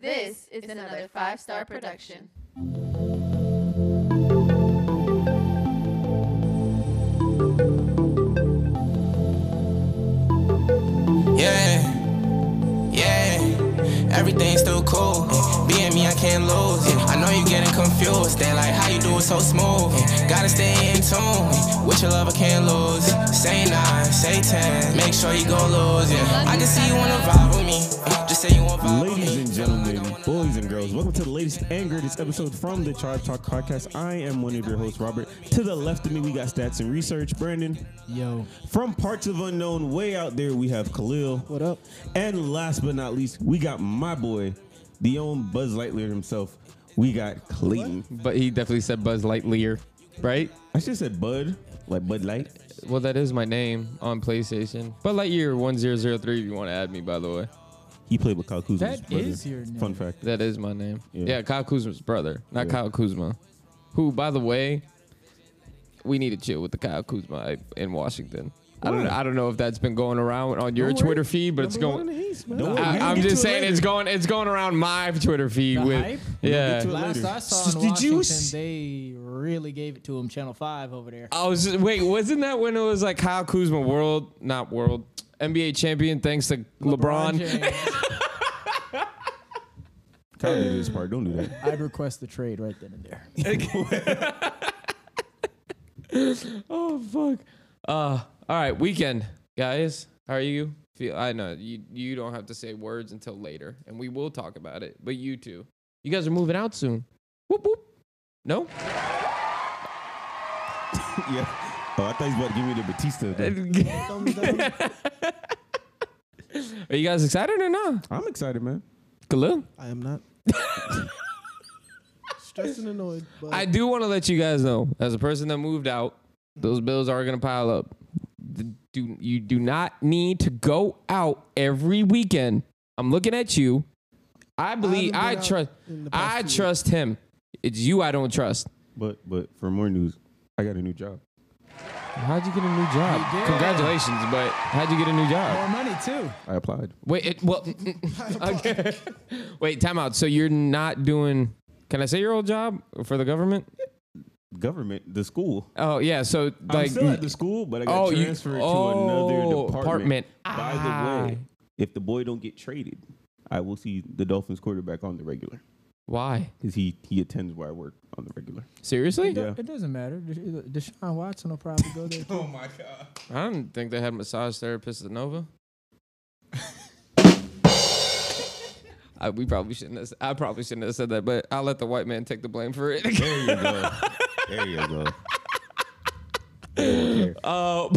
This is another five star production. Yeah, yeah, everything's still cool. Being me, I can't lose. I know you're getting confused. They like how you do it so smooth. Gotta stay in tune with your love, I can't lose. Say nine, say ten, make sure you gon' lose. Yeah, I can see you wanna vibe with me. Just say you want vibe with me. Ladies and gentlemen, boys and girls, welcome to the latest and greatest episode from the Tribe Talk Podcast. I am one of your hosts, Robert. To the left of me, we got stats and research, Brandon. Yo, From parts of unknown, way out there, we have Khalil. what up? And last but not least, we got my boy, the own Buzz Lightyear himself. We got Clayton. But he definitely said Buzz Lightyear, right? I should have said Bud, like Bud Light. Well, that is my name on PlayStation. But Lightyear 1003 if you want to add me, by the way. He played with Kyle Kuzma's That brother. is your name. Fun fact. That is my name. Yeah. Yeah, Kyle Kuzma's brother, not Yeah. Kyle Kuzma. Who, by the way, we need to chill with the Kyle Kuzma hype in Washington. I don't, Why? I don't know if that's been going around on your Don't worry. Twitter feed, but it's Number going. one in the East, man. Don't worry. I, We'll I'm get just to it saying it's later. going it's going around my Twitter feed The with hype? We'll yeah. to it Last later. I saw in Did you Washington, s- they really gave it to him. Channel Five over there. I was just, wait, wasn't that when it was like Kyle Kuzma world, not world, NBA champion thanks to LeBron? James. Kyle did his part. Don't do that. I'd request the trade right then and there. Oh fuck. Uh, all right, weekend guys. How are you? Feel I know you. You don't have to say words until later, and we will talk about it. But you two, you guys are moving out soon. Whoop whoop. No, Yeah. Oh, I thought he was about to give me the Batista. thing. are you guys excited or not? I'm excited, man. Khalil, I am not. Stressed and annoyed, but I do want to let you guys know, as a person that moved out, those bills are gonna pile up. The- Do you do not need to go out every weekend? I'm looking at you. I believe haven't I been out trust. in the past I two trust him. It's you I don't trust. But but for more news, I got a new job. How'd you get a new job? He did. Congratulations, but how'd you get a new job? More money too. I applied. Wait, it, well, okay. wait, time out. So you're not doing? Can I say your old job for the government? Government, the school. Oh yeah. So like, I'm still at the school, but I got Oh, you- transferred to another oh, department. apartment. By Ah. the way, if the boy don't get traded, I will see the Dolphins quarterback on the regular why? because he he attends where I work on the regular. Seriously? Yeah. It doesn't matter. Desha- Deshaun Watson will probably go there. Too. I don't think they had massage therapists at Nova. I, we probably shouldn't. Have, I probably shouldn't have said that, but I'll let the white man take the blame for it. There you go. there you go. Uh,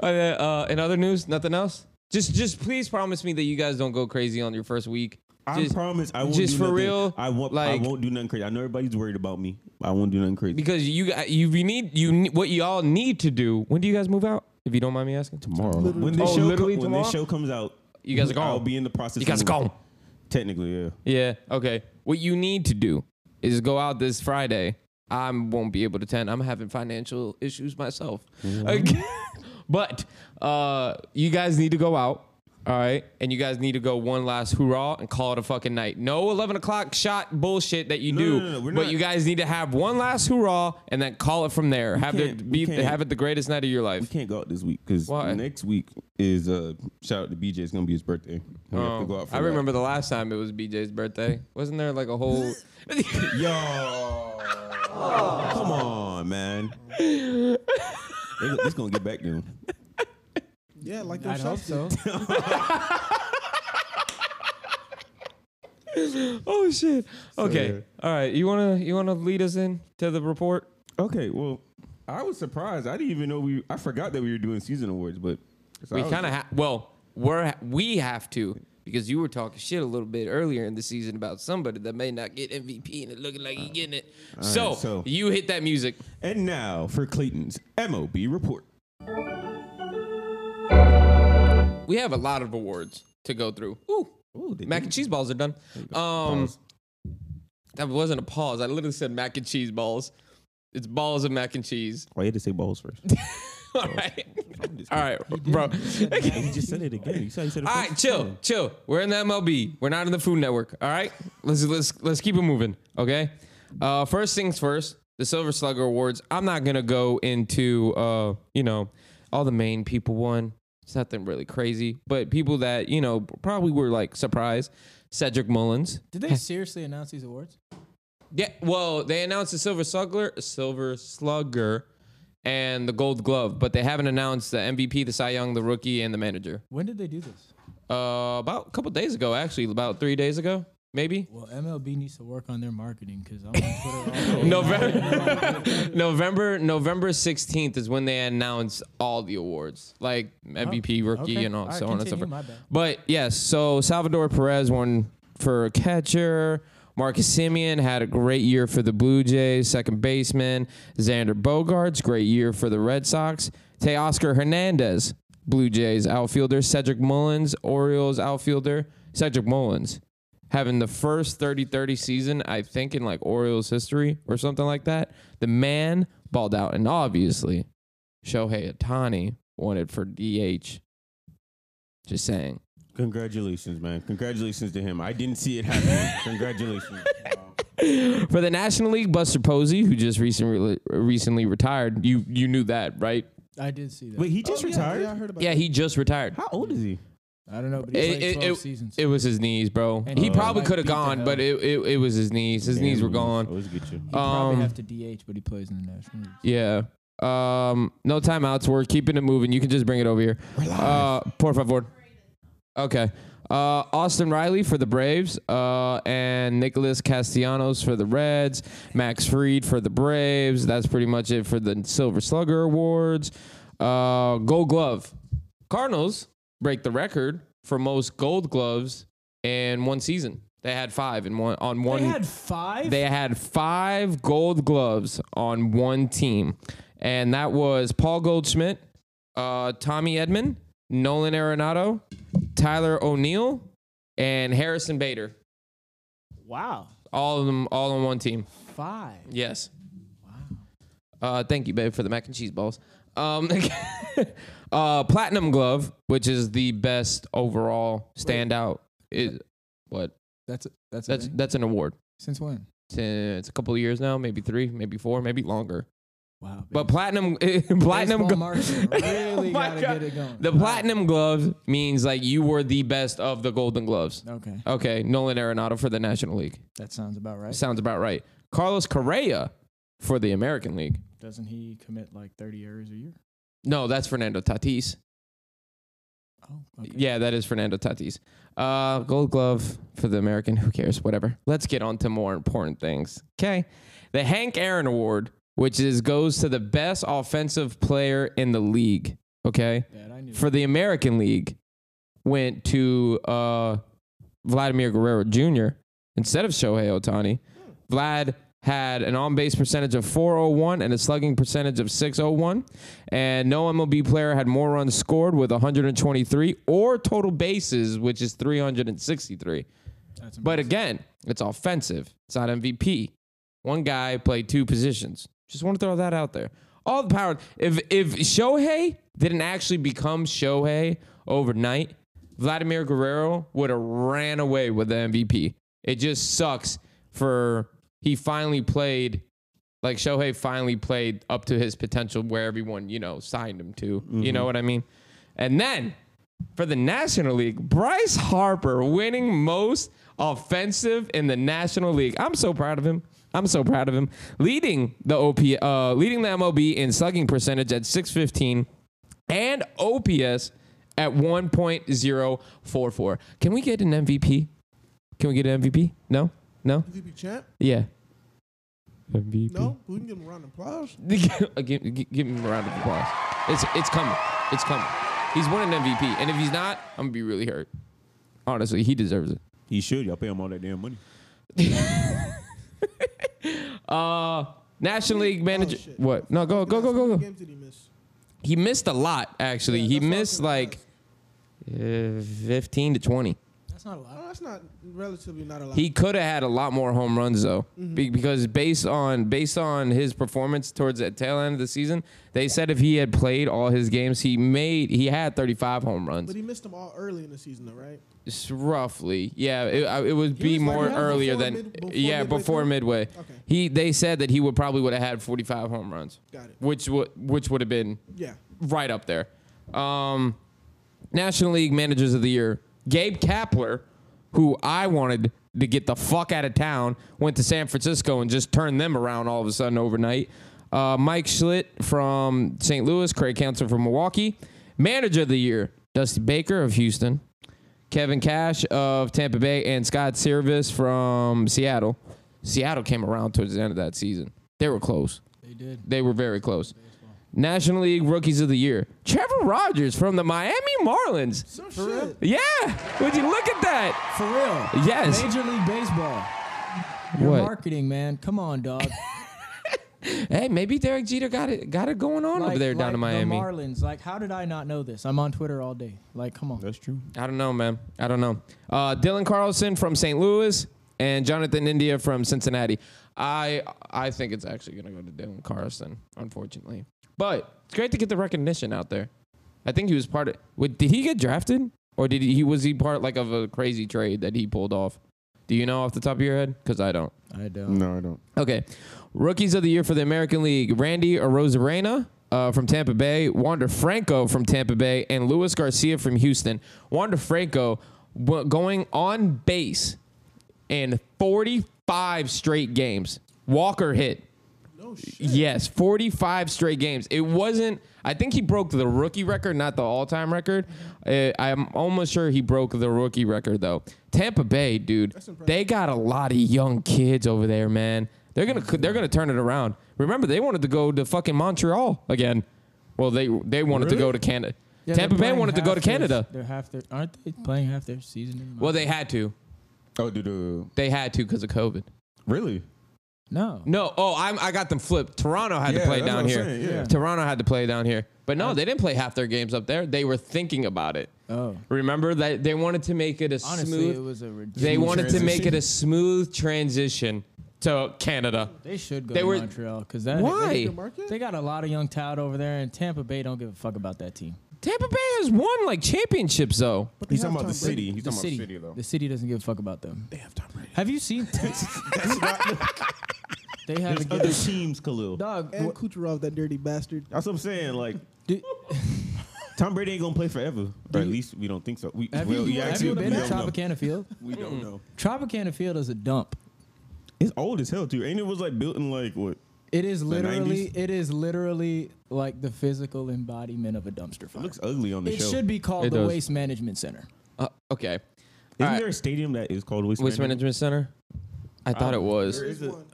uh, uh, in other news, nothing else. Just, just please promise me that you guys don't go crazy on your first week. I Just- promise I won't just do for nothing. real, I won't. like- I won't do nothing crazy. I know everybody's worried about me. I won't do nothing crazy. because you, got- you, you need you ne- what you all need to do. When do you guys move out? If you don't mind me asking, tomorrow, when this, Oh, show, literally when this tomorrow? show comes out, You guys are gone. I'll be in the process. You guys of- are gone. Technically, yeah. Yeah. Okay. What you need to do is go out this Friday. I won't be able to attend. I'm having financial issues myself. Mm-hmm. Okay. but uh, you guys need to go out. All right. And you guys need to go one last hoorah and call it a fucking night. No 11 o'clock shot bullshit that you No, do. no, no, no, we're but not- you guys need to have one last hoorah and then call it from there. have the, can't- we be, can't. have it the greatest night of your life. We can't go out this week because Why? next week is uh shout out to BJ. It's gonna be his birthday. We have to go out for Oh, Um, I that. remember the last time it was BJ's birthday. Wasn't there like a whole. Yo, come on, man. It- It's gonna get back to him. yeah, like I'd those hope shots. so. Oh shit. Okay. All right. You wanna you wanna lead us in to the report? Okay, well, I was surprised. I didn't even know we. I forgot that we were doing season awards, but so I We was- kind of ha- well, we're ha- we have to because you were talking shit a little bit earlier in the season about somebody that may not get MVP and it looking like he getting it. So, Uh, right, so- you hit that music. And now for Clayton's MOB report. We have a lot of awards to go through. Ooh, Ooh, they mac did- and cheese balls are done. Um, Pause. that wasn't a pause. I literally said mac and cheese balls. It's balls of mac and cheese. Oh, Why you had to say balls first? All right. All right, bro. He just said it again. You said, he said it All first. right, chill, chill. We're in the MLB. We're not in the Food Network. All right, let's let's let's keep it moving. Okay. Uh, first things first. The Silver Slugger Awards. I'm not gonna go into uh, you know, all the main people won. It's nothing really crazy, but people that you know probably were like surprised. Cedric Mullins. Did they seriously announce these awards? Yeah. Well, they announced the Silver Slugger, Silver Slugger, and the Gold Glove, but they haven't announced the MVP, the Cy Young, the Rookie, and the Manager. When did they do this? Uh, about a couple days ago, actually, about three days ago, maybe. Well, MLB needs to work on their marketing because I'm on Twitter. all day. November, November, November sixteenth is when they announce all the awards, like MVP, rookie, Oh, okay. and all, All right, so on and so continue, forth. my bad. But yes, so Salvador Perez won for catcher. Marcus Simeon had a great year for the Blue Jays, second baseman. Xander Bogarts, great year for the Red Sox. Teoscar Hernandez, Blue Jays outfielder. Cedric Mullins, Orioles outfielder. Cedric Mullins having the first 30-30 season, I think, in like Orioles history or something like that. The man balled out, and obviously, Shohei Otani wanted for DH. Just saying. Congratulations, man. Congratulations to him. I didn't see it happen. Congratulations. For the National League, Buster Posey, who just recently recently retired, you you knew that, right? I did see that. Wait, he just Oh, yeah, retired? Yeah, I heard about Yeah, he just retired. How old is he? I don't know, but he It, played it, 12 it- seasons. it was his knees, bro. And he he probably might could have beat the gone, hell. but it, it, it was his knees. His knees were gone. Always get you. He'd probably um, have to DH, but he plays in the National League. Yeah. Um, no timeouts. We're keeping it moving. You can just bring it over here. Uh, por favor. Okay. Uh, Austin Riley for the Braves, uh, and Nicholas Castellanos for the Reds, Max Fried for the Braves. That's pretty much it for the Silver Slugger Awards. Uh, gold Glove. Cardinals break the record for most Gold Gloves in one season. They had five in one on one. They had five. They had five gold gloves on one team, and that was Paul Goldschmidt, uh, Tommy Edmond, Nolan Arenado, Tyler O'Neill, and Harrison Bader. wow, All of them, all on one team. five. Yes. Wow. Uh, thank you, babe, for the mac and cheese balls. Um, uh, platinum glove, which is the best overall standout. Is what? That's a, that's, a That's thing? that's an award. since when? It's a- it's a couple of years now, maybe three, maybe four, maybe longer. Wow. But baby. platinum, platinum, Baseball glo- marketing really my gotta God. get it going. the platinum glove means like you were the best of the golden gloves. Okay, Okay, Nolan Arenado for the National League that sounds about right. sounds about right. Carlos Correa for the American League. Doesn't he commit like 30 errors a year? No, that's Fernando Tatis. Oh, okay. Yeah, that is Fernando Tatis. Uh, gold glove for the American. Who cares? Whatever. Let's get on to more important things. Okay. The Hank Aaron Award, which is goes to the best offensive player in the league. Okay. That I knew. for the American League went to uh, Vladimir Guerrero Jr. instead of Shohei Otani. Vlad had an on base percentage of 401 and a slugging percentage of 601. And no MLB player had more runs scored with 123 or total bases, which is 363. That's But impressive. again, it's offensive. It's not MVP. One guy played two positions. Just want to throw that out there. All the power. If if Shohei didn't actually become Shohei overnight, Vladimir Guerrero would have ran away with the MVP. It just sucks for he finally played like Shohei finally played up to his potential where everyone, you know, signed him to. You know what I mean? And then for the National League, Bryce Harper winning most offensive in the National League. I'm so proud of him. I'm so proud of him. Leading the OP, uh, leading the MLB in slugging percentage at 615 and OPS at 1.044. Can we get an MVP? Can we get an MVP? No? No? it. MVP champ? Yeah. MVP. No, we can give him a round of applause. uh, give, give- give him a round of applause. It's it's coming. It's coming. He's winning MVP, and if he's not, I'm gonna be really hurt. Honestly, he deserves it. He should. Y'all pay him all that damn money. Uh, National League manager. Oh, shit. what? No, go go go How go go. many games did he miss? He missed a lot actually. he Yeah, that's what I was missed gonna like ask. uh, 15 to 20. That's not a lot. Oh, that's not relatively not a lot. He could have had a lot more home runs though, Mm-hmm. Be- because based on based on his performance towards the tail end of the season, they said if he had played all his games, he made he had 35 home runs. but he missed them all early in the season, though, right? It's roughly, yeah, it, I- it would be was like more that earlier before than mid- before yeah midway before through? midway. Okay. He they said that he would probably would have had 45 home runs, Got it. which would which would have been Yeah. right up there. Um, National League Managers of the Year, Gabe Kapler, who I wanted to get the fuck out of town, went to San Francisco and just turned them around all of a sudden overnight. Uh, Mike Schlitt from St. Louis, Craig Counsell from Milwaukee, Manager of the Year, Dusty Baker of Houston, Kevin Cash of Tampa Bay, and Scott Service from Seattle. Seattle came around towards the end of that season. They were close. They did. They were very close. National League Rookies of the Year. Trevor Rogers from the Miami Marlins. Some shit. Yeah. Would you look at that? For real. Yes. Major League Baseball. Your What? marketing, man. Come on, dog. Hey, maybe Derek Jeter got it got it going on over Like- there down like in Miami. The Marlins. Like, how did I not know this? I'm on Twitter all day. Like, come on. That's true. I don't know, man. I don't know. Uh, Dylan Carlson from St. Louis and Jonathan India from Cincinnati. I I think it's actually gonna go to Dylan Carlson, unfortunately. But it's great to get the recognition out there. I think he was part of. Wait, did he get drafted, or did he was he part like of a crazy trade that he pulled off? Do you know off the top of your head? Because I don't. I don't. No, I don't. Okay. Rookies of the year for the American League Randy Arozarena uh, from Tampa Bay, Wander Franco from Tampa Bay, and Luis Garcia from Houston. Wander Franco w- going on base in 45 straight games. Walker hit. No shit. Yes, 45 straight games. It wasn't. I think he broke the rookie record, not the all-time record. Uh, I'm almost sure he broke the rookie record though. Tampa Bay, dude, impressive. they got a lot of young kids over there, man. They're gonna they're gonna turn it around. Remember, they wanted to go to fucking Montreal again. Well, they they wanted to go to Canada. Yeah, Tampa they're Bay playing wanted to go to half their- Canada. They're half their. Aren't they playing half their season? In Well, they had to. Oh, dude, uh, They had to because of COVID. really? no. No, oh, I'm, I got them flipped. Toronto had Yeah, to play that's down what I'm here. saying, yeah. Toronto had to play down here. But no, they didn't play half their games up there. They were thinking about it. Oh, Remember that they wanted to make it a honestly, smooth. it was a ridiculous. they wanted to make it transition. a smooth transition to Canada. They should go they to were- Montreal because that. Why? Your market? They got a lot of young talent over there, and Tampa Bay don't give a fuck about that team. Tampa Bay has won like championships though. But they He's talking have about the Tom Brady. city. He's the talking city, about the city, though. the city doesn't give a fuck about them. They have Tom Brady. Have you seen? they have a There's other teams, Khalil. dog. And wh- Kucherov, that dirty bastard. That's what I'm saying. Like, do- Tom Brady ain't gonna play forever. Or at least we don't think so. We, have well, you, we have actually you been we to don't know. Tropicana Field? We don't know. Tropicana Field is a dump. It's old as hell too. And it was like built in like what? It is literally, 90s? it is literally like the physical embodiment of a dumpster It fire. looks ugly on the It show. should be called It the does. Waste Management Center. Uh, okay. All Isn't right. there a stadium that is called Waste, Waste Management Center? I Oh, thought it was. There is is a- one.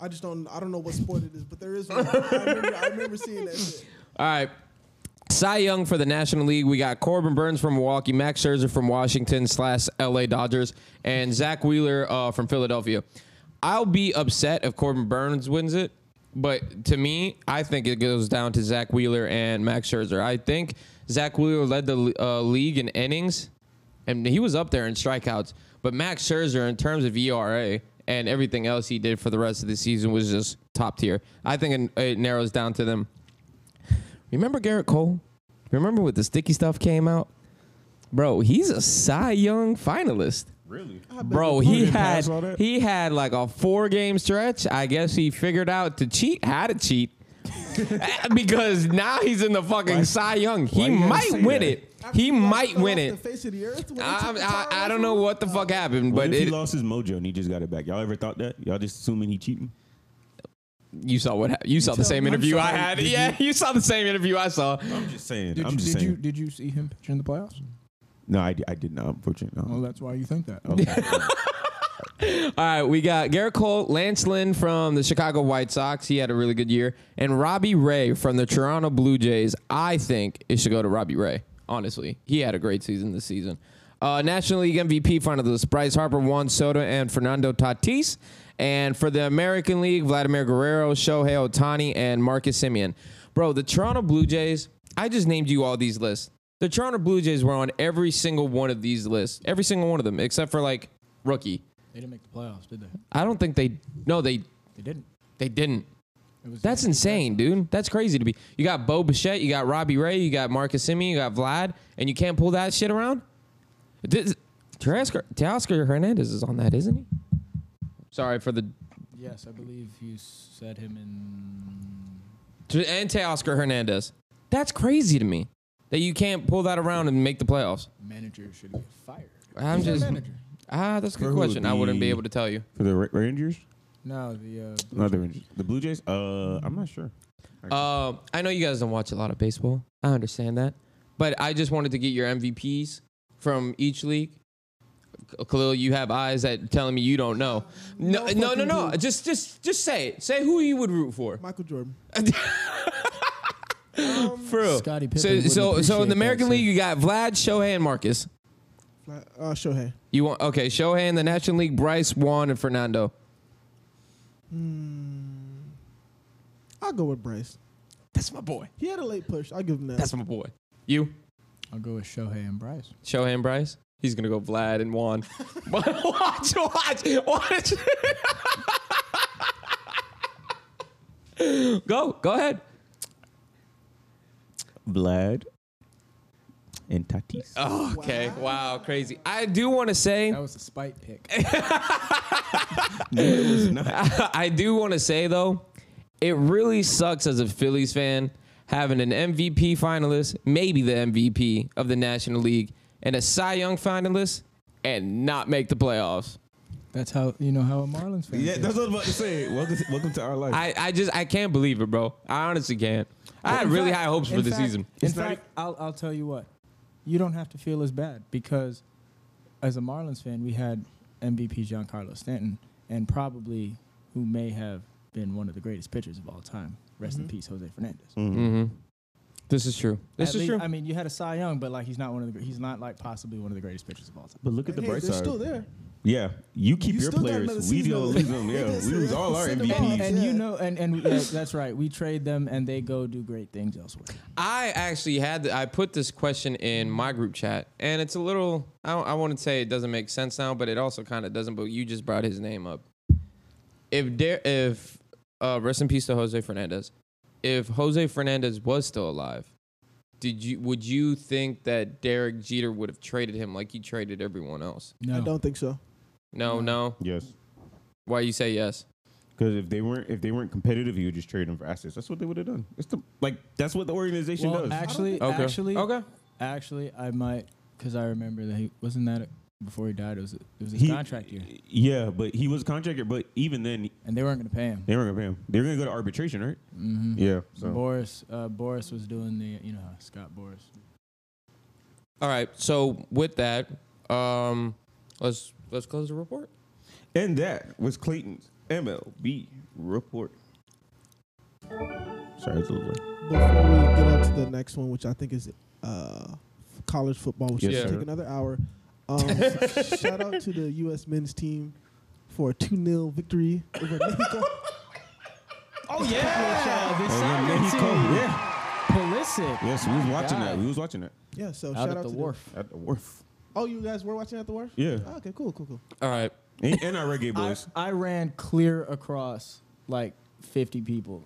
I just don't. I don't know what sport it is, but there is one. I remember, I remember seeing that shit. All right. Cy Young for the National League. We got Corbin Burns from Milwaukee, Max Scherzer from Washington slash LA Dodgers, and Zach Wheeler uh, from Philadelphia. I'll be upset if Corbin Burns wins it, but to me, I think it goes down to Zach Wheeler and Max Scherzer. I think Zach Wheeler led the uh, league in innings, and he was up there in strikeouts. But Max Scherzer, in terms of ERA and everything else he did for the rest of the season, was just top tier. I think it, it narrows down to them. Remember Garrett Cole? Remember when the sticky stuff came out? Bro, he's a Cy Young finalist. Really? Bro, he didn't had pass all that? he had like a four game stretch. I guess he figured out to cheat, how to cheat. because now he's in the fucking Cy Young. why He you gotta might say win that? it. After He lost- might fell win off it. The face of the earth. when they took the I, tire I, I off don't him? know what the fuck happened, What but if he it, lost his mojo and he just got it back? Y'all ever thought that? Y'all just assuming he cheating? you saw what hap- you saw the saw- same I'm interview I sorry, had. did Yeah, you saw the same interview I saw. I'm just saying. Did, I'm you, just did saying. you did you see him pitch in the playoffs? no, I, I did not. Unfortunately, Well, no. that's why you think that. Okay. All right, we got Garrett Cole, Lance Lynn from the Chicago White Sox. He had a really good year. And Robbie Ray from the Toronto Blue Jays. I think it should go to Robbie Ray, honestly. He had a great season this season. Uh, National League MVP finalists Bryce Harper, Juan Soto, and Fernando Tatis. And for the American League, Vladimir Guerrero, Shohei Otani, and Marcus Simeon. Bro, the Toronto Blue Jays, I just named you all these lists. The Toronto Blue Jays were on every single one of these lists, every single one of them, except for like rookie. They didn't make the playoffs, did they? I don't think they. No, they They didn't. they didn't. It was That's insane, dude. That's crazy to be. You got Bo Bichette, you got Robbie Ray, you got Marcus Simeon, you got Vlad, and you can't pull that shit around. This, Teoscar, Teoscar Hernandez is on that, isn't he? Sorry for the Yes, I believe you said him in. and Teoscar Hernandez. That's crazy to me that you can't pull that around and make the playoffs. Manager should get fired. I'm Who's our just manager. ah, that's a For good who? question. I wouldn't be The- able to tell you. For the Ra- Rangers? No, the uh, Blue Not the Jays. Rangers. The Blue Jays? Uh, I'm not sure. Uh, I know you guys don't watch a lot of baseball. I understand that, but I just wanted to get your MVPs from each league. K- Khalil, you have eyes that telling me you don't know. No, no, No no, fucking no. clue. Just, just, just say it. Say who you would root for. Michael Jordan. For real. Scottie Pippen So, so, wouldn't so in appreciate the American that, League, you got Vlad, Shohei, and Marcus. Uh, Shohei. You want okay? Shohei in the National League, Bryce, Juan, and Fernando. I'll go with Bryce. That's my boy. He had a late push. I'll give him that. That's my boy. You, I'll go with Shohei and Bryce. Shohei, and Bryce. He's gonna go Vlad and Juan. But watch, watch, watch. go, go ahead. Vlad and Tatis. Oh, okay. Wow. crazy. I do want to say. That was a spite pick. I do want to say though, it really sucks as a Phillies fan having an MVP finalist, maybe the MVP of the National League, and a Cy Young finalist, and not make the playoffs. That's how you know how a Marlins fan. yeah, feels. that's what I was about to say. Welcome to, welcome to our life. I, I just I can't believe it, bro. I honestly can't. I had In really fact- high hopes for in the fact- season. In It's not e- fact, I'll, I'll tell you what, you don't have to feel as bad because as a Marlins fan, we had MVP Giancarlo Stanton and probably who may have been one of the greatest pitchers of all time. Rest in peace, Jose Fernandez. Mm. Mm-hmm. This is true. This At is lea- true. I mean, you had a Cy Young, but like he's not one of the gr- he's not like possibly one of the greatest pitchers of all time. but look at the Hey, they're bright side. still there. Yeah, you keep You your still got another players. We season. don't lose them. Yeah, Yes, we lose all our send them off. MVPs. And you Yeah. know, and and yeah, that's right. We trade them, and they go do great things elsewhere. I actually had the, I put this question in my group chat, and it's a little I, don't- I wouldn't say it doesn't make sense now, but it also kind of doesn't. But you just brought his name up. If there, if uh, rest in peace to Jose Fernandez. If Jose Fernandez was still alive, did you would you think that Derek Jeter would have traded him like he traded everyone else? No, I don't think so. No, no. Yes, Why you say yes? because if they weren't if they weren't competitive, you would just trade them for assets. That's what they would have done. It's the like that's what the organization Well, does. actually, Okay. actually, okay. Actually, I might, because I remember that he wasn't that before he died. It was it was his He- contract year, yeah, but he was a contractor. But even then, and they weren't going to pay him. they weren't gonna pay him. They were gonna go to arbitration, right? Mm-hmm. Yeah. So Boris, uh, Boris was doing the, you know, Scott Boris. All right. So with that, um, let's let's close the report. and that was Clayton's MLB report. Sorry, it's a little. Before we get on to the next one, which I think is uh, college football, which Yes, should sir. take another hour. Um, shout out to the U.S. men's team for a 2 0 victory over Mexico. Oh yeah, the And then Mexico, yeah. Pulisic Yes, we was watching Oh God. that. We was watching that Yeah, so out shout at out the to the- wharf. at the wharf. Oh, you guys were watching at the wharf? Yeah. Oh, okay, cool, cool, cool. All right. And, and our reggae I, boys I ran clear across like 50 people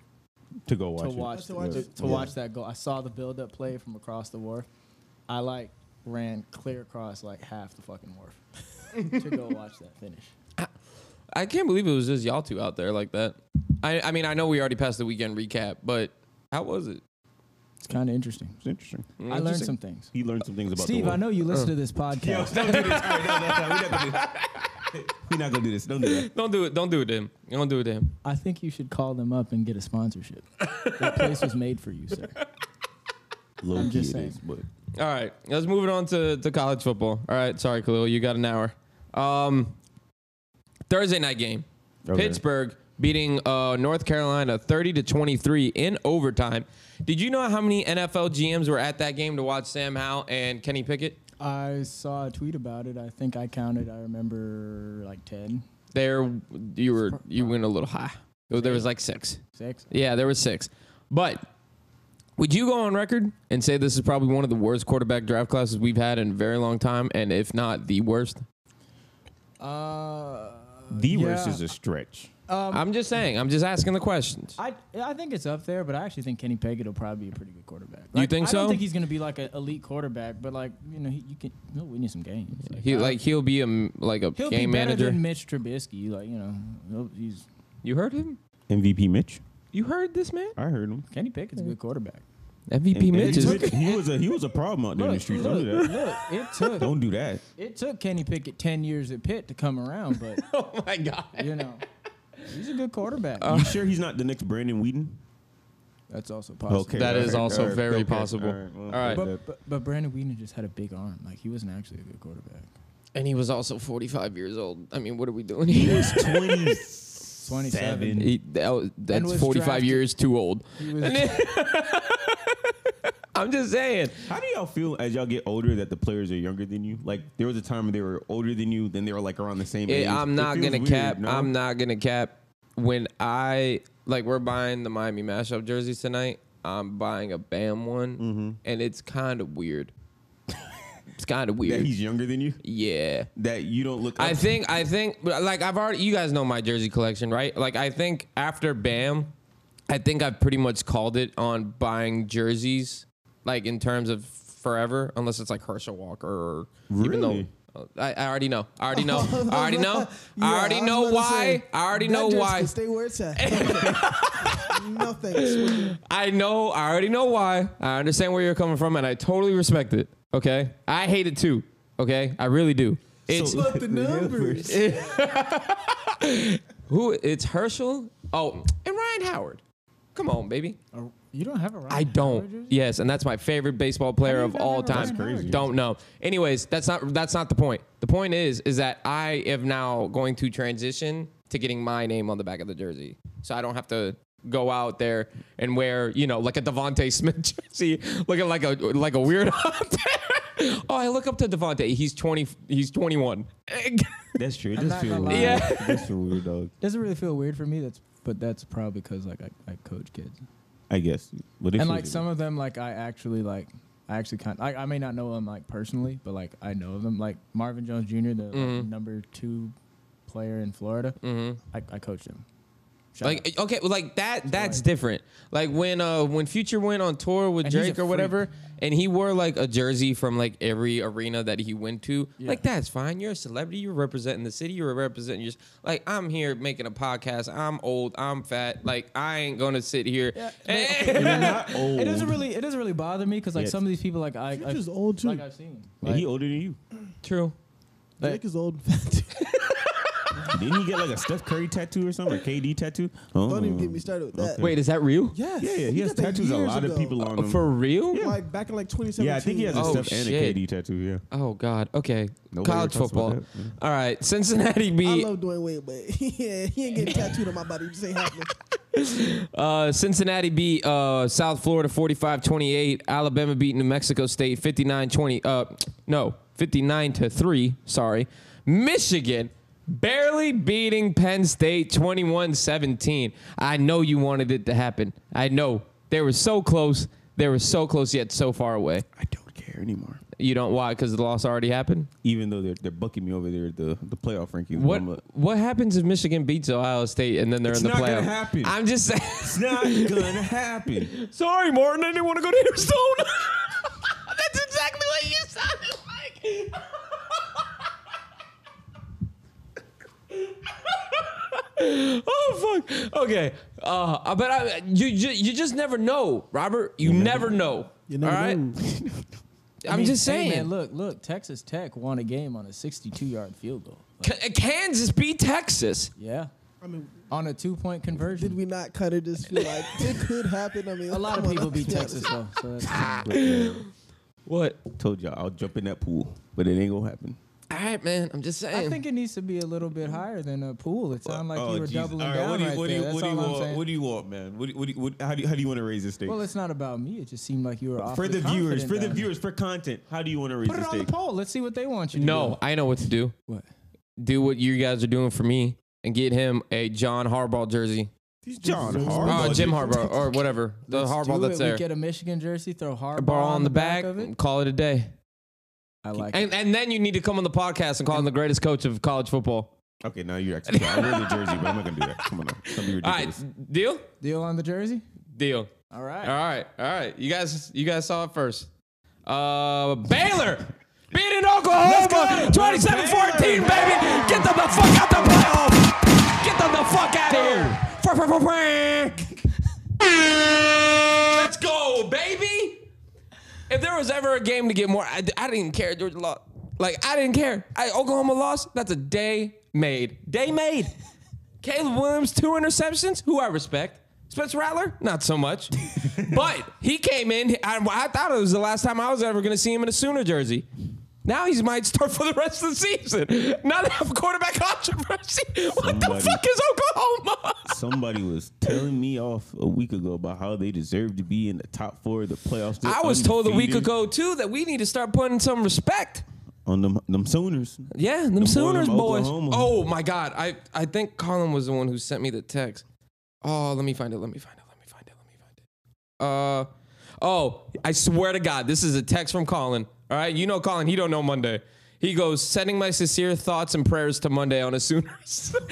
to go watch to it. watch To the- watch to, it. to Yeah. watch that goal. I saw the build up play from across the wharf. I like ran clear across like half the fucking wharf to go watch that finish. I can't believe it was just y'all two out there like that. I, I mean, I know we already passed the weekend recap, but how was it? It's kind of interesting. It's interesting. I learned Interesting. some things. He learned some things about Steve, the Uh. I know you listen to this podcast. don't do this. All right, no, no, no, we're not gonna do this. We're not gonna do this. Don't do that. Don't do it. Don't do it to him. Don't do it to him. I think you should call them up and get a sponsorship. that place was made for you, sir. Low I'm key just it saying. Uh, is, but All right, let's move it on to, to college football. All right, sorry, Khalil, you got an hour. Um, Thursday night game, Okay. Pittsburgh beating uh, North Carolina thirty to twenty three in overtime. Did you know how many NFL GMs were at that game to watch Sam Howell and Kenny Pickett? I saw a tweet about it. I think I counted. I remember like 10, There, you were you went a little high. There was like six. 6. Yeah, there was six. But Would you go on record and say this is probably one of the worst quarterback draft classes we've had in a very long time, and if not the worst? Uh, The yeah. worst is a stretch. I'm just saying. I'm just asking the questions. Um, I I think it's up there, but I actually think Kenny Pickett will probably be a pretty good quarterback. You Like, think I so? don't think he's going to be like an elite quarterback, but like you know, he, you can he'll win you some games. Like, He I- like he'll be a m- like a uh, he'll be game better manager. than Mitch Trubisky. Like you know, he'll- he's You heard him. MVP Mitch. You heard this man. I heard him. Kenny Pickett's a good quarterback. MVP And- and Mitch he is. took it. he was a he was a problem out there in the streets. Don't do look, that. look, it took Don't do that. it took Kenny Pickett ten years at Pitt to come around, but Oh my god. you know, he's a good quarterback. Uh, you sure he's not the next Brandon Whedon? That's also possible. That is alright, also alright, very okay, possible. alright, well, Alright. that- But, but but Brandon Whedon just had a big arm. Like he wasn't actually a good quarterback. And he was also 45 years old. I mean, what are we doing here? Twenty Twenty-seven. seven. He- that was- that's was 45 drafted- years too old. He was- And then- I'm just saying. How do y'all feel as y'all get older that the players are younger than you? Like there was a time when they were older than you, then they were like around the same age. It- I'm It not feels gonna weird, cap. no? I'm not gonna cap. When I like, we're buying the Miami mashup jerseys tonight. I'm buying a Bam one, Mm-hmm. and it's kind of weird. it's kind of that weird. he's younger than you. yeah. That you don't look. Up I think I think but, like I've already you guys know my jersey collection, right? Like I think after Bam, I think I've pretty much called it on buying jerseys like in terms of forever unless it's like Herschel Walker or even Really? though I, I already know. I already know. I already know. Yeah, I already was know about to why. say, I already that know jersey why. can Stay where it's at. no thanks. I know. I already know why. I understand where you're coming from, and I totally respect it. Okay, I hate it too. Okay, I really do. It's So- the numbers. who? It's Herschel. Oh, and Ryan Howard. Come on, baby. Or- you don't have a right. I don't. Yes, and that's my favorite baseball player How do you of not all have a time. Ryan Howard jersey? Don't know. Anyways, that's not that's not the point. The point is is that I am now going to transition to getting my name on the back of the jersey, so I don't have to go out there and wear you know like a Devonte Smith jersey, looking like a like a weirdo. out there. oh, I look up to Devonte. He's twenty. He's twenty one. that's true. It I'm does not feel gonna weird. lie. Yeah. It does feel weird, dog. Doesn't really feel weird for me. That's but that's probably because like I, I coach kids I guess. But it and feels like weird. some of them like I actually like I actually kind I, I may not know them like personally, but like I know them like Marvin Jones Jr. the like, Mm-hmm. number two player in Florida. I, I coached him. Shout out. Like eh, okay, well, like that that's different. Like when uh when Future went on tour with And he's a Drake or freak. whatever, and he wore like a jersey from like every arena that he went to. Yeah. Like that's fine. You're a celebrity. You're representing the city. You're representing your. Like I'm here making a podcast. I'm old. I'm fat. Like I ain't gonna sit here. Eh. And they're not old. it doesn't really it doesn't really bother me because like Yeah. some of these people like I Drake is I, old too. like I've seen And he Like, older than you. True. Drake is old. and fat, too. Didn't he get like a Steph Curry tattoo or something? Or KD tattoo? Oh. Don't even get me started with that. Okay. Wait, is that real? Yes. Yeah, yeah. He has got that tattoos a years lot of ago. people on him. For real? Like back in like 2017. yeah, I think he has a Oh, Steph shit. and a KD tattoo. Yeah. Oh God. Okay. Nobody College ever talks football. about that, yeah. All right. Cincinnati I beat love Dwayne Wade, but yeah, he ain't getting tattooed on my body. It just ain't happening. Uh, Cincinnati beat uh, South Florida 45-28. Alabama beat New Mexico State 59-20. Uh, no, 59 to 3, sorry. Michigan barely beating Penn State 21-17. I know you wanted it to happen. I know. They were so close. They were so close yet so far away. I don't care anymore. You don't why cuz the loss already happened? Even though they're they're bucking me over there at the the playoff rankings. What I'm like, what happens if Michigan beats Ohio State and then they're It's in the not playoff? gonna happen. I'm just saying. It's not gonna happen. Sorry, Martin, I didn't want to go to Arizona. That's exactly what you sounded like. oh fuck. Okay. Uh, but I, you, you you just never know, Robert. You, never know. You never all right. know. I'm mean, just hey, saying. man, look, look, Texas Tech won a game on a 62 yard field goal. Like, K- Kansas beat Texas. yeah. I mean, On a two point conversion. did we not kind of just feel like it could happen? I mean, a lot of people beat Texas though. So that's What? Told y'all I'll jump in that pool, but it ain't gonna happen. All right, man. I'm just saying. I think it needs to be a little bit higher than a pool. It sounded like Oh, you were doubling down what do you, right what do there. you, That's what do you all I'm want? saying. What do you want, man? What, do you- what, do you- what, how do you, how do you want to raise the stakes? well, it's not about me. It just seemed like you were off for the viewers, for the viewers. viewers, for content, how do you want to raise Put the it on the stakes? poll. Let's see what they want you to no, I know what to do. do. What? do what you guys are doing for me and get him a John Harbaugh jersey. John Harbaugh. Oh, Jim Harbaugh or whatever. The Let's Harbaugh do that's it. there. We get a Michigan jersey, throw Harbaugh Ball on the back, of it. call it a day. I like And, and then you need to come on the podcast and call him the greatest coach of college football. Okay, now you're actually. I wear the jersey, but I'm not gonna do that. Come on, now. Don't be All right, ridiculous. deal, it. Deal on the jersey. deal. All right. All right, all right. You guys, you guys saw it first. Uh, Baylor beating Oklahoma, 27-14, baby. Get them the fuck out the playoff. Get them the fuck out of here. Fuck, fuck, fuck, fuck. Let's go, baby. If there was ever a game to get more, I, I didn't even care. Georgia lost. Like I didn't care. I, Oklahoma lost. That's a day made. Day made. Caleb Williams two interceptions. Who I respect. Spencer Rattler, not so much. but he came in. I, I thought it was the last time I was ever going to see him in a Sooner jersey. Now he might start for the rest of the season. Now they have quarterback controversy. What the Somebody- fuck is Oklahoma? Somebody was telling me off a week ago about how they deserve to be in the top four of the playoffs. They're I was told a week undefeated. ago too that we need to start putting some respect on them them Sooners. Yeah, them boy Sooners from boys. Oklahoma. Oh my God, I I think Colin was the one who sent me the text. Oh, let me find it. Let me find it. Let me find it. Let me find it. Uh, oh, I swear to God, this is a text from Colin. All right, you know Colin, he don't know Monday. He goes, sending my sincere thoughts and prayers to Monday on a Sooners.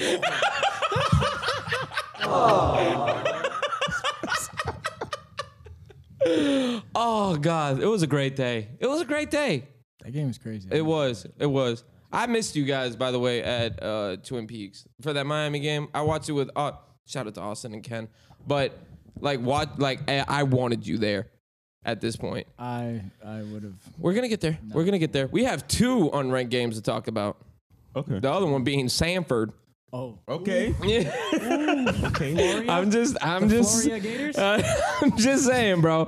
oh God, it was a great day. It was a great day. That game is crazy. It was. It was. I missed you guys, by the way, at uh, Twin Peaks for that Miami game. I watched it with. Uh, shout out to Austin and Ken, but like watch like I, I wanted you there. At this point, I I would have. we're gonna get there. We're gonna get there. We have two unranked games to talk about. Okay. The other one being Sanford. Oh, Okay. Yeah, Okay. I'm just. I'm just. Gloria Gators. Uh, I'm just saying, bro. Uh,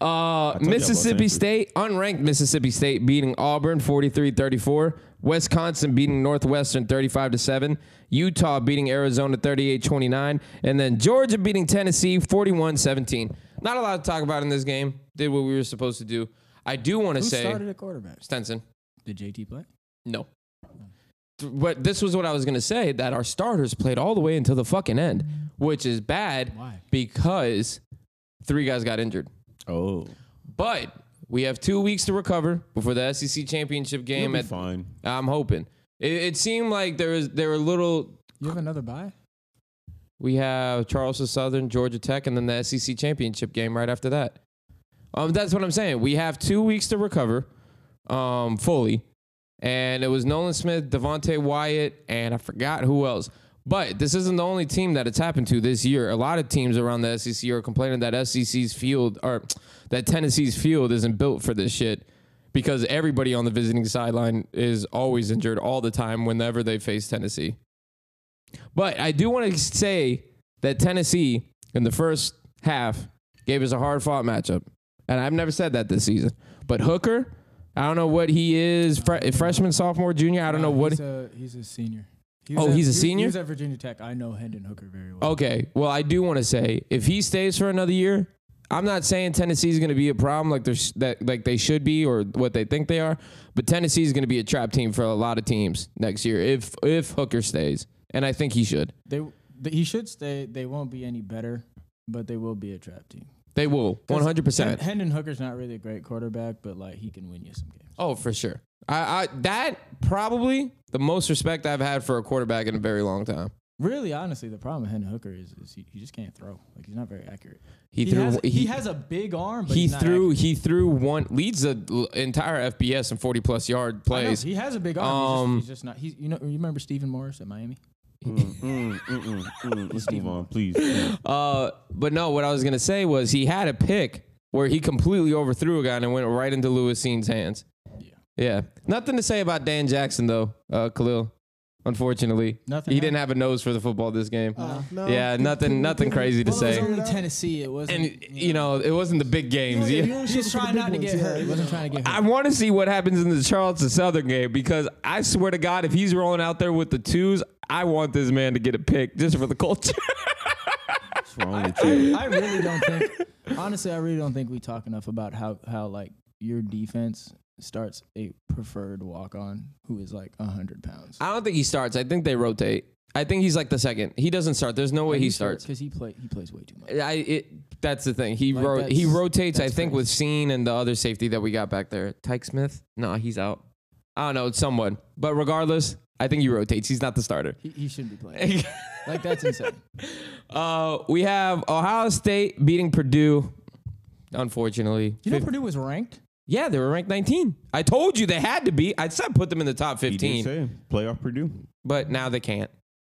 about Mississippi Sanford. State, unranked Mississippi State, beating Auburn 43 34. Wisconsin beating Northwestern 35 to 7. Utah beating Arizona 38 29. And then Georgia beating Tennessee 41 17. Not a lot to talk about in this game. Did what we were supposed to do. I do want to Who started say, at quarterback? Stenson, Did JT play? no. Th- But this was what I was going to say that our starters played all the way until the fucking end, which is bad Why? because three guys got injured. Oh, But we have two weeks to recover before the SEC championship game. game be At, fine. I'm hoping. It, it seemed like there was there were little. You have another bye. We have Charleston Southern, Georgia Tech, and then the SEC championship game right after that. Um, that's what I'm saying. We have two weeks to recover, um, fully, and it was Nolan Smith, Devontae Wyatt, and I forgot who else. But this isn't the only team that it's happened to this year. A lot of teams around the SEC are complaining that SEC's field or that Tennessee's field isn't built for this shit because everybody on the visiting sideline is always injured all the time whenever they face Tennessee. But I do want to say that Tennessee in the first half gave us a hard fought matchup. And I've never said that this season. But Hooker, I don't know what he is, fre- freshman, sophomore, junior. I don't know what. He's a, he's a senior. He was Oh, at- he's a he was- senior? He was at Virginia Tech. I know Hendon Hooker very well. Okay. Well, I do want to say if he stays for another year, I'm not saying Tennessee's going to be a problem like they're sh- that like they should be or what they think they are, but Tennessee's going to be a trap team for a lot of teams next year if if Hooker stays, and I think he should. They, th- he should stay. They won't be any better, but they will be a trap team. They will 100. percent Hen- Hendon Hooker's not really a great quarterback, but like he can win you some games. Oh, for sure. I, I that probably the most respect I've had for a quarterback in a very long time. Really, honestly, the problem with Hendon Hooker is, is he, he just can't throw. Like he's not very accurate. He, threw. has, he, he, has a big arm, but he he's not threw. accurate. He threw one. Leads the l- entire FBS in 40 plus yard I know, plays. He has a big arm. Um, he's, just, he's just not. He's you know. You remember Stephen Morris at Miami? Mm, mm, mm, mm. Let's move on, please. Yeah. Uh, but no, what I was gonna say was he had a pick where he completely overthrew a guy and it went right into Lewis's hands. Yeah. Yeah. Nothing to say about Dan Jackson though, uh, Khalil. Unfortunately, Nothing, He huh? didn't have a nose for the football this game. Uh, no. Oh. Yeah, nothing, nothing crazy to Well, it was say. only Tennessee. It wasn't. And you know, it wasn't the big games. Yeah, Yeah. you only He's shoot for the trying big not to ones, get yeah, hurt. you He wasn't know. trying to get I hurt. want to see what happens in the Charleston Southern game because I swear to God, if he's rolling out there with the twos, I want this man to get a pick just for the culture. What's wrong with you? I, I really don't think. Honestly, I really don't think we talk enough about how how like your defense starts a preferred walk on who is like hundred pounds. I don't think he starts. I think they rotate. I think he's like the second. He doesn't start. There's no way he starts. because he play he plays way too much. I it that's the thing. He Like, ro- he that's- rotates. I that's think crazy. with Scene and the other safety that we got back there, Tyke Smith. Nah, he's out. I don't know. It's someone, but regardless, I think he rotates. He's not the starter. He, he shouldn't be playing. like that's insane. Uh, we have Ohio State beating Purdue. Unfortunately, You know Fif- Purdue was ranked. yeah, they were ranked 19. I told you they had to be. I said put them in the top He did 15, say playoff Purdue. Mm, but now they can't.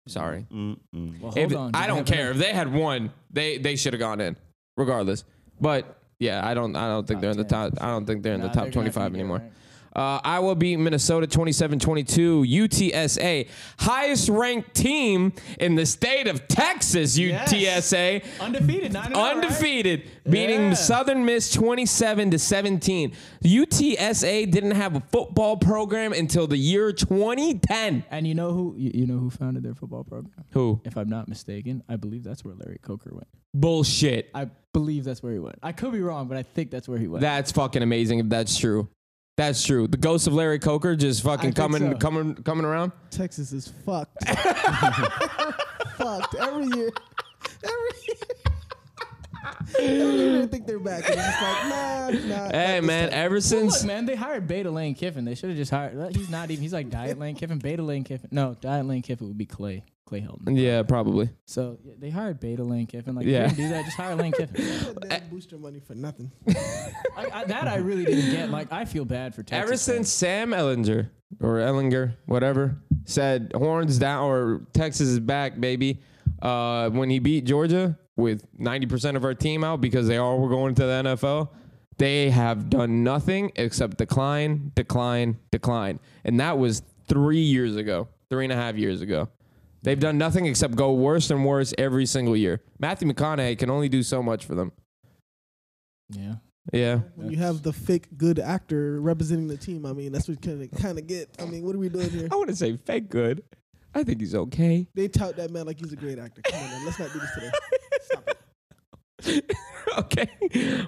Sorry. Mm-mm. Well, If- hold on. I Do they don't have care if they had one. They they should have gone in, regardless. But yeah, I don't I don't think Top they're in the 10. top. I don't think they're in enough- the Nah, top they're gonna have to 25 be anymore. ranked. Uh, Iowa beat Minnesota 27-22. UTSA, highest ranked team in the state of Texas. UTSA Undefeated, nine and oh, right? undefeated, beating Yeah. Southern Miss 27 to 17. UTSA didn't have a football program until the year 2010. And you know who you, you know who founded their football program? Who? If I'm not mistaken, I believe that's where Larry Coker went. Bullshit. I believe that's where he went. I could be wrong, but I think that's where he went. That's fucking amazing if that's true. That's true. The ghost of Larry Coker just fucking think coming so. coming coming around. Texas is fucked. fucked every year. Every year. Every year I think they're back. And it's just like, nah, nah. Hey not this man, time. ever Look, since man, they hired Beta Lane Kiffin. They should have just hired. He's not even. He's like Diet Lane Kiffin. Beta Lane Kiffin. No, Diet Lane Kiffin would be Clay. Clay Helton. yeah, probably. So yeah, they hired Beta Lane Kiffin. Like, Yeah. yeah, do that. Just hire Lane Kiffin. That damn booster money for nothing. Like, I, that I really didn't get. Like, I feel bad for Texas. Ever since Sam Ellinger or Ellinger, whatever, said horns down or Texas is back, baby. Uh, when he beat Georgia with 90% of our team out because they all were going to the NFL, they have done nothing except decline, decline, decline. And that was three years ago, three and a half years ago. They've done nothing except go worse and worse every single year. Matthew McConaughey can only do so much for them. Fans. Yeah. Yeah. When you have the fake good actor representing the team, I mean, that's what you kind of get. I mean, what are we doing here? I want to say fake good. I think he's okay. They tout that man like he's a great actor. Come on, man. Let's not do this today. Stop it. okay.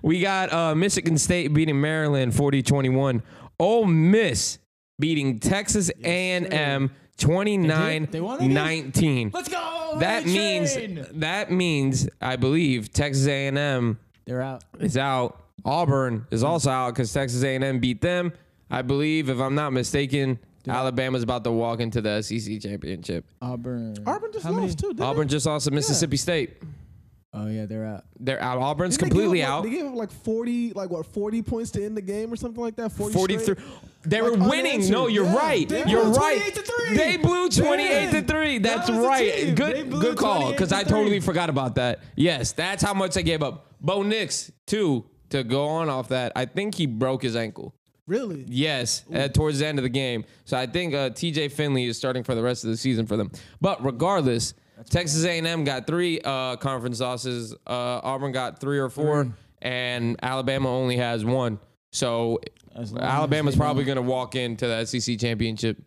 We got uh, Michigan State beating Maryland 40 21. Ole Miss beating Texas A&M 29 They won that game? 19. Let's go. That means that means I believe Texas A&M they're out. is out. Auburn is also out cuz Texas A&M beat them. I believe if I'm not mistaken, Alabama's about to walk into the SEC championship. Auburn. Auburn just How lost many- too. didn't Auburn they? just lost to Mississippi State. Oh yeah, they're out. They're out. Auburn's Didn't they give completely up, like- out. They gave up like forty, like what, forty points to end the game or something like that. Forty. 43 straight? they Like, were winning no unanswered. you're Yeah. right They you're blew right 28 to three. they blew 28 to Man. 3 that's That was a right team. They good blew good call 28 because to i totally three. forgot about that yes that's how much they gave up bo nix too to go on off that i think he broke his ankle Really? Yes, uh, towards the end of the game. So I think uh, T.J. Finley is starting for the rest of the season for them. But regardless, Texas A&M got three uh, conference losses. Uh, Auburn got three or four, and Alabama only has one. So As long as Alabama's they probably don't- going to walk into the SEC championship.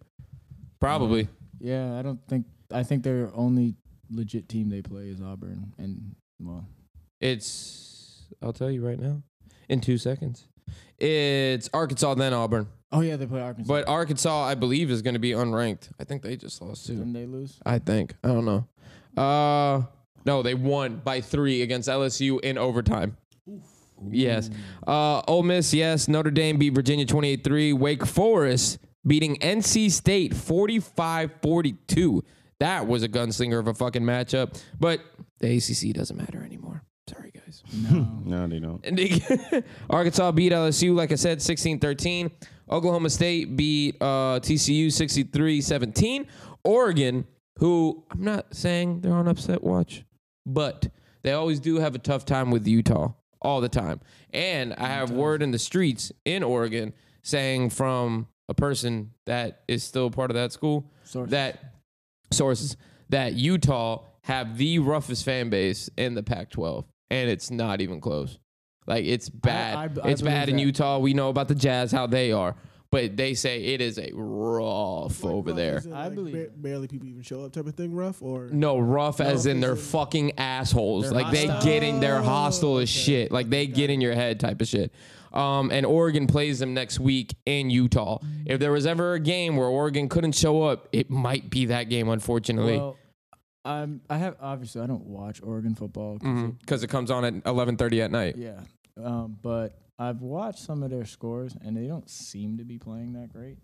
Probably. Yeah, I don't think. I think their only legit team they play is Auburn, and well, It's I'll tell you right now, in two seconds. It's Arkansas then Auburn, oh yeah, they play Arkansas. but Arkansas I believe is going to be unranked. I think they just lost too. Didn't they lose? I think. I don't know. Uh no, they won by three against LSU in overtime. Yes. Uh Ole Miss, yes. Notre Dame beat Virginia 28-3. Wake Forest beating NC State 45-42. That was a gunslinger of a fucking matchup. But the ACC doesn't matter anymore. Sorry, guys. No, they don't. And they- Arkansas beat LSU, like I said, 16 13. Oklahoma State beat uh, TCU 63 17. Oregon, who I'm not saying they're on upset watch, but they always do have a tough time with Utah all the time. And I have word in the streets in Oregon saying from a person that is still part of that school Sources. that sources that Utah have the roughest fan base in the Pac 12, and it's not even close. Like it's bad. I- I it's bad believe in that. Utah. We know about the Jazz, how they are, but they say it is a rough Like, over rough there. as in, I like, believe ba- it. barely people even show up, type of thing. Rough or No, rough as in as they're in- fucking assholes. They're like hostile. they get in, they're hostile Oh, as okay. shit. Like they get in your head type of shit. Um, and Oregon plays them next week in Utah. If there was ever a game where Oregon couldn't show up, it might be that game, unfortunately. Well, I'm. I have obviously. I don't watch Oregon football. 'cause it- Mm-hmm. because it comes on at 11:30 at night. Yeah, um, but I've watched some of their scores, and they don't seem to be playing that great.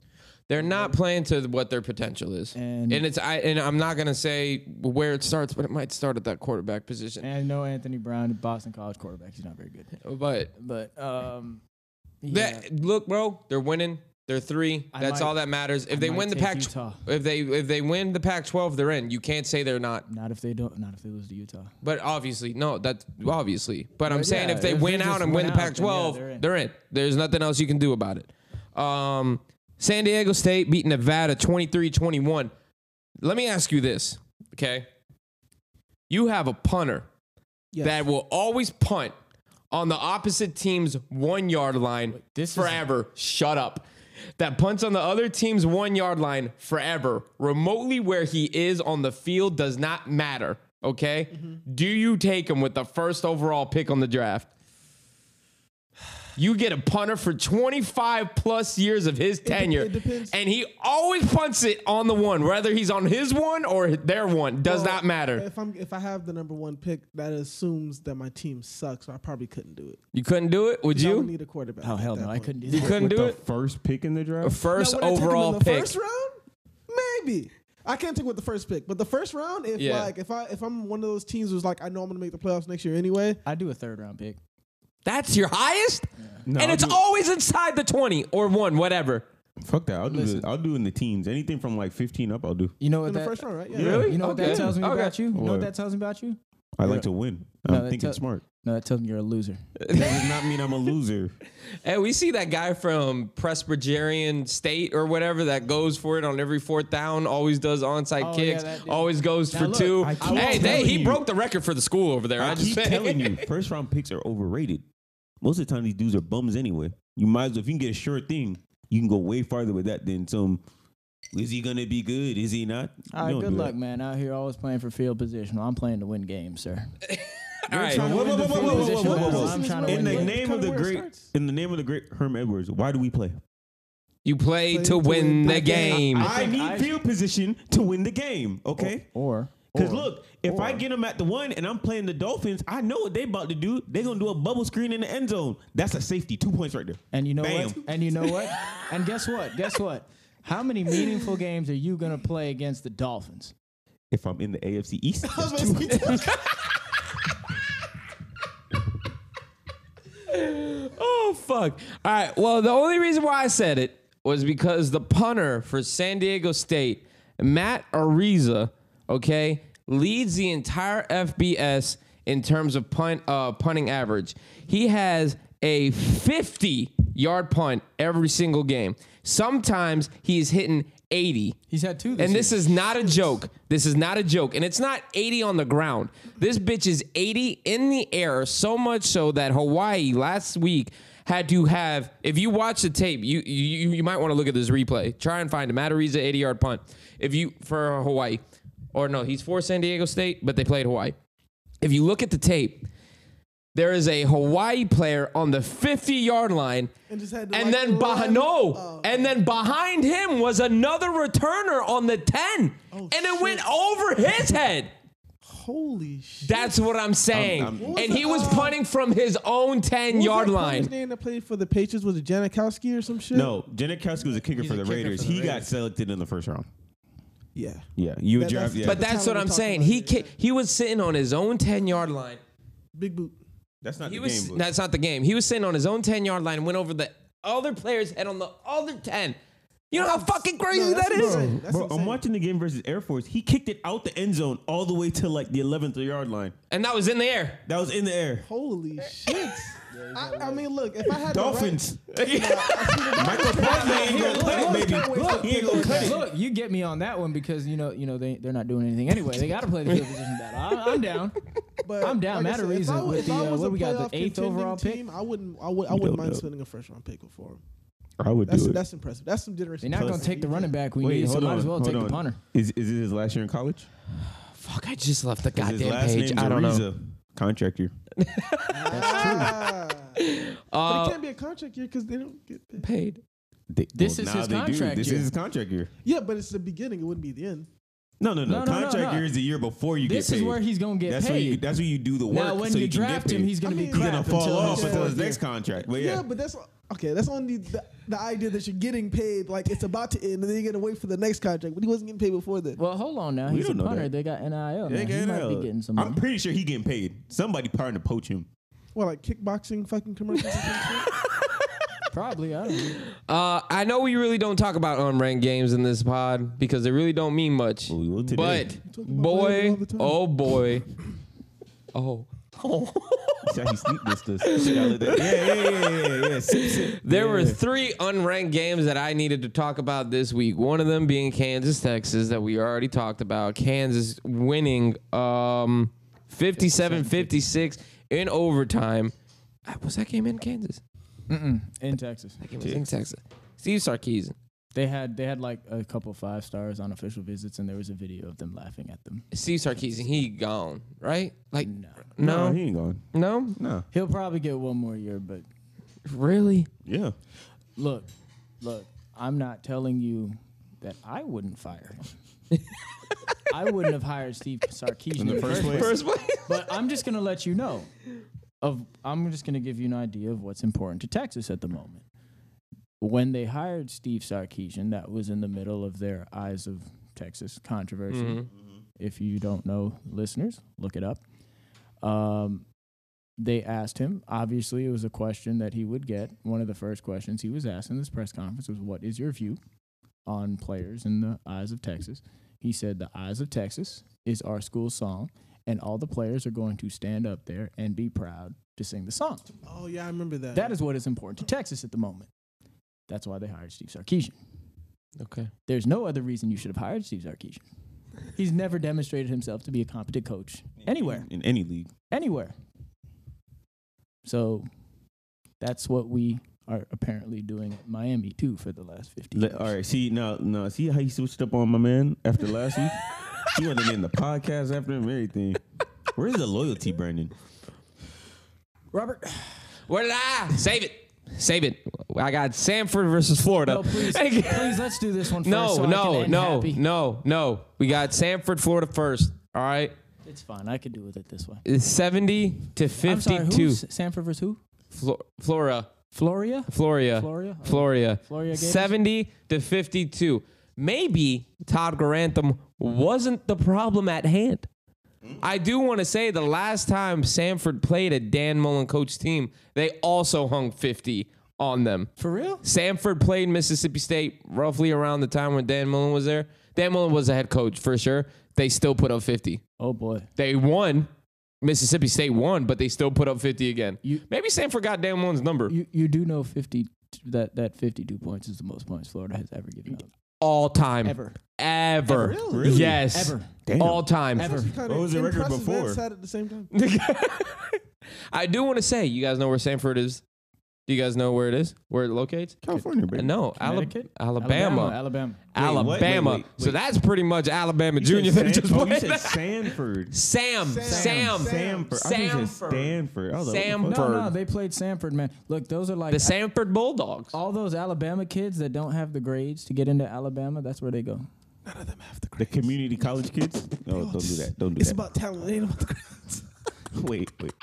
They're not playing to what their potential is, And- and it's I and I'm not gonna say where it starts, but it might start at that quarterback position. And I know Anthony Brown, the Boston College quarterback, he's not very good. But But um, yeah, that look, bro, they're winning. They're three. I That's might- all that matters. If I they might win the take Pac, Utah. if they if they win the Pac-12, they're in. You can't say they're not. not if they don't. Not if they lose to Utah. But obviously, no, that's obviously. But I'm But saying yeah, if they if they win just out and win the win out, then yeah, Pac-12, they're in. they're in. There's nothing else you can do about it. Um, San Diego State beat Nevada 23-21. Let me ask you this, okay? You have a punter Yes. that will always punt on the opposite team's one yard line this is- forever. Shut up. That punts on the other team's one yard line forever. Remotely where he is on the field does not matter. Okay? Mm-hmm. Do you take him with the first overall pick on the draft? You get a punter for 25 plus years of his tenure, it depends. and he always punts it on the one, whether he's on his one or their one. Does Well, not matter. If I'm if I have the number one pick, that assumes that my team sucks. So I probably couldn't do it. You couldn't do it? Would I you? would need a quarterback. Oh at hell that no, I point. couldn't do You that. couldn't With do the it. first pick in the A draft. first Now, would I take him overall in the pick. First round? Maybe. I can't take with the first pick, but the first round, if Yeah. like if I if I'm one of those teams who's like I know I'm gonna make the playoffs next year anyway, I do a third round pick. That's your highest, No, and I'll it's do- always inside the twenty or one, whatever. Fuck that. I'll do. Listen. The, I'll do in the teams. Anything from like 15 up, I'll do. You know what in that? the first round, right? Yeah. Really? You know what Okay. that tells me Okay. about you? You know What? what that tells me about you? I Yeah. like to win. No, I'm that thinking tell- smart. No, that tells me you're a loser. That does not mean I'm a loser. And we see that guy from Presbyterian State or whatever that goes for it on every fourth down, always does onside Oh, yeah, kicks, that dude. always goes Now for look, two. I keep Hey, they, telling he you. broke the record for the school over there. I, I just keep say. telling you, first round picks are overrated. Most of the time, these dudes are bums anyway. You might as well, if you can get a sure thing, you can go way farther with that than some. Is he gonna be good? Is he not? All right, Don't good do that. luck, man. Out here always playing for field position. I'm playing to win games, sir. All right, Whoa, whoa, whoa, whoa, whoa, whoa, whoa, whoa, whoa. I'm trying to In win the games. name of the great, in the name of the great Herm Edwards, why do we play? you play to win the game. I I think need I- field position to win the game. Okay. Or Because or- look, if I or- get them at the one and I'm playing the Dolphins, I know what they about to do. They're gonna do a bubble screen in the end zone. That's a safety. Two points right there. And you know what? Bam. And you know what? and guess what? Guess what? How many meaningful games are you gonna play against the Dolphins? If I'm in the AFC East, that's two. Oh fuck! All right. Well, the only reason why I said it was because the punter for San Diego State, Matt Ariza, okay, leads the entire FBS in terms of punt uh, punting average. He has a 50 yard punt every single game. Sometimes he's hitting 80. He's had two this And this year. is not a joke. This is not a joke. And it's not 80 on the ground. This bitch is 80 in the air, so much so that Hawaii last week had to have, if you watch the tape, you you, you might want to look at this replay. Try and find him. Matariza 80 yard punt. If you for Hawaii. Or no, he's for San Diego State, but they played Hawaii. If you look at the tape, there is a Hawaii player on the 50 yard line. And just had to, And like, then run. Bahano. Oh. And then behind him was another returner on the 10. and it Oh, shit. went over his head. Holy shit! That's what I'm saying. I'm- What was and he the, was uh, punting from his own 10 What was yard that punter's line. Name that played for the Patriots was it Janikowski or some shit? No, Janikowski was a kicker He's for a the kicker Raiders. for the he got Raiders. selected in the first round. Yeah. Yeah, you That- draft. that's- Yeah, But the that's time what we I'm talked saying. about He it, ki- yeah. he was sitting on his own 10 yard line. Big boot. that's not He the was game. book. that's not the game. He was sitting on his own 10 yard line and went over the other player's head on the other 10. You know how fucking crazy that's that is? insane. That's Bro, I'm insane. watching the game versus Air Force. He kicked it out the end zone all the way to like the 11th yard line. And that was in the air. That was in the air. Holy shit! I, I mean, look, if I had Dolphins. Michael ain't gonna cut it, baby. He ain't gonna cut it. Look, you get me on that one because you know, you know they they're not doing anything anyway. They got to play the field position battle. I'm, I'm down. But I'm down. Like I Matter said, if reason I, was- with if the, I uh, was what a we got, the playoff eighth contending overall pick? team, I wouldn't. I would. I wouldn't don't mind know. spending a first round pick for him. I would That's that's impressive. That's some generous. They're not going to take the running back we need, so hold might on, as well hold take on. the punter. Is, is it his last year in college? Fuck, I just left the 'Cause his goddamn last page. name's I don't know. Ariza. Contract year. Ah. but it Uh, can't be a contract year because they don't get paid. paid. They- This well, is now his they do. contract This year. is his contract year. Yeah, but it's the beginning. It wouldn't be the end. No, no, no. No, no, no, Contract no. year is the year before you This get paid. is where he's gonna get that's paid. Where you, that's where you do the work. now, when so you can get draft him, paid. he's gonna I be mean, He's crap gonna fall until off his until fourth his year. next contract. But Yeah, yeah, but that's okay. That's on the, the the idea that you're getting paid. Like it's about to end, and then you're gonna wait for the next contract. But he wasn't getting paid before then. Well, hold on now. We He's a don't know punter. that. They got NIL. Now. They he get might be out. getting some I'm money. pretty sure he getting paid. Somebody trying to poach him. What like kickboxing fucking commercials? and shit? Probably. I don't know. Uh, I know we really don't talk about unranked games in this pod because they really don't mean much. Well, we will today. But about Bible boy, all the time. oh boy, oh, See how he sneak this us. Yeah, yeah, yeah, yeah, yeah, yeah. Sip, sip. there were Yeah. three unranked games that I needed to talk about this week. One of them being Kansas, Texas, that we already talked about. Kansas winning um 57-56 in overtime. Uh, Was that game in Kansas? Mm-mm. In Texas, That game was in Texas. Steve Sarkeesian. they had they had like a couple five stars on official visits, and there was a video of them laughing at them. Steve Sarkeesian, he gone, right? Like No. no. he ain't gone. No? No. He'll probably get one more year, but Really? Yeah. look, look, I'm not telling you that I wouldn't fire him. I wouldn't have hired Steve Sarkeesian in the first place. First place. But I'm just gonna let you know. Of I'm just gonna give you an idea of what's important to Texas at the moment. When they hired Steve Sarkeesian, that was in the middle of their Eyes of Texas controversy. Mm-hmm. If you don't know, listeners, look it up. Um, they asked him. Obviously, it was a question that he would get. One of the first questions he was asked in this press conference was, "What is your view on players in the Eyes of Texas?" He said, "The Eyes of Texas is our school song, and all the players are going to stand up there and be proud to sing the song." oh yeah, I remember that. That is what is important to Texas at the moment. That's why they hired Steve Sarkeesian. Okay. There's no other reason you should have hired Steve Sarkeesian. He's never demonstrated himself to be a competent coach anywhere In any league. anywhere. So that's what we are apparently doing at Miami too for the last 50 Le- years. all right. See now, now see how he switched up on my man after last week. he wasn't in the podcast after him. Everything. Where's the loyalty, Brandon? Robert, What did I? Save it. Save it. I got Sanford versus Florida. no, Oh, please, Hey, please let's do this one first. no, so I can no, end no, happy. no, no. We got Sanford, Florida first. All right. It's fine. I could do with it this way. It's 70 to I'm sorry, 52. who's Sanford versus who? Flo- Flora. Floria? Floria. Floria? Floria. Floria Gators? 70 to 52. Maybe Todd Grantham wasn't the problem at hand. I do want to say the last time Sanford played a Dan Mullen coach team, they also hung 50 on them. For real? Sanford played Mississippi State roughly around the time when Dan Mullen was there. Dan Mullen was a head coach for sure. They still put up 50. Oh boy. They won. Mississippi State won, but they still put up 50 again. You- Maybe Sanford got Dan Mullen's number. You you do know 50 that that 52 points is the most points Florida has ever given up. all time. Ever. Ever. Really? Really? Yes. Ever. Damn. All time. Ever. Kinda What was the record impressive and before? sad at the same time. I do want to say, you guys know where Sanford is? Do you guys know where it is? Where it locates? Uh, California, baby. No, Ala- Connecticut? Alabama. Alabama. Alabama. Alabama. Wait, what? Wait, wait, So wait. that's pretty much Alabama You Junior that said he San- just oh, played. you said Sanford. Sam. Sam. Sam. Samford. I thought you said Samford. Stanford. I was like, what the Samford. fuck? No, no, they played Sanford, man. Look, those are like The Sanford Bulldogs. all those Alabama kids that don't have the grades to get into Alabama, that's where they go. None of them have the The grades. community college kids? No, don't do that. Don't do It's that. about talent. It ain't about the grades. wait, wait.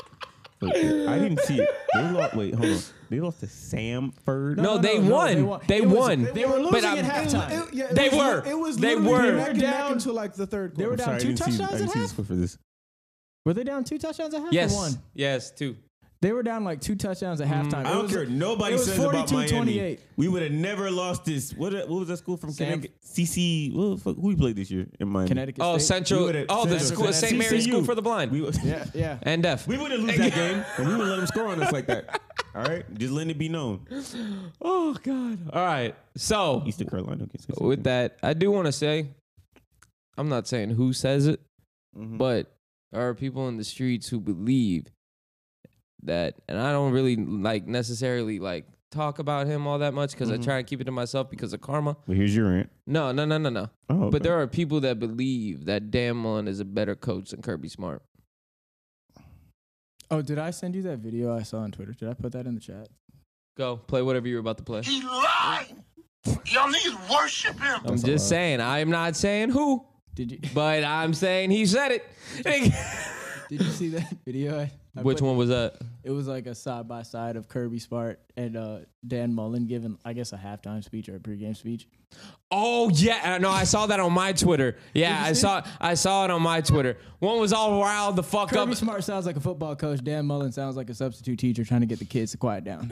Wait, wait. I didn't see it. They lost. Wait, hold on. They lost to Samford. No, no, they, no, won. they won. They It was- won. they were But um, losing I'm- at halftime. It- yeah, it They was li- were. It was They literally were. Back and back Down- until like the third They quarter. were I'm down sorry, I two didn't see, I touchdowns didn't at see the half? score for this. Were they down two touchdowns at half? or Yes. Mm-hmm. one. Yes, two. They were down like two touchdowns at halftime. I It don't was- care. Nobody it was says about 42, Miami. 28. We would have never lost this. What, what was that school from Sam- Connecticut? CC. What the fuck, who we played this year in Miami? Connecticut. Oh, State. We Central. would've- Oh, the Central school, St. Connecticut. Mary's School CCU. for the Blind. We, would- Yeah, yeah. and deaf. we wouldn't lose that game, and we would let them score on us like that. All right, just letting it be known. Oh God! All right. So Eastern Carolina can say with that, I do want to say, I'm not saying who says it, Mm-hmm. but there are people in the streets who believe that, and I don't really like necessarily like talk about him all that much because Mm-hmm. I try and keep it to myself because of karma. But here's your rant. No, no, no, no, no. Oh, But there are people that believe that Dan Mullen is a better coach than Kirby Smart. Oh, did I send you that video I saw on Twitter? Did I put that in the chat? Go play whatever you're about to play. He lied. Y'all need to worship him. I'm That's a just lie. saying. I am not saying who. Did you But I'm saying he said it. did you see that video? I, I Which put- one was that? It was like a side by side of Kirby Smart and uh, Dan Mullen giving, I guess, a halftime speech or a pregame speech. Oh yeah, no, I saw that on my Twitter. Yeah, Did you I see saw I saw it on my Twitter. One was all riled the fuck Kirby up. Smart sounds like a football coach. Dan Mullen sounds like a substitute teacher trying to get the kids to quiet down.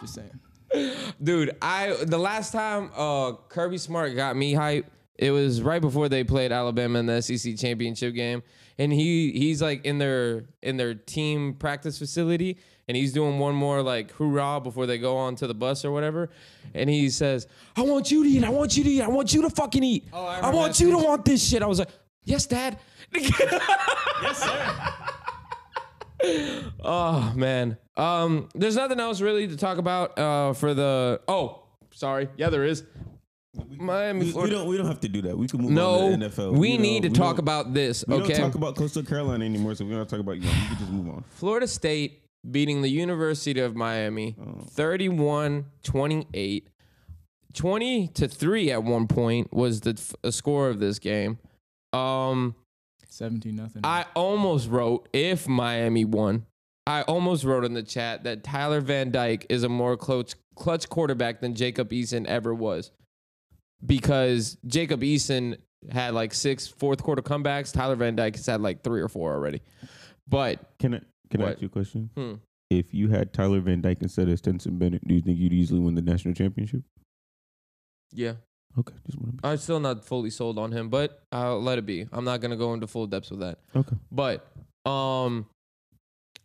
Just saying. Dude, I the last time uh Kirby Smart got me hype, it was right before they played Alabama in the SEC championship game, and he he's like in their in their team practice facility, and he's doing one more like hoorah before they go on to the bus or whatever, and he says, "I want you to eat. I want you to eat. I want you to fucking eat. Oh, I I, remember want that you to speech. want this shit." I was like, "Yes, Dad." Oh man. Um, there's nothing else really to talk about. Uh, for the oh, sorry. Yeah, there is. Miami, We, we Florida. don't. We don't have to do that. We can move No, on to NFL. we You know, need to we talk don't- about this. We okay. don't talk about Coastal Carolina anymore, so we don't talk about you. We can just move on. Florida State beating the University of Miami Oh. 31 28. 20 to 3 at one point was the f- the score of this game. Um, 17 nothing. I almost wrote if Miami won. I almost wrote in the chat that Tyler Van Dyke is a more clutch clutch quarterback than Jacob Eason ever was. Because Jacob Eason had like six fourth quarter comebacks. Tyler Van Dyke has had like three or four already. But Can I? Can I What? ask you a question? hmm, If you had Tyler Van Dyke instead of Stenson Bennett, do you think you'd easily win the national championship? yeah, Okay, just want to I'm still not fully sold on him, but I'll let it be. I'm not gonna go into full depths with that. be okay. But um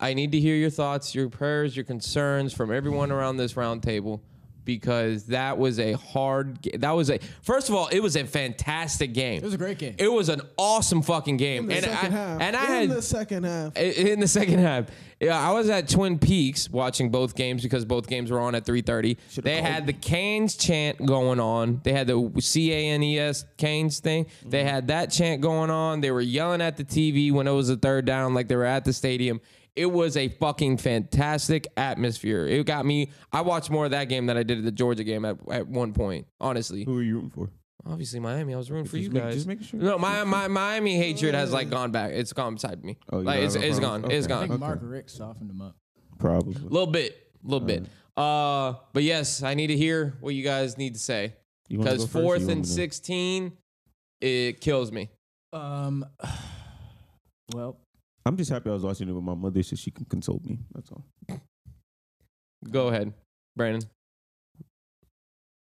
I need to hear your thoughts, your prayers, your concerns from everyone around this round table because that was a hard ga- that was a first of all, it was a fantastic game. it was a great game. It was an awesome fucking game. In the and second I half. and I in had the second half. I- in the second half. Yeah, I was at Twin Peaks watching both games because both games were on at 3:30. They had the Canes chant going on. They had the C A N E S Canes thing. They Mm-hmm. had that chant going on. They were yelling at the TV when it was a third down like they were at the stadium. It was a fucking fantastic atmosphere. It got me. I watched more of that game than I did the Georgia game at, at one point, honestly. Who are you rooting for? Obviously, Miami. I was rooting for Just you make- guys. just making sure. No, my, my Miami hatred has like gone back. It's gone beside me. Oh, you like don't it's, have a it's problem? gone. It's Okay. gone I think Okay. Mark Rick softened him up. Probably. little bit, little bit. Uh, but yes, I need to hear what you guys need to say You wanna because go first or you fourth want me and to? sixteen, it kills me. Um, well, I'm just happy I was watching it with my mother so she can consult me. That's all. Go ahead, Brandon.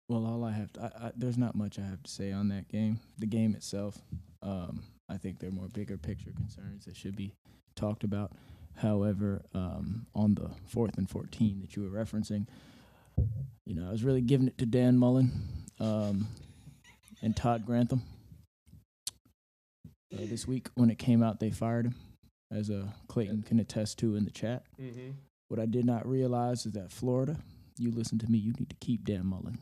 Well, all I have to, I, I, there's not much I have to say on that game. The game itself, um, I think there are more bigger picture concerns that should be talked about. However, um, on the fourth and 14 that you were referencing, you know, I was really giving it to Dan Mullen um, and Todd Grantham. Uh, this week, when it came out, they fired him, as uh, Clayton can attest to in the chat. What I did not realize is that Florida, you listen to me, you need to keep Dan Mullen.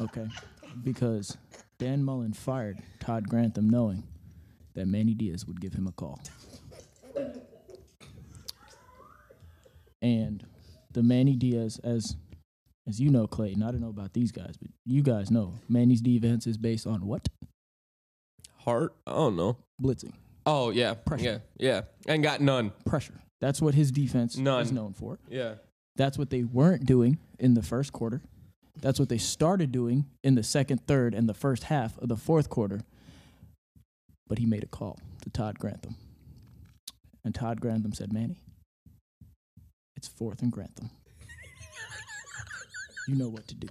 Okay? Because Dan Mullen fired Todd Grantham knowing that Manny Diaz would give him a call. And the Manny Diaz, as as you know, Clayton, I don't know about these guys, but you guys know Manny's defense is based on what? Heart? I don't know. Blitzing, Oh yeah, Pressure. yeah, yeah, and got none. pressure. That's what his defense is None. known for. Yeah, That's what they weren't doing in the first quarter. That's what they started doing in the second, third, and the first half of the fourth quarter. But he made a call to Todd Grantham. And Todd Grantham said, Manny, it's fourth and Grantham. you know what to do.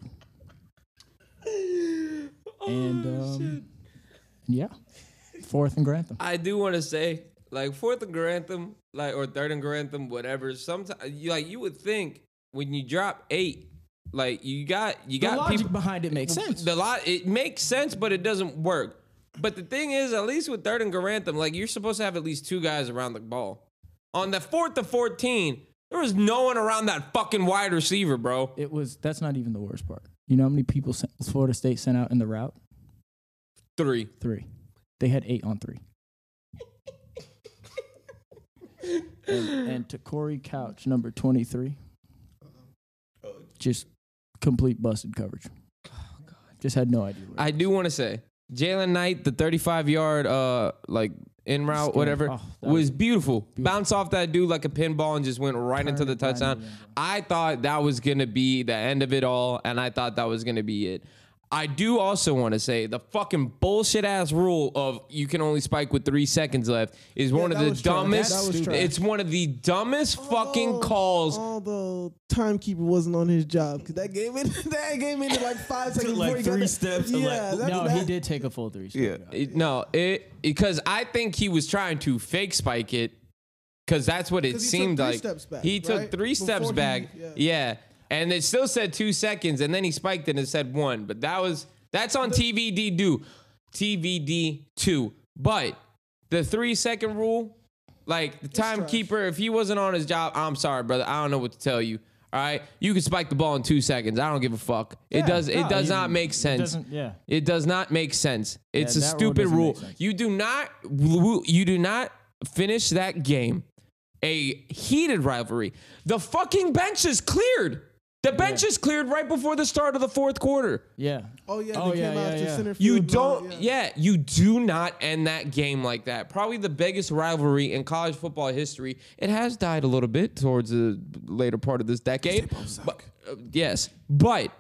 Oh, and um, yeah, fourth and Grantham. I do want to say like fourth and Grantham, like or third and Grantham, whatever. Sometimes you like you would think when you drop eight, like you got you The got logic people. behind it makes sense. The lot it makes sense, but it doesn't work. But the thing is, at least with third and Garantham, like you're supposed to have at least two guys around the ball. On the fourth to fourteen, there was no one around that fucking wide receiver, bro. it was that's not even the worst part. You know how many people sent, Florida State sent out in the route? Three. three. They had eight on three. and, and to Corey Couch, number 23, just complete busted coverage. Just had no idea. where I do want to say Jalen Knight, the 35 yard, uh, like in route, Stand. whatever, Oh, that was was beautiful. beautiful. Bounced off that dude like a pinball and just went right into the Turned it right touchdown. into the end zone. I thought that was going to be the end of it all, and I thought that was going to be it. I do also want to say the fucking bullshit ass rule of you can only spike with three seconds left is one of that the was trash. dumbest. That was trash. It's one of the dumbest fucking Oh, calls. Although timekeeper wasn't on his job because that game in that game ended like five seconds like before he got three there. steps to, like, Yeah, it that- was. No, that- he did take a full three. Yeah. It- no, it because I think he was trying to fake spike it because that's what it 'Cause he took seemed three like. steps back, he took right? three steps Before he- back. yeah. yeah. And it still said two seconds, and then he spiked it and said one. But that was that's on TVD do TVD two. But the three second rule, like the timekeeper, if he wasn't on his job, I'm sorry, brother. I don't know what to tell you. All right, you can spike the ball in two seconds. I don't give a fuck. it does. it no, does you- not make sense. doesn't- yeah. It does not make sense. It's a that rule stupid doesn't rule. make sense. You do not you do not finish that game. A heated rivalry. The fucking bench is cleared. The bench is cleared right before the start of the fourth quarter. Yeah. oh yeah, Oh, they yeah, came out yeah, to yeah. center field. You and all don't that, yeah. you do not end that game like that. Probably the biggest rivalry in college football history. It has died a little bit towards the later part of this decade. But, uh, yes. But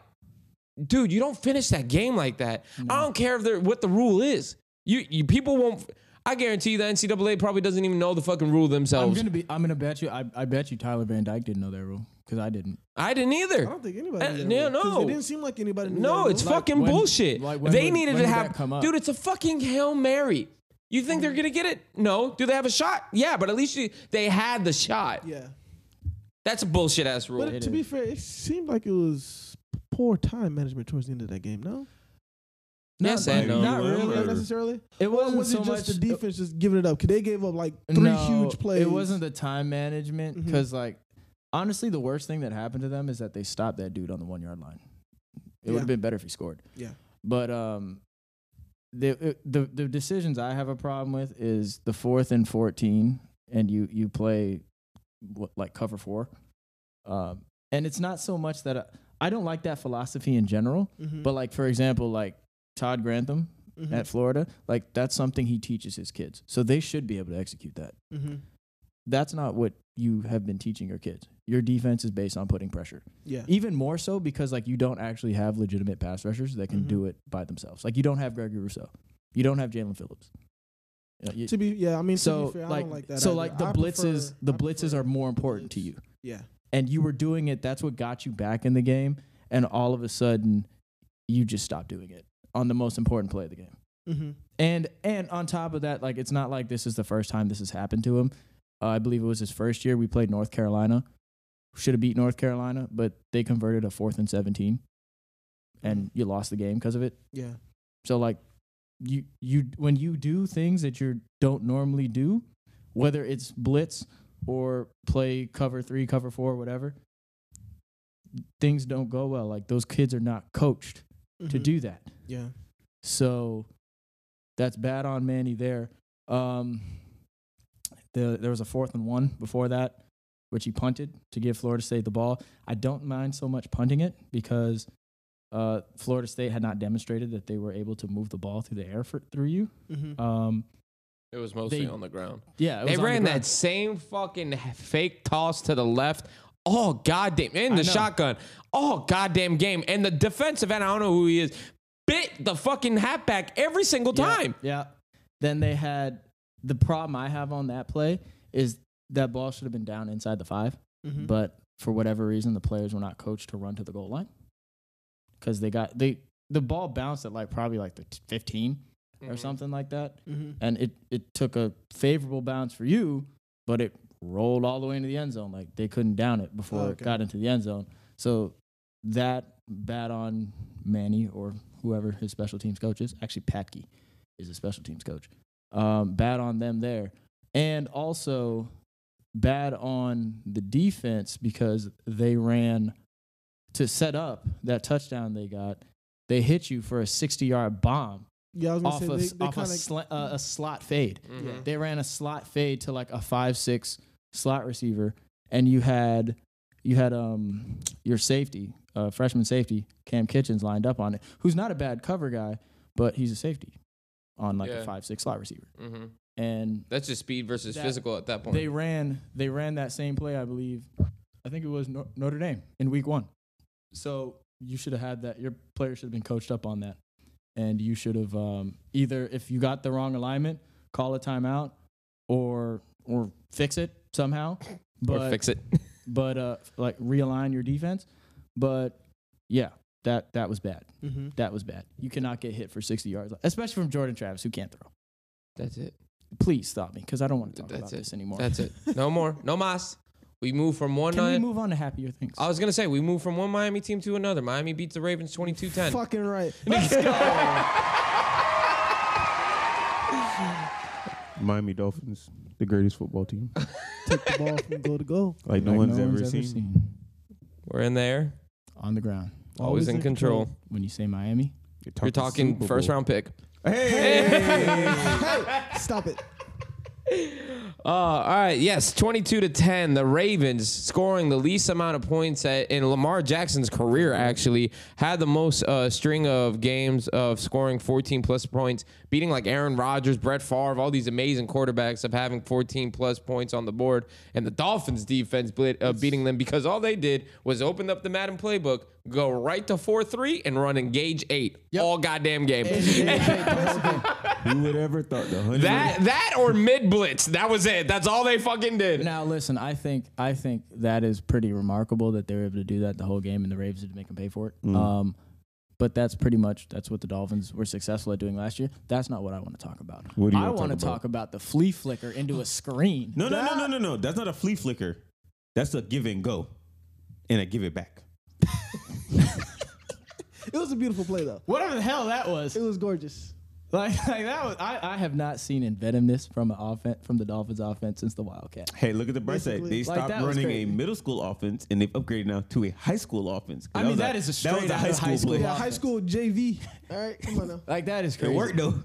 dude, you don't finish that game like that. I don't care if they're, what the rule is. You, you people won't. I guarantee you the NCAA probably doesn't even know the fucking rule I'm themselves. gonna be. I'm gonna bet you. I, I bet you Tyler Van Dyke didn't know that rule because I didn't. I didn't either. I don't think anybody. Uh, knew that yeah, rule, 'cause no. It didn't seem like anybody. Knew No, that it's rule. fucking when- bullshit. like, when they would- needed when to did have, that come up? dude. It's a fucking hail mary. You think they're gonna get it? No. Do they have a shot? Yeah, but at least you, they had the shot. yeah. That's a bullshit ass rule. But to be fair, it seemed like it was poor time management towards the end of that game. No, yes and no. Not Well, really. not Sure. necessarily. It Or wasn't was so it just much the defense just giving it up? Because they gave up like three huge plays. It wasn't the time management Mhm. because, like, honestly, the worst thing that happened to them is that they stopped that dude on the one yard line. It would Yeah. have been better if he scored. Yeah. But um, the it- the the decisions I have a problem with is the fourth and fourteen, and you you play what, like cover four, um, and it's not so much that I, I don't like that philosophy in general, Mhm. but like for example, like Todd Grantham Mhm. at Florida, like that's something he teaches his kids, so they should be able to execute that Mhm. that's not what you have been teaching your kids. Your defense is based on putting pressure. Yeah. Even more so because like you don't actually have legitimate pass rushers that can Mhm. do it by themselves. Like you don't have Gregory Rousseau. You don't have Jalen Phillips. You know, you- To be yeah, I mean so to be fair, I like don't like that. so either. like the I blitzes prefer- the I blitzes prefer- are more important to blitz. you. Yeah, And you were doing it, that's what got you back in the game and all of a sudden you just stopped doing it on the most important play of the game. mm-hmm. And and on top of that, like it's not like this is the first time this has happened to him. Uh, I believe it was his first year. We played North Carolina. Should have beat North Carolina, but they converted a fourth and seventeen, and you lost the game because of it. yeah. So like, you you when you do things that you don't normally do, whether it's blitz or play cover three, cover four, whatever, things don't go well. Like those kids are not coached to Mhm. do that. Yeah, So that's bad on Manny there. Um, the, there was a fourth and one before that, which he punted to give Florida State the ball. I don't mind so much punting it because uh, Florida State had not demonstrated that they were able to move the ball through the air for, through you. mm-hmm. Um, It was mostly They- on the ground. yeah, it They was on the ran ground. that same fucking fake toss to the left. Oh goddamn! In the know. shotgun. Oh goddamn game. And the defensive end, I don't know who he is, bit the fucking hatback every single Yeah, time. Yeah. Then they had the problem I have on that play is that ball should have been down inside the 5 Mm-hmm. but for whatever reason, the players were not coached to run to the goal line because they got they the ball bounced at like probably like the t- 15 or something like that, Mm-hmm. and it it took a favorable bounce for you, but it rolled all the way into the end zone. Like they couldn't down it before Oh, it okay. got into the end zone. So that bad on Manny or whoever his special teams coach is. Actually, Patke is a special teams coach. Um, bad on them there, and also bad on the defense because they ran to set up that touchdown they got. They hit you for a 60-yard bomb Yeah, I was gonna off say a, they, s- they mm-hmm. off a, kind of sla- uh, a slot fade. Mhm. They ran a slot fade to like a five six slot receiver, and you had you had um your safety uh, freshman safety Cam Kitchens lined up on it, who's not a bad cover guy, but he's a safety on like Yeah. a five six slot receiver. hmm And That's just speed versus That- physical at that point. they ran they ran that same play, I believe. I think it was Nor- Notre Dame in week one. So you should have had that. Your player should have been coached up on that, and you should have um, either if you got the wrong alignment, call a timeout, or or fix it somehow. But or fix it. but uh, like realign your defense. But yeah, that that was bad. Mm-hmm. That was bad. You cannot get hit for 60 yards, especially from Jordan Travis, who can't throw. That's it. Please stop me because I don't want to talk That's about it. this anymore. That's it. No more. No mas. We move from one. Can we Mi- move on to happier things? I was gonna say we move from one Miami team to another. Miami beats the Ravens 22-10. Fucking right. Miami Dolphins, the greatest football team. Take the ball from goal to goal. Like no Like one's ever seen. We're in there, On the ground. always, in control. When you say Miami, You're talking Super first Bowl. round pick. Stop it. Uh, all right, yes, 22 to 10. The Ravens scoring the least amount of points at, in Lamar Jackson's career, actually, had the most uh, string of games of scoring 14 plus points, beating like Aaron Rodgers, Brett Favre, all these amazing quarterbacks of having 14 plus points on the board. And the Dolphins defense ble- uh, beating them because all they did was open up the Madden playbook, go right to 4 3, and run engage 8 all goddamn game. Who would ever thought the hundred? That, that or mid blitz. That was it. That's all they fucking did. Now listen, I think I think that is pretty remarkable that they were able to do that the whole game and the Ravens didn't make them pay for it. Mm. Um, but that's pretty much that's what the Dolphins were successful at doing last year. That's not what I want to talk about. What do you I wanna want to talk about? talk about the flea flicker into a screen. no, no, no, no, no, no. That's not a flea flicker. That's a give and go, and a give it back. It was a beautiful play though. Whatever the hell that was. It was gorgeous. Like, like that was I, I have not seen inventiveness from an offense from the Dolphins offense since the Wildcat. Hey, look at the bright side. Basically. They Like, stopped that was running a crazy. middle school offense, and they've upgraded now to a high school offense. 'Cause I mean, that is a that was straight out of high school play. Yeah, high school JV. All right, come on now. Like that is It crazy. worked though.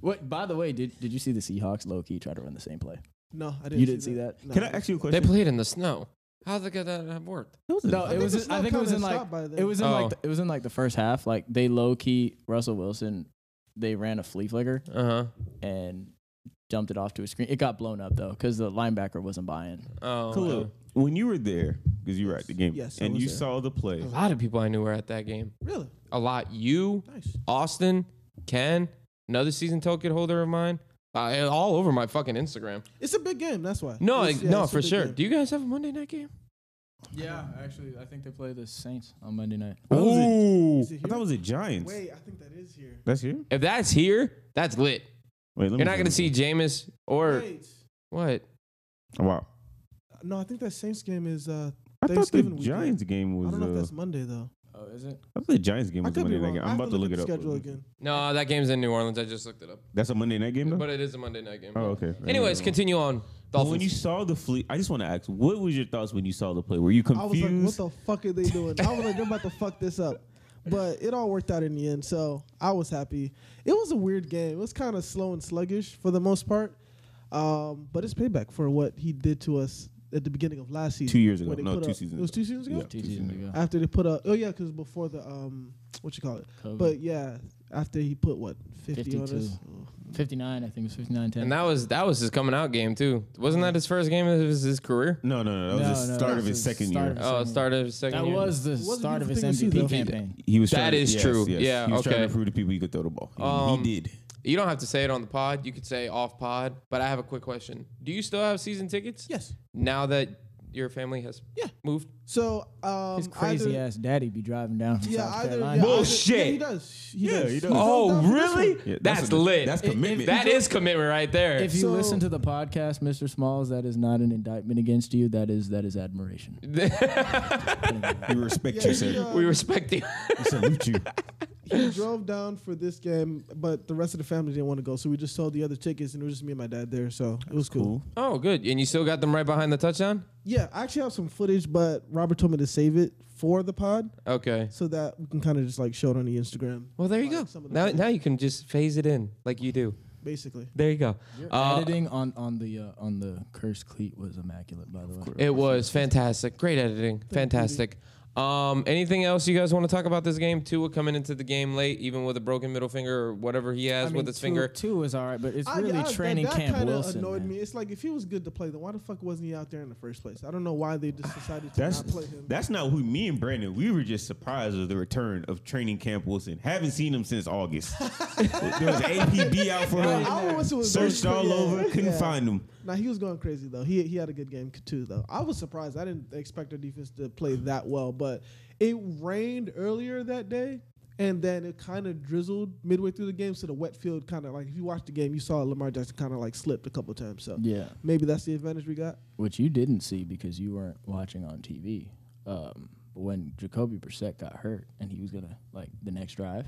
What by the way, did did you see the Seahawks low key try to run the same play? No, I didn't. You didn't see that? No. Can I ask you a They question? played in the snow. How the could that have worked? No, it think was. the in- snow I think it was kinda in like stopped by then. it was in Oh. like the, it was in like the first half. Like they low key Russell Wilson, they ran a flea flicker Uh Uh-huh. huh. and dumped it off to a screen. It got blown up though because the linebacker wasn't buying. Oh, Khalil, when you were there, because you were at the game, Yes, I and was you there. saw the play. a lot of people I knew were at that game. Really? A lot. You, Nice. Austin, Ken, another season ticket holder of mine. Uh, all over my fucking Instagram. It's a big game. That's why. No, It's- like, yeah, no, it's a for big sure. game. Do you guys have a Monday night game? Yeah, actually, I think they play the Saints on Monday night. I thought Oh, it was a- Ooh. Is it I thought it here? was a Giants. Wait, I think that is here. That's here. If that's here, that's lit. Wait, let You're not gonna see Jameis or Wait. what? Wow. No, I think that Saints game is. Uh, I thought the Thanksgiving weekend. Giants game I was. don't know uh, if that's Monday though. Oh, is it? I thought the Giants game I was a could Monday be night wrong. game. I I'm have about to look at it up. the Schedule again. No, that game's in New Orleans. I just looked it up. That's a Monday night game, though. But it is a Monday night game. Oh, okay. Anyways, continue on. But when you Dolphins. saw the fleet, I just want to ask, what was your thoughts when you saw the play? Were you I was confused? like, what the fuck are they doing? I was like, they're about to fuck this up. But it all worked out in the end, so I was happy. It was a weird game. It was kind of slow and sluggish for the most part. Um, but it's payback for what he did to us at the beginning of last season. Two years ago. when they No, put two up- seasons It was ago. two seasons ago? Yeah. Two seasons ago. After they put up, oh, yeah, because before the, um, what you call it? COVID. But yeah, after he put what, 50 on us? 52. 59, I think it was 59 10. And that was that was his coming out game too. Wasn't that his first game of his, his career? no, no, no. That was No, the no, start that of was his the second start year. of his- Oh, start of his second that year. was the It was a start of his beautiful thing MVP to see, though. campaign. He was That trying to- is yes, true. yes. Yeah, He was trying okay. to prove to people he could throw the ball. And Um, he did. You don't have to say it on the pod. You could say off pod. But I have a quick question. Do you still have season tickets? Yes. Now that your family has Yeah. moved. So, um, His crazy either- ass daddy be driving down from Yeah, South either, yeah, Carolina. either- Bullshit. yeah, he does. He Yeah, does. he does. He Oh, does down for this really? one. Yeah, that's a- lit. That's If- if commitment. That is commitment right there. If you So- listen to the podcast, Mr. Smalls, that is not an indictment against you. That is that is admiration. we respect Yeah, you, he, sir. uh, we respect you. We salute you. he drove down for this game, but the rest of the family didn't want to go, so we just sold the other tickets, and it was just me and my dad there, so it was cool. Cool. oh, good. And you still got them right behind the touchdown? Yeah, I actually have some footage, but Robert told me to save it for the pod Okay. so that we can kind of just like show it on the Instagram, Well, there you Like go. some of the Now, things. now you can just phase it in like you do. basically. There you go. Uh, Editing on on the uh, on the cursed cleat was immaculate, by the way. It was fantastic. Great editing. Fantastic. Um, anything else you guys want to talk about this game? Tua coming into the game late, even with a broken middle finger or whatever he has I mean, with his two, finger. Two is all right, but it's I- really I- that- training that, camp kinda Wilson. annoyed man. me. It's like if he was good to play, then why the fuck wasn't he out there in the first place? I don't know why they just decided to That's not play him. that's not who me and Brandon. We were just surprised of the return of training camp Wilson. Haven't seen him since August. there was APB out for I, him. I don't know what's- what's- Searched all yeah, over, couldn't yeah. find him. Nah, he was going crazy though. He he had a good game too though. I was surprised. I didn't expect our defense to play that well, but it rained earlier that day, and then it kind of drizzled midway through the game. So the wet field kind of like if you watched the game, you saw Lamar Jackson kind of like slipped a couple times. So Yeah, maybe that's the advantage we got. which you didn't see because you weren't watching on TV. Um, but when Jacoby Brissett got hurt and he was gonna like the next drive,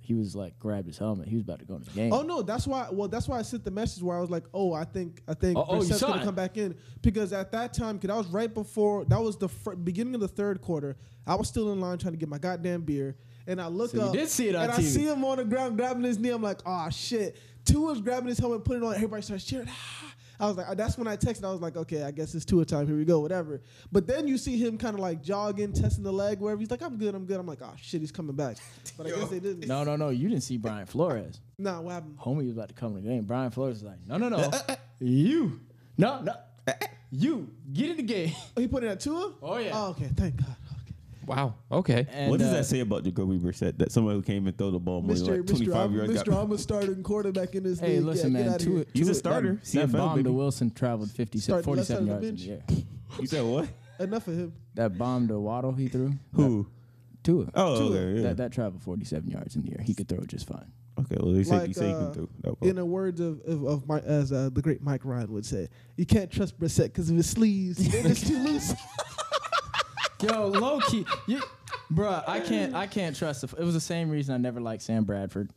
he was like grabbed his helmet. He was about to go into the game. Oh no, that's why. Well, that's why I sent the message where I was like, "Oh, I think I think Oh, oh, you Brissett's saw gonna it. come back in because at that time, because that was right before that was the fir- beginning of the third quarter. I was still in line trying to get my goddamn beer, and I look So you up. did see it on and I TV. see him on the ground grabbing his knee. I'm like, "Oh shit!" Tua's grabbing his helmet, putting it on. Everybody starts cheering. Ah. I was like, that's when I texted. I was like, okay, I guess it's Tua time. Here we go, whatever. But then you see him kind of like jogging, testing the leg, wherever. He's like, I'm good, I'm good. I'm like, oh shit, he's coming back. But I guess they didn't. No, no, no! You didn't see Brian Flores. Nah, what happened? Homie was about to come in the game. Brian Flores was like, "No, no, Uh, no, you, no, no, you get in the game." Oh, he put it at Tua? Oh, yeah. Oh, okay. Thank God. Okay. Wow. Okay. And, what does uh, that say about Jacoby Brissett? That somebody who came and throw the ball more than Mr. like Mr. 25 I'm, yards. Mr. got- I'm a starting quarterback in this league. Hey, listen, yeah, get man. outta Tua, here. He's a Tua- starter. That, that CFL, bomb to baby. Wilson traveled 57, Started left side 47 of the yards in bench. the air. You said what? Enough of him. That bomb to Waddle he threw. Who? That, Tua. Oh, Tua. okay. Yeah. That, that traveled 47 yards in the air. He could throw it just fine. okay, well, they said you Like, say you uh, can throw. No In problem. the words of, of, of my, as uh, the great Mike Ryan would say, you can't trust Brissett because of his sleeves. They're just too loose. Yo, low key, you, bruh, I can't, I can't trust. The, it was the same reason I never liked Sam Bradford.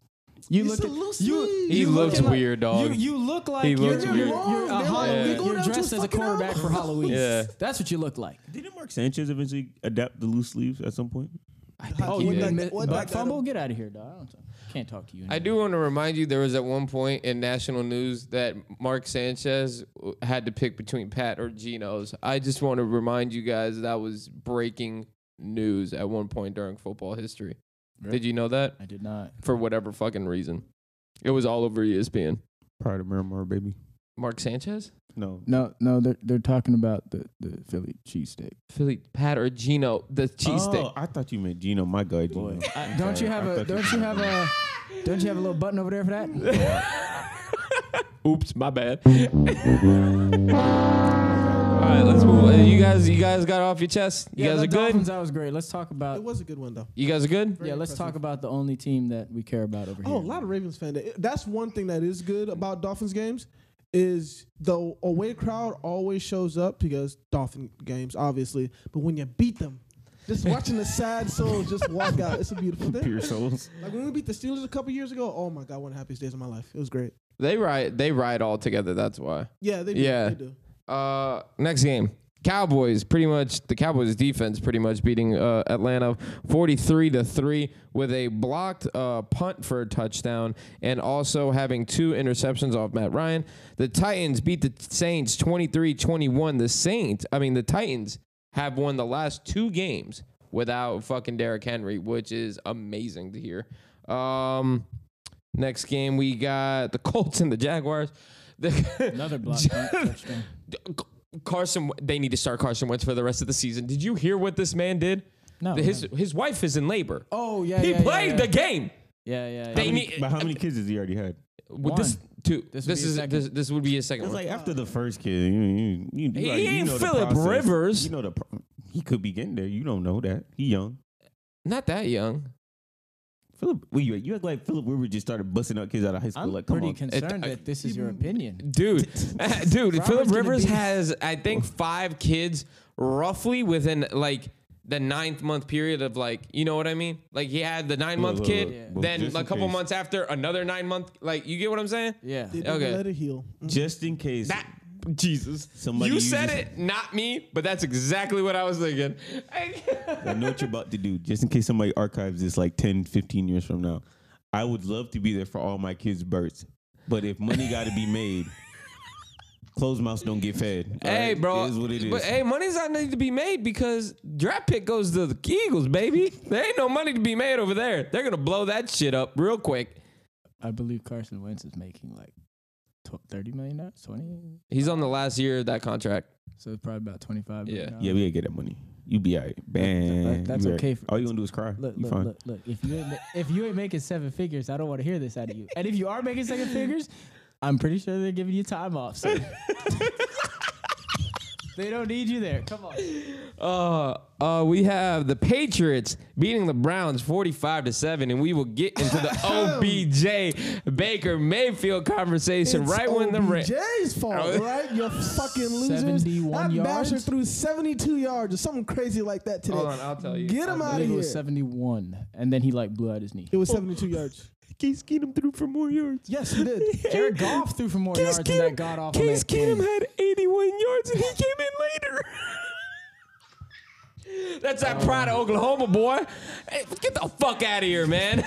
You He's look at a loose you. lead. He you looked looking like- weird, dog. You, you look like He you're, looked you're, weird. you're, They're a like, Halloween. they're going you're out to a dressed as a fucking quarterback for album. Halloween. Yeah. That's what you look like. Didn't Mark Sanchez eventually adapt the loose sleeves at some point? oh, he you did. didn't What miss- but like- what fumble, like- get out of here, dog. I don't, can't talk to you. I anymore. do want to remind you there was at one point in national news that Mark Sanchez w- had to pick between Pat or Geno's. I just want to remind you guys that was breaking news at one point during football history. Really? Did you know that? I did not. For whatever fucking reason. It was all over E ESPN. Prior to Miramar, baby. Mark Sanchez? No. No, no, they're they're talking about the the Philly cheesesteak. Philly Pat or Gino, the cheese stick. Oh, I thought you meant Gino. My guy, Gino. I'm Don't you sorry. have I a thought don't you said have Gino. a don't you have a little button over there for that? Oops, my bad. All right, let's move. On. You guys, you guys got off your chest. You guys the are good. Dolphins, that was great. Let's talk It about was a good one, though. You guys are good. yeah. Let's talk about the only team that we care about over Oh, a here. lot of Ravens fan. That- That's one thing that is good about Dolphins games is the away crowd always shows up because Dolphin games, obviously. But when you beat them, just watching the sad souls just walk out, it's a beautiful thing. Pure souls. Like when we beat the Steelers a couple years ago. Oh my god, one of the happiest days of my life. It was great. They ride. They ride all together. That's why. Yeah, they do. Yeah. They do. Uh, next game. Cowboys pretty much the Cowboys defense pretty much beating uh, Atlanta 43 to 3 with a blocked uh, punt for a touchdown and also having two interceptions off Matt Ryan. The Titans beat the Saints 23-21. The Saints, I mean the Titans have won the last two games without fucking Derrick Henry, which is amazing to hear. Um next game we got the Colts and the Jaguars. The Another block punt touchdown. Carson, they need to start Carson Wentz for the rest of the season. Did you hear what this man did? No, The- his no. his wife is in labor. Oh yeah, he yeah, yeah, played yeah. the game. Yeah, yeah. yeah. They How many- need- But how many kids has he already had? With this One. two. This, This would be his is second. this, this would be his second It's one. like after the first kid, you, you, you, He you, already- you ain't know the Phillip process. Rivers. You know the pro- he could be getting there. You don't know that he young. Not that young. Philip, well, you, you act like Philip Rivers just started busting out kids out of high school. I'm like, come pretty on, concerned I- that this is your opinion. Dude, uh, dude, Robert's Philip gonna Rivers be- has I Oh. think five kids roughly within like the ninth month period of like you know what I mean. Like he had the nine month look, kid, look, look. then Just a in couple case. months after another nine month. Like you get what I'm saying? Yeah. They did Okay. let it heal. just in case. That Jesus. Somebody you uses- said it, not me, but that's exactly what I was thinking. I know what you're about to do. Just in case somebody archives this like 10, 15 years from now. I would love to be there for all my kids' births, but if money got to be made, Closed mouths don't get fed. all Hey, right? bro. It is what it is. But hey, money's not need to be made because draft pick goes to the Eagles, baby. there ain't no money to be made over there. They're gonna blow that shit up real quick. I believe Carson Wentz is making like tw- thirty million dollars, twenty. He's on the last year of that contract. So it's probably about twenty five. Yeah. yeah, we gotta get that money. You be all right. Bang. that- that's You be all okay for- all you gonna do is cry. Look, you look, fine. look, look. If you ain't ma- if you ain't making seven figures, I don't want to hear this out of you. And if you are making seven figures, I'm pretty sure they're giving you time off. So. they don't need you there. Come on. Uh, uh, we have the Patriots beating the Browns 45 to 7, and we will get into the OBJ Baker Mayfield conversation It's right when the Ra- OBJ's fault, right? You fucking losers. 71 That basher yards? threw 72 yards or something crazy like that today. Hold on, I'll tell you. Get him I out believe it of here. was 71, and then he like blew out his knee. it was 72 yards. Case Keenum threw for more yards. Yes, he did. Jared Goff threw for more yards than that god awful Case Case Keenum had 81 yards and he came in later. That's that pride of Oklahoma, boy. Hey, get the fuck out of here, man.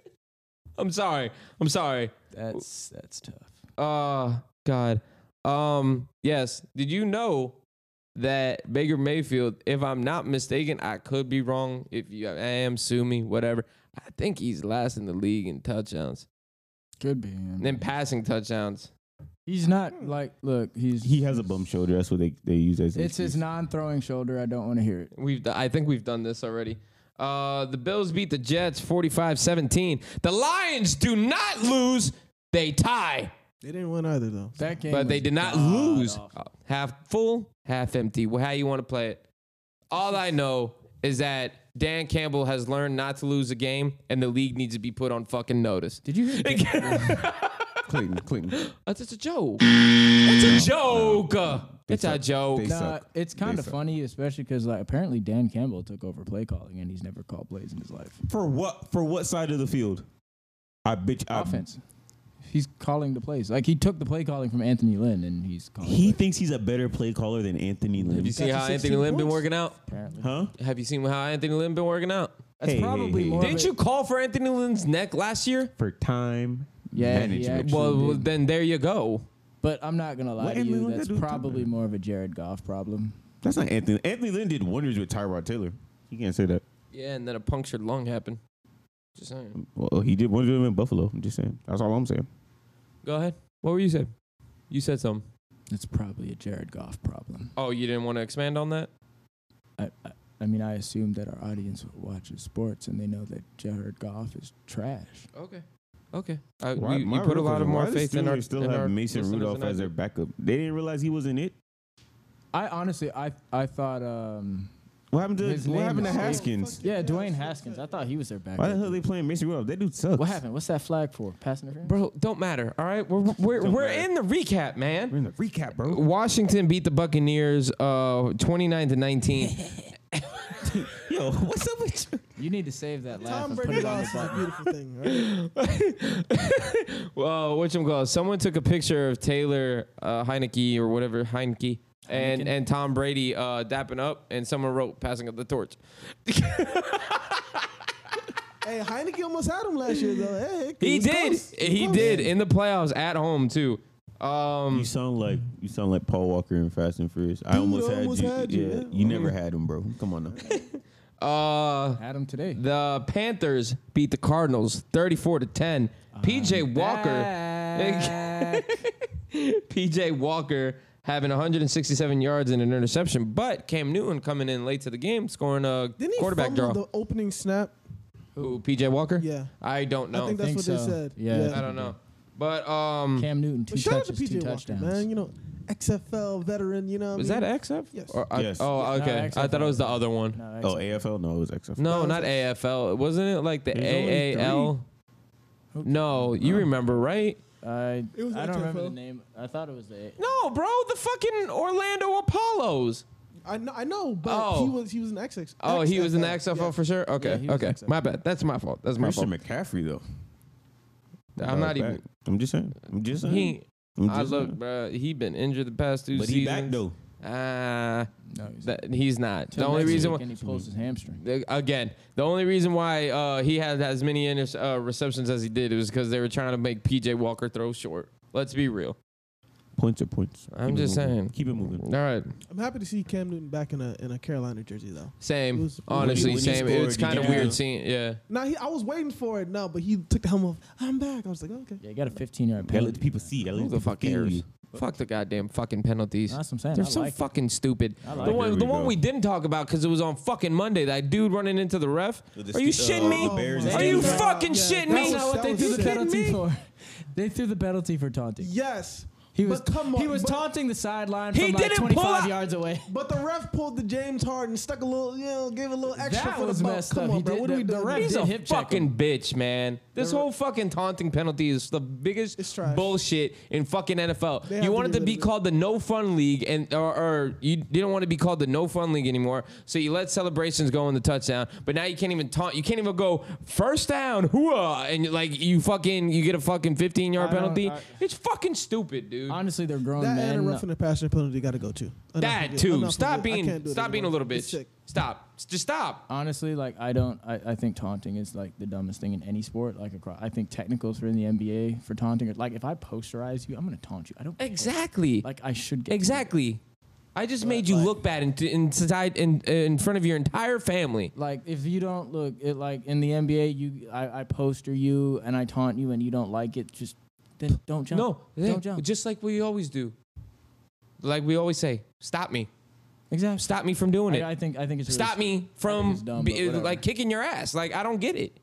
I'm sorry. I'm sorry. That's that's tough. Uh God. Um, yes. Did you know that Baker Mayfield, if I'm not mistaken, I could be wrong. If you I am, sue me, whatever. I think he's last in the league in touchdowns. Could be. And then passing touchdowns. He's not like look. He's He has a bum shoulder. That's what they, they use as. an It's his excuse. non-throwing shoulder. I don't want to hear it. We've I think we've done this already. Uh, the Bills beat the Jets 45-17. The Lions do not lose, they tie. They didn't win either, though. That game. But they was did not god lose. awful. Half full, half empty. Well, How you want to play it? All I know is that Dan Campbell has learned not to lose a game, and the league needs to be put on fucking notice. Did you hear? Clinton. Clinton. That's just a joke. It's a joke. It's a suck. joke. They Nah, suck. it's kind They of suck. funny, especially because like apparently Dan Campbell took over play calling and he's never called plays in his life. For what? For what side of the field? I bitch. I, Offense. He's calling the plays. Like he took the play calling from Anthony Lynn and he's calling. He plays, thinks he's a better play caller than Anthony Have you Lynn. seen Got you how Anthony 16 Lynn been points. working out? apparently. Huh? Have you seen how Anthony Lynn been working out? That's Hey, hey, probably hey. more. of Didn't it- you call for Anthony Lynn's neck last year? For time Yeah, he management. actually- Well, did. well, then there you go. But I'm not gonna lie What to Anthony you. Lynn That's do to probably Tyler? more of a Jared Goff problem. That's not Anthony. Anthony Lynn did wonders with Tyrod Taylor. You can't say that. Yeah, and then a punctured lung happened. Just saying. Well, he did wonders with him in Buffalo. I'm just saying. That's all I'm saying. Go ahead. What were you saying? You said something. It's probably a Jared Goff problem. Oh, you didn't want to expand on that? I, I, I mean, I assume that our audience watches sports and they know that Jared Goff is trash. Okay. Okay. I, Why- Uh, you, my you put a real lot question, of why more the faith in Steelers our still in our have Mason listeners Rudolph than I as do. their backup. They didn't realize he wasn't it. I honestly, I, I thought, um, What happened to His What name happened to is- Haskins? yeah, Dwayne Haskins. I thought he was their backup. Why the hell are they playing Mason Rudolph? That dude sucks. What happened? What's that flag for? Pass interference. Bro, don't matter. All right, we're we're, Don't we're matter. in the recap, We're man. in the recap, bro. Washington beat the Buccaneers, uh, twenty nine to nineteen. Yo, what's up with you? You need to save that laugh Tom and put Brady it on the loss is a button. beautiful thing, right? Well, which call? Someone took a picture of Taylor uh, Heineke or whatever Heineke and Heineken. and Tom Brady uh, dapping up, and someone wrote passing up the torch. hey, Heineke almost had him last year, though. Hey, He was did. close. was He close. did in the playoffs at home too. Um, You sound like you sound like Paul Walker in Fast and Furious. I almost, I had, almost you. had you, Yeah, yeah. you never had him, bro. Come on now. uh, Had him today. the Panthers beat the Cardinals 34 to 10. PJ Walker, Back. PJ Walker having 167 yards and an interception, but Cam Newton coming in late to the game scoring a Didn't he quarterback draw. fumble the opening snap? Who, PJ Walker? Yeah. I don't know. I, I think that's Think what they so. said. Yeah. I don't know. But um Cam Newton, two But shout out to touches, two PJ Walker, touchdowns. man. You know, XFL veteran. You know, what was I that mean? XF? Yes. Or I- Yes. Oh, No, okay. I XFL. thought it was the other one. No, No, Oh, excellent. AFL? No, it was XFL. not AFL. Wasn't it like the There's only AAL? Who- No, you remember, right? I, It was I don't remember XFL. the name. I thought it was the. No, bro, the fucking Orlando Apollos. I know, I know, but Oh. he was he was an XX. Oh, he was in the XFL, XFL yeah. for sure. Okay, he was okay, XFL. my bad. That's my fault. That's my Christian McCaffrey though. fault. I'm not Back. even. I'm just saying. I'm just saying. He, I'm I just look, saying. bro. He been injured the past two But seasons. he back though. Ah, No, he's that, he's not. Till the only next reason week, why. and he pulls his hamstring. the- Again, the only reason why uh, he had as many inter- uh, receptions as he did was because they were trying to make PJ Walker throw short. Let's be real. Points are points. I'm Keep it just moving. saying. Keep it moving. All right. I'm happy to see Cam Newton back in a in a Carolina jersey though. Same. Who's- Honestly, when he same. scored, it's did kind of you- weird seeing. Yeah. Now he, I was waiting for it. No, but he took the helmet off. I'm back. I was like, okay. Yeah, you got a 15 Yeah, yard let penalty. the people see. Yeah, let Who the people fuck feel cares? you. Fuck the goddamn fucking penalties. That's what I'm saying. They're I so like it. fucking stupid. I like the it. one, There the we one go. we didn't talk about because it was on fucking Monday. That dude running into the ref. So the Are you Ste- shitting uh, me? the Bears Are and you Steelers. fucking Yeah, shitting that's me? not what Are they you do. kidding penalty me? for. They threw the penalty for taunting. Yes. He was but come on, he was but, taunting the sideline He from like didn't pull 25 out- yards away. But the ref pulled the James Harden, stuck a little, you know, gave a little extra That for was the bump. messed Come up. on, He bro. did- what are we the- doing? the ref He's dude? did a hip check fucking him. bitch, man. This They're- whole fucking taunting penalty is the biggest It's trash. bullshit in fucking NFL. They have you to wanted get to rid be of it. called the no fun league, and or, or you didn't want to be called the no fun league anymore. So you let celebrations go in the touchdown, but now you can't even taunt. You can't even go first down, hooah, and you- like you fucking you get a fucking fifteen yard I don't- penalty. I- it's fucking stupid, dude. Honestly, they're grown That and a men. rough and a passion penalty got to go too. Enough of that it. too. Enough of it. Stop I being can't do it stop being a anymore. little It's bitch. sick. Stop. Just stop. Honestly, like I don't, I, I think taunting is like the dumbest thing in any sport. Like across, I think technicals for in the NBA for taunting. Or, like if I posterize you, I'm gonna taunt you. I don't care. Exactly. Like I should get Exactly. I just made you like- look bad in, in, society- in, in front of your entire family. Like if you don't look, it like in the NBA, you I, I poster you and I taunt you and you don't like it, just then don't jump. No, hey, don't jump. just like we always do. Like we always say, stop me. exactly. Stop me from doing I, it. I think I think it's stop really- me from it's dumb, be- but whatever. like kicking your ass. Like I don't get it.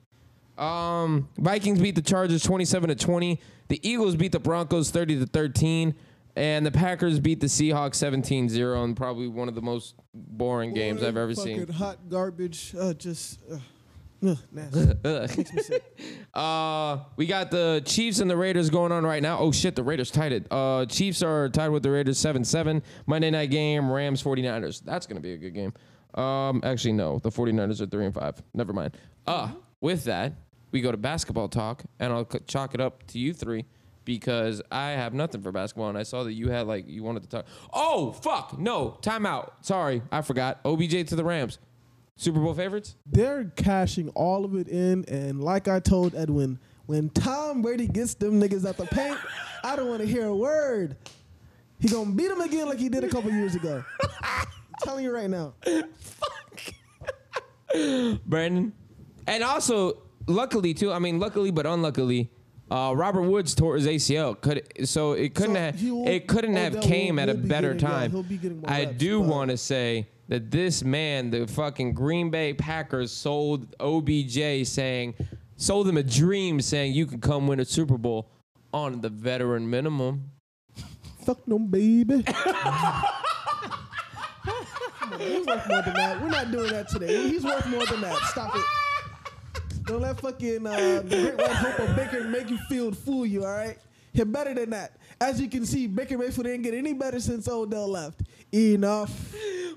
Um, Vikings beat the Chargers 27 to 20. The Eagles beat the Broncos 30 to 13. And the Packers beat the Seahawks 17 0 and probably one of the most boring games I've ever Fucking seen. Hot garbage. Uh, just uh, ugh, nasty. Makes me sick. Uh, we got the Chiefs and the Raiders going on right now. Oh shit, the Raiders tied it. Uh, Chiefs are tied with the Raiders 7-7. Monday night game, Rams 49ers. That's going to be a good game. Um, actually no, the 49ers are 3 and 5. Never mind. Uh, with that, we go to basketball talk and I'll c- chalk it up to you 3 because I have nothing for basketball and I saw that you had like you wanted to talk. Oh, fuck. No, timeout. Sorry. I forgot. OBJ to the Rams. Super Bowl favorites? They're cashing all of it in, and like I told Edwin, when Tom Brady gets them niggas out the paint, I don't want to hear a word. He gonna beat them again like he did a couple years ago. I'm telling you right now. Brandon. And also, luckily too. I mean, luckily but unluckily, uh, Robert Woods tore his ACL. Could so it couldn't So have he will- it couldn't have Odell came will- at a will be better getting- yeah, time. he'll be getting more I reps, do but- want to say that this man, the fucking Green Bay Packers, sold OBJ, saying sold him a dream, saying you can come win a Super Bowl on the veteran minimum. Fuck no baby. Come on, He's worth more than that. We're not doing that today. He's worth more than that. Stop it. Don't let fucking uh, the great white hope of Baker make you feel fool you. All right, he's better than that. As you can see, Baker Mayfield didn't get any better since Odell left. Enough.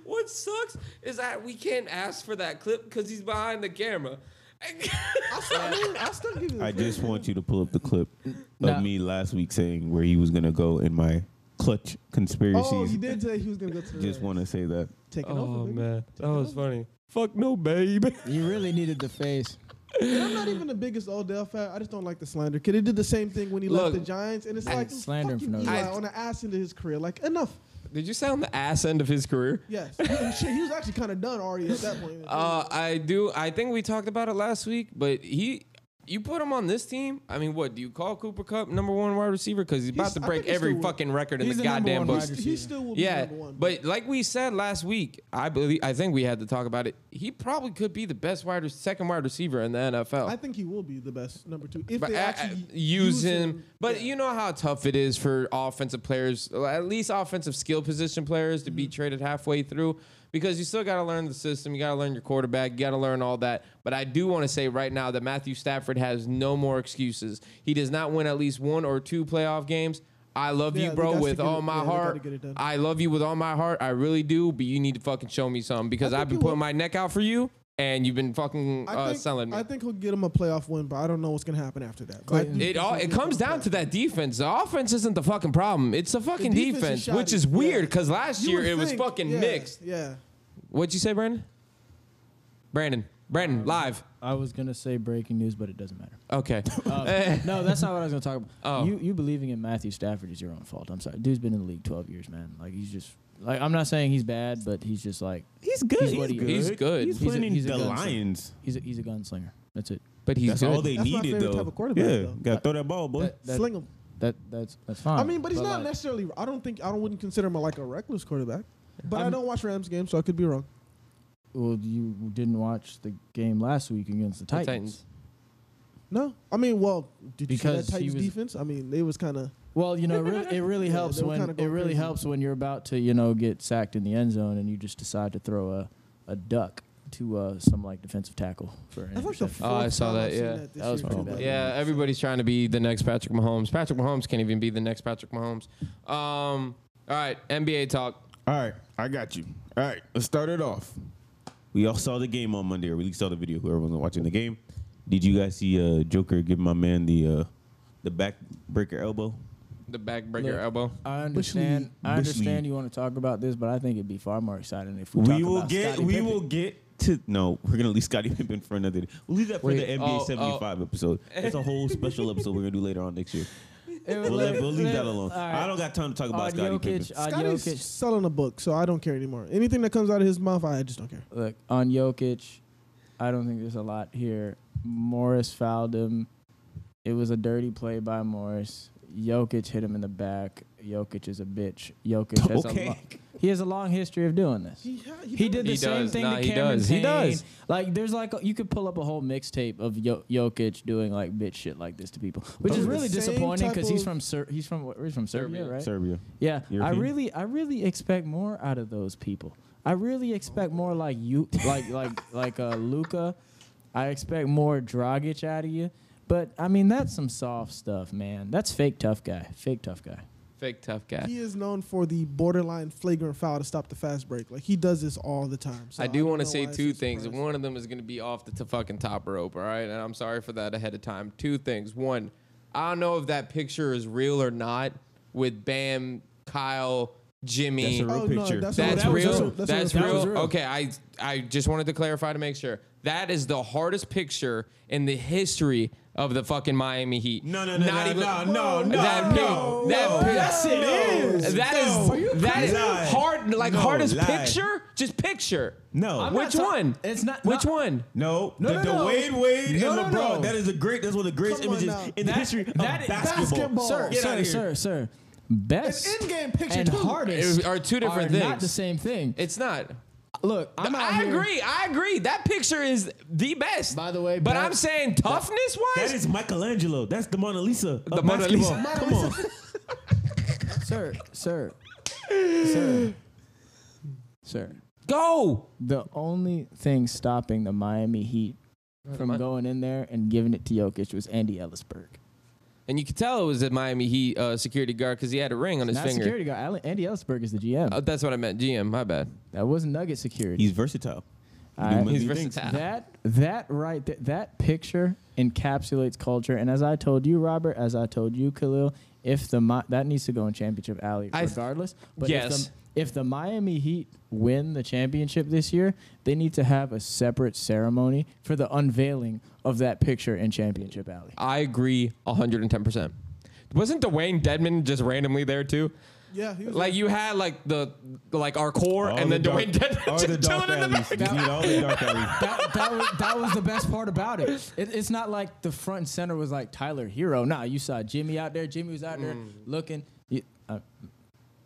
What sucks is that we can't ask for that clip because he's behind the camera. I still, I still give you. the I credit. just want you to pull up the clip of Nah. me last week saying where he was gonna go in my clutch conspiracies. Oh, he did say he was gonna go to the Just Oh, want to say that. taking over. Baby. Oh, that was funny. Fuck no, babe. You really needed the face. And I'm not even the biggest Odell fan. I just don't like the slander. Cause they did the same thing when he Look, left the Giants, and it's I- like slander slander for no Eli reason. on the ass into his career. Like enough. Did you sound the ass end of his career? Yes, And shit, he was actually kind of done already at that point. Uh, I do. I think we talked about it last week, but he, you put him on this team. I mean, what do you call Cooper Cup number one wide receiver? Because he's about He's- to I break think he's every still- fucking record in he's the the number goddamn one book. He's- wide he receiver. still will be Yeah, number one. but like we said last week, I believe I think we had to talk about it. He probably could be the best wide, rec- second wide receiver in the NFL. I think he will be the best number two if But they I- I- actually use him. But Yeah. you know how tough it is for offensive players, well, at least offensive skill position players, to be Mm-hmm. traded halfway through because you still got to learn the system. You got to learn your quarterback. You got to learn all that. But I do want to say right now that Matthew Stafford has no more excuses. He does not win at least one or two playoff games. I love Yeah, you, they bro, gotta with get it- all my yeah, they gotta heart. get it done. I love you with all my heart. I really do. But you need to fucking show me something because think I've been you will. putting my neck out for you. And you've been fucking I uh, think, selling me. I think he'll get him a playoff win, but I don't know what's gonna happen after that. But I Clayton. do It think all he'll it get comes him a down playoff. to that defense. The offense isn't the fucking problem. It's the fucking defense is defense, shoddy. which is weird because Yeah. last You year would it was think, fucking yeah, mixed. Yeah, What'd you say, Brandon? Brandon, Brandon, live. I was gonna say breaking news, but it doesn't matter. Okay. Uh, Um, no, that's not what I was gonna talk about. Oh. You you believing in Matthew Stafford is your own fault. I'm sorry, dude's been in the league 12 years, man. Like he's just like I'm not saying he's bad, but he's just like He's good. He's what he is. He's good. He's, He's a- playing in he's a the gunslinger. Lions. he's a, he's a gunslinger. That's it. But he's That's good. all they That's my needed, favorite though. type of quarterback, yeah, though. gotta throw that ball, boy. That- that- Sling him. That that's that's fine. I mean, but he's not like, necessarily. I don't think I don't, wouldn't consider him like a reckless quarterback. But I'm, I I'm- do not watch Rams games, so I could be wrong. Well, you didn't watch the game last week against the The Titans. Titans. No, I mean, well, did you see that Because he Titans was- defense? I mean, they was kind of. Well, you know, it really, it really Yeah, helps they were when kinda it going really crazy. helps when you're about to, you know, get sacked in the end zone and you just decide to throw a, a duck to uh, some like defensive tackle for an That's like the interception. fourth Oh, I saw time that, I've seen yeah. this That was year, pretty too, bad. by the Yeah, way. everybody's trying to be the next Patrick Mahomes. Patrick Mahomes can't even be the next Patrick Mahomes. Um, all right, NBA talk. All right, I got you. All right, let's start it off. We all saw the game on Monday, or we at least saw the video. Whoever was watching the game, did you guys see uh, Joker give my man the uh, the backbreaker elbow? The backbreaker Look, elbow. I understand. I Bushley- understand you want to talk about this, but I think it'd be far more exciting if we, We talk will about get. Scottie we Pippen. will get to. No, we're gonna leave Scotty Pippen for another day. We'll leave that for Wait, the NBA oh, oh. 75 episode. That's a whole special episode we're gonna do later on next year. We'll, let- we'll leave that alone. All right. I don't got time to talk about on Scotty Pippen. Jokic, on Scotty's Jokic, selling a book, so I don't care anymore. Anything that comes out of his mouth, I just don't care. look on Jokic. I don't think there's a lot here. Morris fouled him. It was a dirty play by Morris. Jokic hit him in the back. Jokic is a bitch. Jokic has Okay. a lo- he has a long history of doing this. He, did the He same does. thing Nah, to he Cameron does. He Payne. does. Like there's like you could pull up a whole mixtape of jo- Jokic doing like bitch shit like this to people, which Those is are the really same disappointing because type he's of- from Ser- he's from where- he's from Serbia, Serbia. right? Serbia. Yeah, I European? really, I really expect more out of those people. I really expect more like you, like like like uh, Luca. I expect more Dragic out of you. But I mean, that's some soft stuff, man. That's fake tough guy. Fake tough guy. Fake tough guy. He is known for the borderline flagrant foul to stop the fast break. Like he does this all the time. So I do don't want to know say why it's two so things. surprising. One of them is going to be off the t- fucking top rope, all right? And I'm sorry for that ahead of time. Two things. One, I don't know if that picture is real or not with Bam, Kyle, Jimmy. That's a real Oh, no, picture. that's That's that was- real. that's That's, what- that's what real. it was. That was real. Okay, I I just wanted to clarify to make sure. That is the hardest picture in the history of the fucking Miami Heat. No, no, no, Not no, even- no, no, no, that no, pic- that no, pic- yes, it no, is. That is No. Are you that is Lie. hard. Like No, hardest lie. picture, just picture. No. I'm which not ta- one? it's not- Which no. one? No, No, the, no, the no. Wade Wade No, and no, LeBron. no. That is the great. That's one of the greatest Come on images now. in the history of that is- basketball. basketball. Sir, Get out sir, of here. sir, sir. Best An in-game picture and too. hardest It are two different are Not things. the same thing. It's not. Look, I'm out I here- agree. I agree. That picture is the best. By the way, but Bam- I'm saying toughness wise. That is Michelangelo. That's the Mona Lisa. The of Mona Lisa. basketball. Come on. sir, sir, sir, sir. go. The only thing stopping the Miami Heat from Mi- going in there and giving it to Jokic was Andy Ellisberg. And you could tell it was a Miami Heat uh, security guard because he had a ring on his Not finger. security guard. Ale- Andy Ellisberg is the GM. Uh, that's what I meant. GM, my bad. that wasn't Nugget security. He's versatile. All right. He's He versatile. thinks- that that right th- that picture encapsulates culture. And as I told you, Robert, as I told you, Khalil, if the Mi- that needs to go in championship alley I th- regardless. but if Yes. the, if the Miami Heat win the championship this year, they need to have a separate ceremony for the unveiling of that picture in championship alley. I agree 110%. Wasn't Dwayne Deadman just randomly there too? Yeah, he was Like you had like the like our core All and the then dark- Dwayne Deadman all just the dark chilling in the alleys. back. You need all the dark alleys. that, that, was, that was the best part about it. it. It's not like the front and center was like Tyler Hero. Nah, you saw Jimmy out there. Jimmy was out there Mm. looking. You, uh,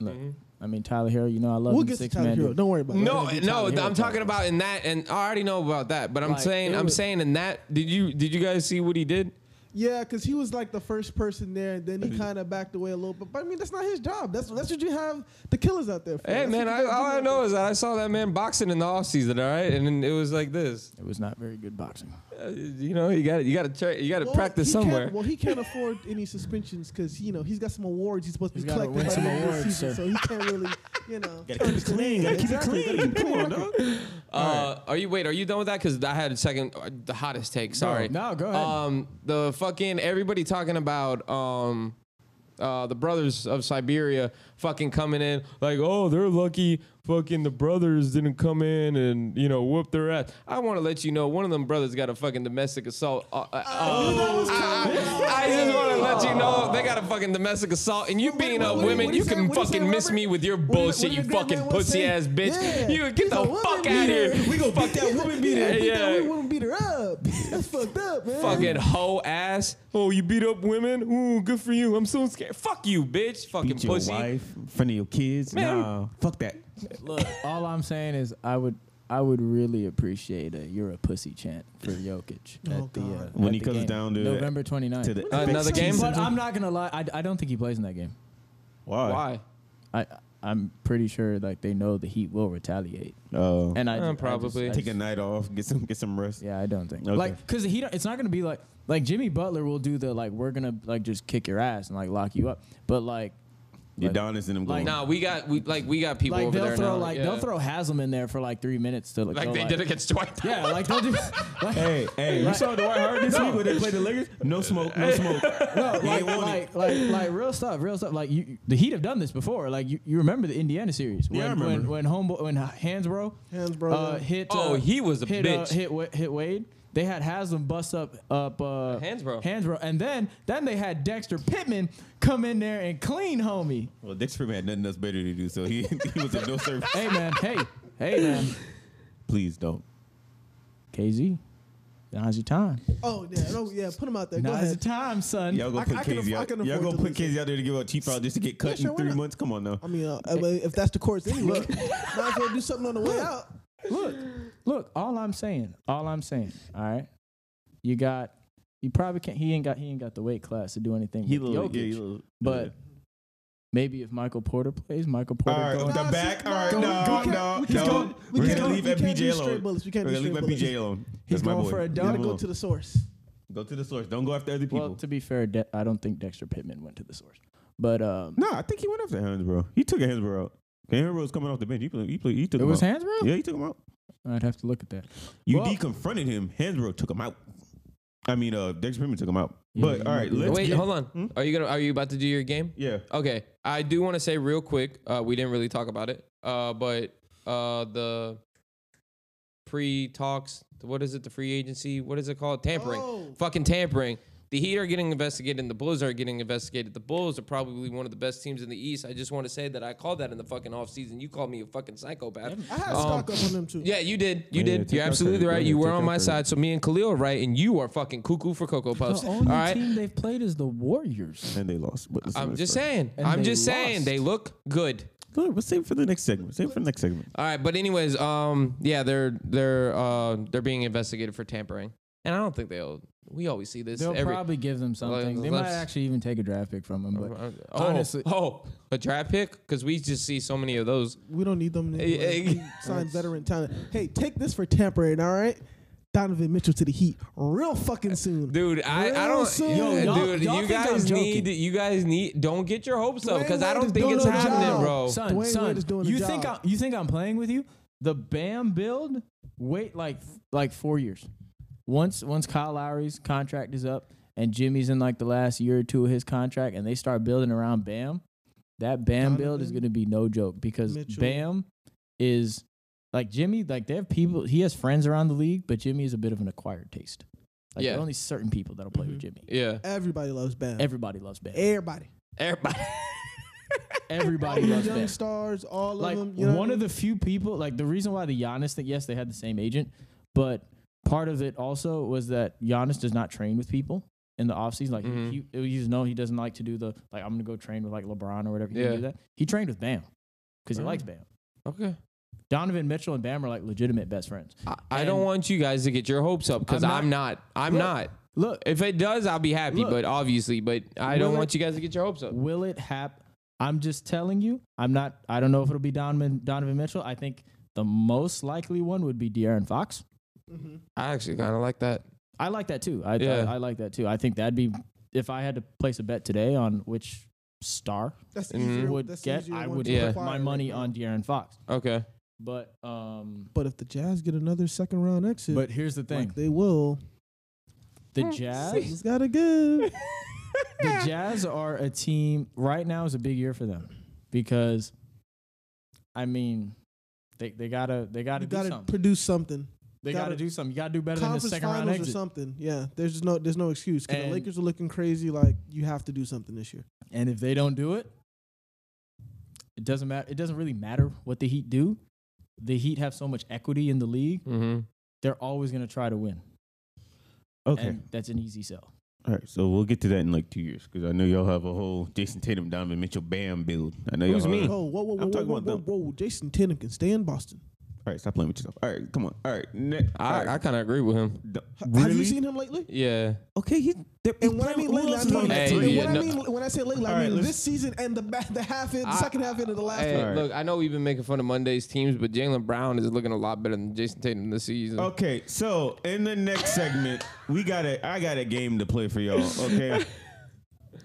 look, Mm-hmm. I mean Tyler Hero. You know I love we'll him get to six Tyler man Hero. dude. Don't worry about No, it. no, Tyler Hero I'm talking about in that, and I already know about that. But I'm Like, saying, it I'm was- saying in that. Did you did you guys see what he did? Yeah, because he was like the first person there, and then he kind of backed away a little bit. But I mean, that's not his job. That's that's what you have the killers out there for. Hey That's man, what you I, gotta do all I out know is that I saw that man boxing in the off season, all right, and then it was like this. It was not very good boxing. Uh, you know, you got to you got to tra- you got to Well, practice he can't- somewhere. Well, he can't afford any suspensions because you know he's got some awards he's supposed to He's be gotta collecting. win by the some end of the awards, season, sir. so he can't really, you know. Gotta keep it clean. Gotta keep it clean. Come on, dog. Uh, Are you wait? Are you done with that? Because I had a second, uh, the hottest take. Sorry. no, go ahead. Um, the fucking everybody talking about um, uh, the brothers of Siberia fucking coming in like, oh, they're lucky fucking the brothers didn't come in and, you know, whoop their ass. I want to let you know one of them brothers got a fucking domestic assault. Uh, uh, Oh. uh, I, I just want to let you know they got a fucking domestic assault. And you being what- a what- women, what you is that? can What is fucking that, miss Robert? me with your What did- what bullshit, did you the great fucking man once pussy say? ass bitch. Yeah. You get He's the a woman fuck out of here. beater. We gonna beat that woman beater. Beat Yeah. that woman, beat her up. That's fucked up, man. Fucking hoe ass. Oh, you beat up women? Ooh, good for you. I'm so scared. Fuck you, bitch. Fucking Beat your pussy. wife in front of your kids. Man. Nah, fuck that. Look, all I'm saying is I would I would really appreciate a "You're a pussy" chant for Jokic at Oh, the uh, God. When at he the comes game. down to the- November 29th. To the Another FX. game? but I'm not gonna lie, I, I don't think he plays in that game. Why? Why? I I'm pretty sure like they know the Heat will retaliate, Oh. and Uh, I ju- I just- probably. I take a just- night off, get some get some rest. Yeah, I don't think Okay. like because he don't, it's not gonna be like like Jimmy Butler will do the like we're gonna like just kick your ass and like lock you up, but like Your Like- Adonis and them going. like- Nah, we got we like we got people like over they'll there throw now. like yeah. they'll throw Haslam in there for like three minutes to like like go, they like, did against Dwight. Powell. yeah like they'll do like, Hey, hey, you saw Dwight Howard this week when they played the Lakers? No smoke, no smoke. No, He like, ain't want like, like, like, real stuff, real stuff. Like, you, the Heat have done this before. Like, you, you remember the Indiana series? When, Yeah, I When, remember. when homeboy, when Hansbro, Hansbrough, uh, yeah. hit. Oh, uh, he was a hit, uh, bitch. hit Wa- hit Wade. They had Haslam bust up up uh, Hansbrough. Hansbrough, and then then they had Dexter Pittman come in there and clean homie. Well, Dick Freeman had nothing else better to do, so he, he was a no service. Hey man, hey, hey man, Please don't. KZ, now's your time. Oh yeah, no, yeah. Put him out there. Go Now's your ahead. time, son. Y'all gonna I- put I can KZ aff- I out. can Y'all afford gonna to put lose KZ out there to give out cheap out just to get cut sure, in why three not? months. Come on now. I mean, uh, if that's the course anyway, might as well do something on the way out. look, look, all I'm saying, all I'm saying, all right. You got you probably can't he ain't got he ain't got the weight class to do anything He with little, Jokic, yeah, he little- but maybe if Michael Porter plays, Michael Porter All right, goes- the Nah, back. see, All right, nah, no, we no, can't- we no. can't- we We're can't gonna do- leave we can't do MPJ straight alone. bullets. We can't We're do gonna leave straight MPJ alone. He's That's my going boy. for a Leave dunk. him Gotta go alone. to the source. Go to the source. Don't go after other well, people. to be fair, De- I don't think Dexter Pittman went to the source, but um, No, I think he went after Hansbro. He took Hansbro out. Hansbro was coming off the bench. He played. He, played, he took. it him was out. Hansbrough. Yeah, he took him out. I'd have to look at that. UD Well- confronted him. Hansbro took him out. I mean, uh, Dex Freeman took him out. Yeah, but you all right, might be let's Wait, get- hold on. Are you gonna are you about to do your game? Yeah, Okay, I do want to say real quick. Uh, we didn't really talk about it, uh, but uh, the pre talks. What is it? The free agency. What is it called? Tampering. Oh. Fucking tampering. The Heat are getting investigated, and the Bulls are getting investigated. The Bulls are probably one of the best teams in the East. I just want to say that I called that in the fucking offseason. You called me a fucking psychopath. I had stock up on them too. Um, Yeah, you did. You Yeah, did. take You're our absolutely credit. Go right. ahead, You were take on our my credit. side, so me and Khalil are right, and you are fucking cuckoo for Cocoa Puffs. The All only right. team they've played is the Warriors. and they lost. But that's I'm another just story. saying. And I'm they just saying lost. they look good. Good. Let's save it for the next segment. Save it for the next segment. All right, but anyways, um, yeah, they're they're uh they're being investigated for tampering, and I don't think they'll. We always see this. They'll every, probably give them something. They might let's- actually even take a draft pick from him, but oh, honestly- oh, a draft pick because we just see so many of those. We don't need them. Hey, hey. Anyway. We sign veteran talent. Hey, take this for tampering. All right, Donovan Mitchell to the Heat real fucking soon. Dude, I, I Real don't. soon. yeah, Yo, y'all- dude, y'all you think I'm guys need. joking. You guys need. Don't get your hopes up Dwayne because I Wade don't is think doing it's a happening, job. bro. Son, Dwayne son, Wade is doing a you job. think I'm, you think I'm playing with you? The Bam build, wait like like four years. Once once Kyle Lowry's contract is up and Jimmy's in like the last year or two of his contract, and they start building around Bam, that Bam build is going Donovan, to be no joke because Mitchell. Bam is like Jimmy. Like they have people. He has friends around the league, but Jimmy is a bit of an acquired taste. Like there Yeah. are only certain people that'll play with Jimmy. Mm-hmm. Yeah, Everybody loves Bam. Everybody loves Bam. Everybody. everybody. Everybody All the loves young Bam. stars, all like of them. You know one what I of mean? the few people like the reason why the Giannis thing yes they had the same agent but part of it also was that Giannis does not train with people in the offseason like Mhm. he, he you just know he doesn't like to do the like I'm gonna go train with like LeBron or whatever he Yeah. didn't do that he trained with Bam because he Mm. likes Bam okay. Donovan Mitchell and Bam are like legitimate best friends I, I don't And- want you guys to get your hopes up because I'm I'm not. I'm Look, not. look If it does, I'll be happy. Look. but obviously, but I don't Will it- want you guys to get your hopes up. will it happen I'm just telling you I'm not I don't know if it'll be Donovan Donovan Mitchell I think the most likely one would be De'Aaron Fox Mm-hmm. I actually kind of like that. I like that too. I, Yeah. I I like that too. I think that'd be if I had to place a bet today on which star that's Mhm. easier, would that's get, easier I one would to Yeah. put acquire my right money now. on De'Aaron Fox. Okay. But um, But if the Jazz get another second round exit, but here's the thing: like they will, the Jazz, It's gotta give. the Jazz are a team right now is a big year for them because I mean they they gotta they gotta You do gotta something. produce something. they gotta, gotta- do something. You gotta do better than the Conference second round finals or exit. something. Yeah, there's just no there's no excuse. 'Cause And- the Lakers are looking crazy. Like you have to do something this year. And if they don't do it, it doesn't matter. It doesn't really matter what the Heat do. The Heat have so much equity in the league; Mm-hmm. they're always gonna try to win. Okay. and that's an easy sell. All right. So we'll get to that in like two years because I know y'all have a whole Jason Tatum, Donovan Mitchell, Bam build. I know Who's y'all. me? Have, all Oh, whoa, whoa, whoa, I'm whoa, talking whoa, whoa, about whoa, Jason Tatum can stay in Boston. right. Stop playing with yourself. All right. Come on. All right. Ne- all I, I right. kind of agree with him. D- H- Have you really? seen him lately? Yeah. Okay. He, they're- he's And when I playing mean with- who lately, I else is mean, on that Hey, team? yeah, when, I no- mean when I say lately, All I right, mean let's- this season and the back, the half, in, the I- second half into the last Hey, one. Alright. look, I know we've been making fun of Monday's teams, but Jalen Brown is looking a lot better than Jason Tatum this season. Okay, so in the next segment, we got a I got a game to play for y'all. Okay.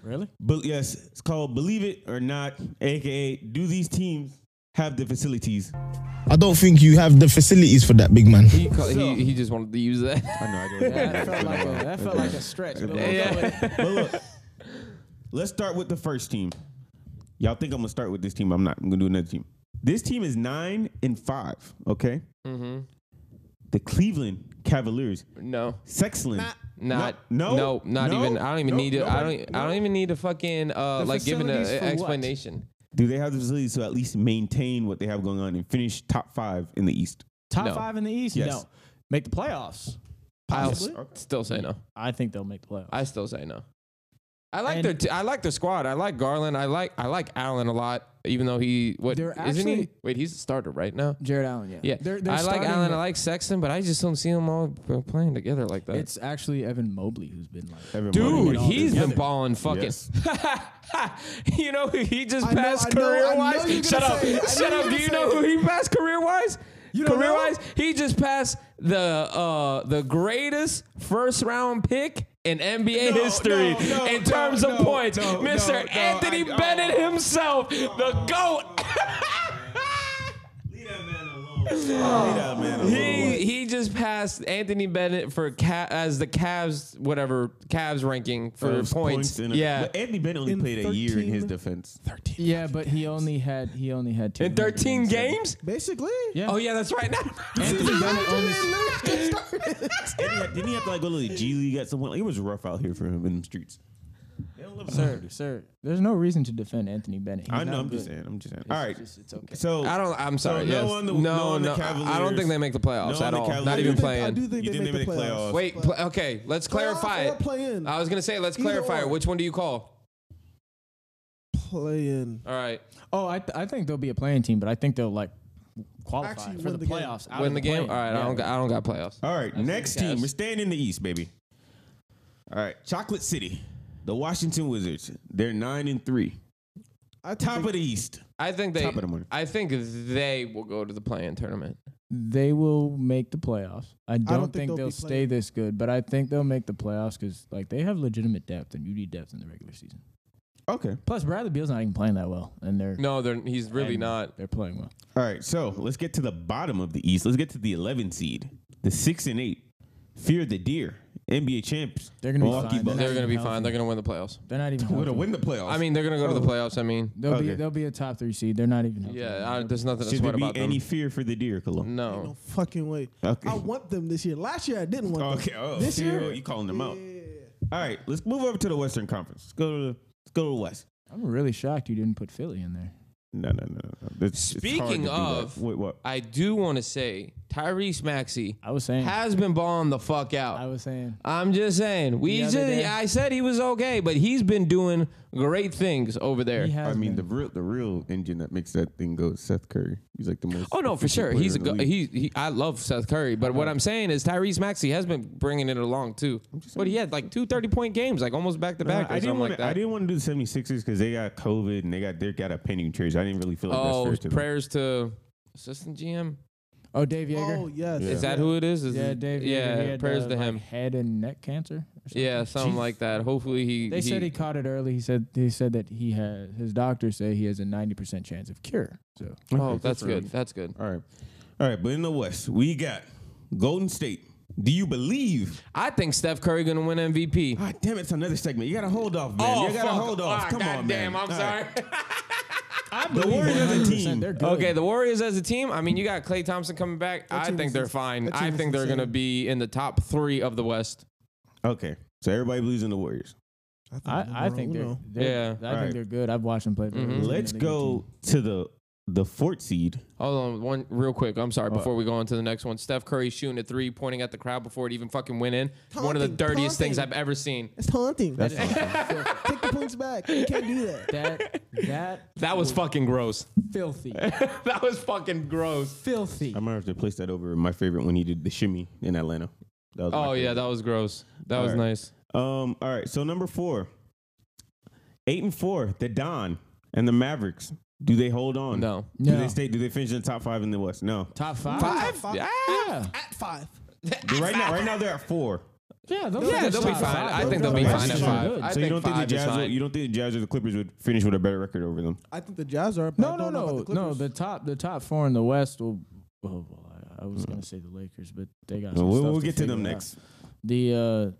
Really? But yes, it's called Believe It or Not, aka do these teams have the facilities? I don't think you have the facilities for that, big man. He, ca- So- he he just wanted to use that. I know I don't That felt like a, that felt like a stretch. but we'll go with it. But look, let's start with the first team. Y'all think I'm gonna start with this team. I'm not. I'm gonna do another team. This team is nine and five, okay? mm-hmm. The Cleveland Cavaliers. No, Sexland. not no, No, no, no, not no, even. I don't even no, need it. I nobody- don't. I don't even need a fucking uh, The like giving an facilities for what? explanation. Do they have the facilities to at least maintain what they have going on and finish top five in the East? Top No. five in the East? Yes. No. Make the playoffs. I'll Possibly. s- still say no. I think they'll make the playoffs. I still say no. I like And- their. T- I like their squad. I like Garland. I like. I like Allen a lot. Even though he what They're not he? actually- Wait, he's a starter right now. Jared Allen, yeah. Yeah, They're, they're I like starting- Allen. I like Sexton, but I just don't see them all uh, playing together like that. It's actually Evan Mobley who's been like Dude, all he's been together. balling fucking. Yes. you know who he just I know- passed I know- I career know you're wise. Shut gonna up. say it. I know Shut you're up. Do gonna you say know it. who he passed career wise? You don't know? Career wise, he just passed the uh the greatest first round pick in NBA No, history no, no, in no, terms of no, points. no, no, Mr. no, Anthony I- oh. Bennett himself, the GOAT. Leave that man alone. Leave that man alone. He he just passed Anthony Bennett for ca- as the Cavs whatever Cavs ranking for Uh, points. in a- yeah, But Anthony Bennett only In played a year in 13 his defense. Yeah, but he only had he only had two in 13 games. Basically, Yeah. Oh yeah, that's right. Now Anthony Bennett only Didn't he, have, didn't he have to like go to the G League at some point? Like, it was rough out here for him in the streets. They don't live in sir, the streets. sir. There's no reason to defend Anthony Bennett. He's I know. not I'm just good. saying. I'm just saying. It's All right. just- it's okay. So I don't. I'm Oh. So sorry. no yes. on the- no, no on the I Cavaliers. don't think they make the playoffs No on at the all. Cavaliers. Not I do even think- I do playing. think You they didn't make the make the playoffs. playoffs. Wait. but- Pl- okay. Let's clarify Playoff or it. Play in. I was gonna say let's Either clarify or. it. Which one do you call? play in. All right. Oh, I th- I think they'll be a playing team, but I think they'll like qualify Actually for win the, the game. playoffs. out Win of the game. play-in. All right. Yeah. I don't. Got, I don't got playoffs. all right. the Next team. Cavs. We're staying in the East, baby. All right. Chocolate City, the Washington Wizards. They're nine and three. I think Top of the East. I think they. Top of the morning. I think they will go to the play-in tournament. They will make the playoffs. I don't, don't think think, they'll they'll be stay playing. this good, but I think they'll make the playoffs because like they have legitimate depth, and you need depth in the regular season. Okay. Plus, Bradley Beal's not even playing that well, and they're No, they're. He's really and not. They're playing well. All right, so let's get to the bottom of the East. Let's get to the 11 seed, the six and eight. Fear the deer, NBA champs. They're gonna be fine. Bucks. They're They're gonna be healthy. fine. They're gonna win the playoffs. They're not even. Would have healthy. win the playoffs. I mean, they're gonna go to the playoffs. I mean, They'll Okay. be they'll be a top three seed. They're not even. healthy. yeah. I, there's nothing to should there sweat be about any them. fear for the deer, Cologne? Ain't no No. fucking way. Okay. I want them this year. Last year I didn't want Okay. them. Oh, this see, year oh, you calling them out? Yeah. All right, let's move over to the Western Conference. Let's go to the, let's go to the West. I'm really shocked you didn't put Philly in there. No, no, no, no. no. It's- it's hard Speaking to do that. of- wait, what? I do want to say Tyrese Maxey I was saying. has been balling the fuck out. I was saying. I'm just saying. We The just, other day- I said he was okay, but he's been doing great things over there. He has I mean, the been. real the real engine that makes that thing go is Seth Curry. He's like the most. Oh no, for efficient sure. player He's a in the go- league. he, he. I love Seth Curry, but what I'm saying is Tyrese Maxey has been bringing it along too. But he had like two 30 point games, like almost back to Nah, back or I didn't something want like to. I that. didn't want to do the 76ers because they got COVID and they got they got a pending trade. I didn't really feel like Oh, that's fair to them. prayers to assistant GM. oh, Dave Yeager. Oh yes. Is that who it is? Is yeah, it- Dave. Yeager, Yeah, he had, prayers uh, to like, him. Head and neck cancer. or something. Yeah, something Jeez. like that. Hopefully he. They said he caught it early. He said they said that he had his doctor say he has a 90% chance of cure. So Oh, that's good. That's good. All right. All right. But in the West, we got Golden State, Do you believe? I think Steph Curry gonna win MVP. God damn, it's another segment. You gotta hold off, man. Oh, you gotta fuck. hold off. Ah, Come on, goddamn, man. I'm sorry. The Warriors as a team. They're good. okay, the Warriors as a team. I mean, you got Klay Thompson coming back. I team think is they're ins- fine. that I team is think they're gonna insane. be in the top three of the West. Okay, so everybody believes in the Warriors. I, I think they're, no. they're Yeah. I Alright. think they're good. I've watched them play. for Mhm. years, and Let's they're a good go team. to the the fourth seed. Hold on, one real quick. I'm sorry. Before we go on to the next one, Steph Curry shooting a three, pointing at the crowd before it even fucking went in. one of the Taunting, dirtiest things I've taunting. ever seen. It's taunting. That's Take the points back. You can't do that. That that That was fucking gross. filthy, that was fucking gross. filthy. I might have to place that over my favorite when he did the shimmy in Atlanta. That was my Oh yeah, favorite. that was gross. That was Alright. nice. Um. All right. So number four, eight and four, the Don and the Mavericks. Do they hold on? No. Do No. they stay? Do they finish in the top five in the West? No. Top five. Five? Yeah. Yeah, At five. right now, right now they're at four. yeah, those Yeah, guys they'll are be top fine. five. I Those think they'll be guys are fine at good. five. I so you think don't think the five is Jazz? Will, fine. you don't think the Jazz or the Clippers would finish with a better record over them? I think the Jazz are. but I No, no, don't know no, about no. Clippers. The top, the top four in the West will. Well, well I, I was gonna say the Lakers, but they got. We'll, Some we'll stuff get to figure them out. next. The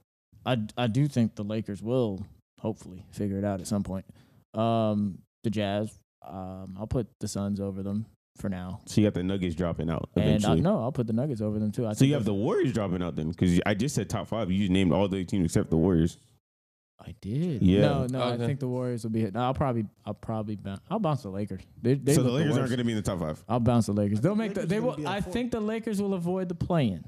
uh, I I do think the Lakers will hopefully figure it out at some point. Um, the Jazz. Um, I'll put the Suns over them for now. So you got the Nuggets dropping out And I, eventually. no, I'll put the Nuggets over them too. I so you think have the Warriors dropping out then, because I just said top five. You just named all the teams except the Warriors. I did. Yeah. No, no. Okay. I think the Warriors will be. hit. No, I'll probably. I'll probably. Bounce, I'll bounce the Lakers. They, they so the look Lakers aren't worst. going to be in the top five. I'll bounce the Lakers. They'll The make. The, Lakers they are gonna will. be at I four. think the Lakers will avoid the play-in.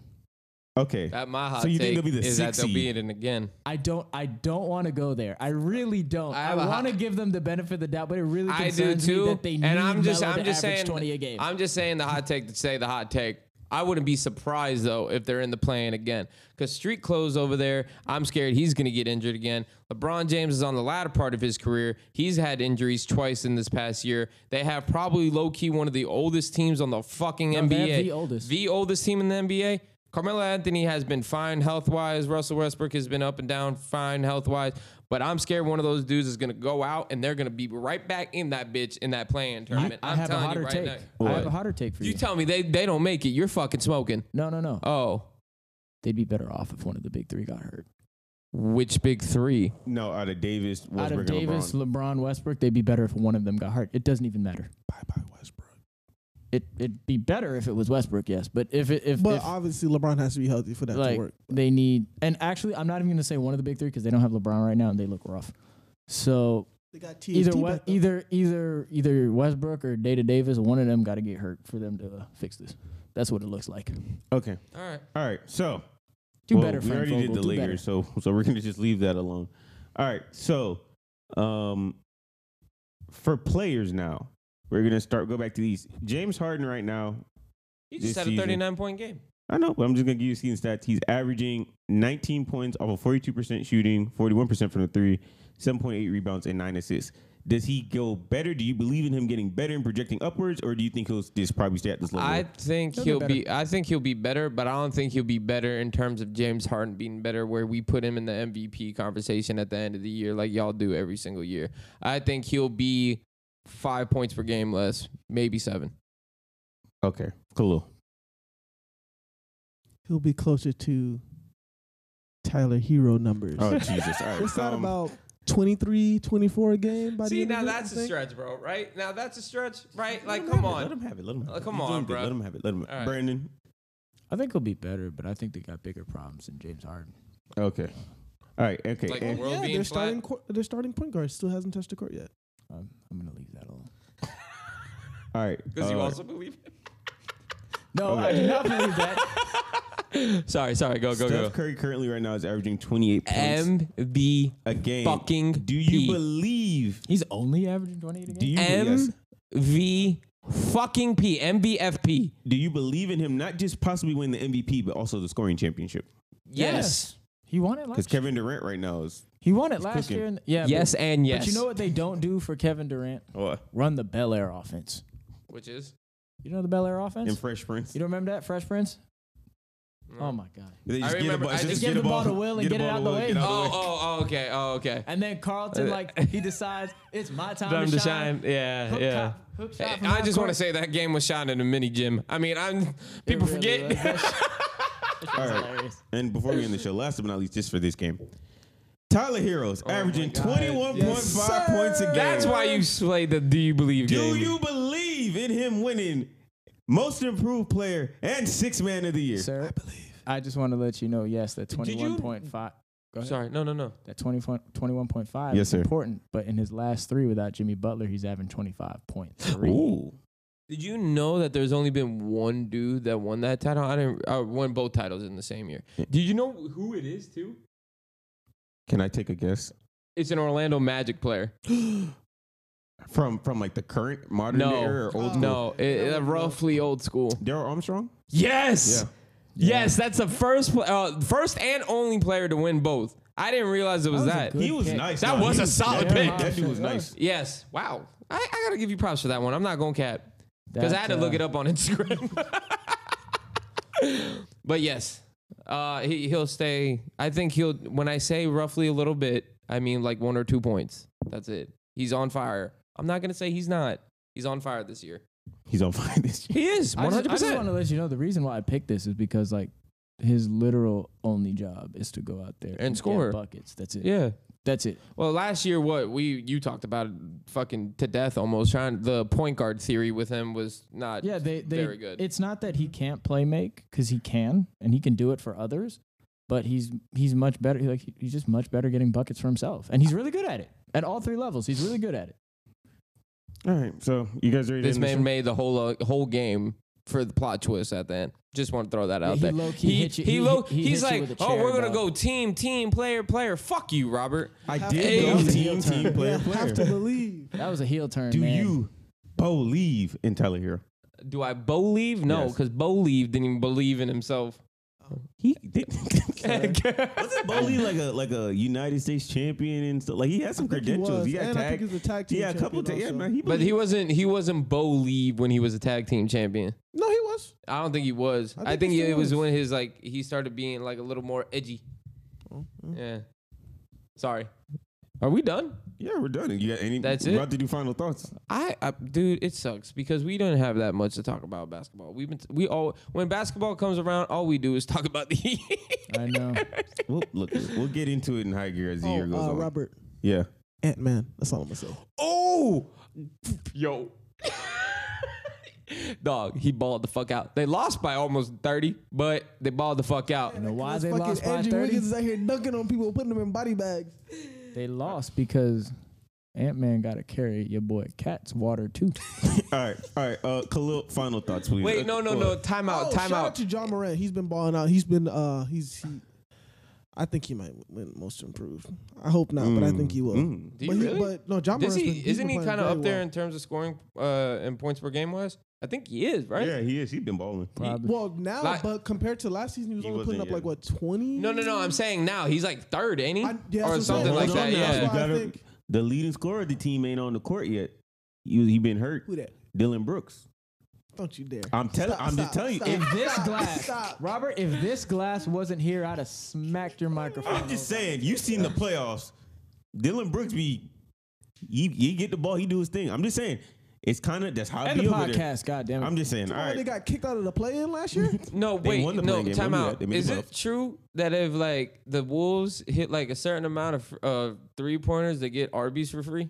Okay. That my hot So you think take they'll be the is that sixth they'll be seed? in it again. I don't. I don't want to go there. I really don't. I I, have a want to hot- give them the benefit of the doubt, but it really I concerns do me too. that they and need I'm just Melo I'm to just average saying twenty a game. I'm just saying the hot take to say the hot take. I wouldn't be surprised though if they're in the playing again because Street Close over there. I'm scared he's going to get injured again. LeBron James is on the latter part of his career. He's had injuries twice in this past year. They have probably low key one of the oldest teams on the fucking No, NBA. they have the oldest. the oldest team in the NBA. Carmelo Anthony has been fine health wise. Russell Westbrook has been up and down fine health wise. But I'm scared one of those dudes is gonna go out and they're gonna be right back in that bitch in that playing tournament. I am have a telling hotter you right take. now. I have a hotter take for you. You tell me they, they don't make it. You're fucking smoking. no, no, no. Oh, They'd be better off if one of the big three got hurt. which big three? no, out of Davis, Westbrook, Out of and Davis, LeBron. LeBron, Westbrook, they'd be better if one of them got hurt. It doesn't even matter. Bye bye Westbrook. It it'd be better if it was Westbrook, yes. But if it if, But if obviously, LeBron has to be healthy for that to like work. they need and actually I'm not even gonna say one of the big three because they don't have LeBron right now and they look rough. So They got THT either back we- up. either either either Westbrook or Data Davis, one of them got to get hurt for them to uh, fix this. That's what it looks like. Okay. All right. All right. So Do Well, better, We Frank already Vogel. did the Do better. Lakers, so so we're gonna just leave that alone. All right, so um, for players now, we're gonna start go back to these. James Harden right now, You just This had a season. 39 point game. I know, but I'm just gonna give you seeing stats. He's averaging 19 points off of 42% shooting, 41% from the three, 7.8 rebounds, and nine assists. Does he go better? Do you believe in him getting better and projecting upwards, or do you think he'll just probably stay at this level? I think They'll he'll be be. I think he'll be better, but I don't think he'll be better in terms of James Harden being better, where we put him in the MVP conversation at the end of the year, like y'all do every single year. I think he'll be five points per game less, maybe seven. okay, cool. he'll be closer to Tyler Hero numbers. Oh Jesus! All right. It's not um, about 23, 24 a game. By the end of it, I think. stretch, bro. Right now, that's a stretch. Right? let him have it, Let him have it. Let him. Have Uh, it. come He's doing on, good. bro. Let him have it. Let him. All right. Brandon. I think he'll be better, but I think they got bigger problems than James Harden. Okay. All right. Okay. Like, and- we're- World yeah, being their flat. starting qu- their starting point guard still hasn't touched the court yet. Um, I'm gonna leave that alone. all right. uh, believe. No, Okay. I do not believe that. Sorry, sorry. Go, go, Steph go. Curry currently right now is averaging 28 points MVP. a game. fucking Do you P. believe? He's only averaging 28 a Do game. you yes. MV fucking P. MVFP. do you believe in him not just possibly win the MVP but also the scoring championship? Yes. He won it Because last. Kevin Durant right now is he won it last cooking. year. And, yeah. Yes but, and yes. But you know what they don't do for Kevin Durant? what? Run the Bel Air offense. Which is? You know the Bel Air in offense? Fresh Prince. You don't remember that Fresh Prince? Oh my god. They I get a remember- ball- I just just get give the ball to from- Will and a get it ball out to the Will, way. get out Oh, oh, oh, okay, oh, okay. And then Carlton, like he decides it's my time Time to to shine. shine. Yeah, Hook yeah. shot- hook shot from I half just want to court. say that game was shot in a mini gym. I mean, I'm people It really forget. was. That sh- All right. And before we end the show, last but not least, just for this game, Tyler Oh Heroes averaging 21.5 points a game. That's why you played the Do You Believe Do game. you believe in him winning most improved player and six man of the year? Sir, I believe. I just want to let you know, yes, that Did you- 21.5. Go ahead. Sorry, no, no, no. That 20, 21.5 Yes, is sir. important, but in his last three without Jimmy Butler, he's averaging 25.3. Ooh. Did you know that there's only been one dude that won that title? I didn't. I won both titles in the same year. Did you know who it is too? Can I take a guess? It's an Orlando Magic player. From from like the current modern No, day era or Oh. old school? no, it- it- roughly old school. Daryl Armstrong? Yes, Yeah. yes, that's the first, pla uh, first and only player to win both. I didn't realize it was was a that. good- He was pick. nice. That though. was He a solid yeah, pick. That dude was nice. yes, wow. I, I gotta give you props for that one. I'm not gonna cap because That, I had to look uh, it up on Instagram. but yes, uh, he he'll stay. I think he'll. When I say roughly a little bit, I mean like one or two points. That's it. He's on fire. I'm not gonna say he's not. He's on fire this year. He's on fire this year. He is I 100. just, I just want percent to let you know the reason why I picked this is because like his literal only job is to go out there and, get score. buckets. That's it. Yeah. That's it. Well, last year, what we you talked about it fucking to death almost. Trying the point guard theory with him was not. Yeah, they they very good. it's not that he can't play make cuz he can and he can do it for others, but he's he's much better like he's just much better getting buckets for himself and he's really good at it. At all three levels, he's really good at it. All right. So you guys ready this to end the man show? made the whole uh, whole game for the plot twist at the end. Just want to throw that out he there. low-key hit you- he he low- hit- he he's hit you like, with a oh, chair, we're gonna dog." go team, team, player, player. Fuck you, Robert. I Have did to go believe. team, team, player, I have to player. believe. That was a heel turn, Do man. you believe in Tyler Hero? Do I believe? No, Yes. because believe didn't even believe in himself. He did. Wasn't Bowley like a like a United States champion and stuff? Like he had some I think he credentials. was, He, had and I tag. think he's a tag he team had a couple. Ta- champion yeah, also. man. He But he wasn't. He wasn't believe when he was a tag team champion. No, he was. I don't think he was. I think think, he it still was is. when his like he started being like a little more edgy. Yeah. Sorry. Are we done? yeah, we're done. You got any? That's we're it? About to do final thoughts. I, I dude, it sucks because we don't have that much to talk about basketball. We've been we all when basketball comes around, all we do is talk about the Heat. I know. We'll look. We'll get into it in high gear as the year goes uh, on. Robert Yeah. Ant Man. That's all I'm gonna say. Oh, yo, dog, he balled the fuck out. They lost by almost thirty, but they balled the fuck out. know why Because they fucking lost by Andrew 30? Wiggins is out here dunking on people, putting them in body bags. they lost because Ant-Man got to carry your boy Cat's water too. All right. All right. Uh, Khalil, final thoughts, please. Wait, no, no, no, time out, Oh, time shout out. out to John Morant. He's been balling out. He's been uh he's he I think he might win most improved. I hope not, but I think Mm, he will. Do but you he- really? but no, John Does Morant's been- he, he's isn't been he playing kind of very up there well. in terms of scoring uh, and points per game wise? I think he is, right? Yeah, he is. He's been balling. Probably. Well, now, Like- but compared to last season, he was He only putting up wasn't, like yeah. what twenty? No, no, no. I'm saying now he's like third, ain't he? I- yeah, or that's what I'm something saying. like Hold that. on now. Yeah. You That's why I gotta- think- the leading scorer of the team ain't on the court yet. You he been hurt. Who that? Dylan Brooks. Don't you dare! I'm telling. Stop, I'm just stop, telling stop, you. if- If this stop, glass, stop. Robert, if this glass wasn't here, I'd have smacked your microphone. I'm just saying. You seen the playoffs. Dylan Brooks be. He, he get the ball. He do his thing. I'm just saying. It's kind of that's how it and be the over there. podcast, goddamn it. I'm just saying. All Remember right. They got kicked out of the play-in last year. No, They wait, won the no, playing game. time Don't do that. out. They made Is the it playoffs. true that if like the Wolves hit like a certain amount of uh, three pointers, they get Arby's for free?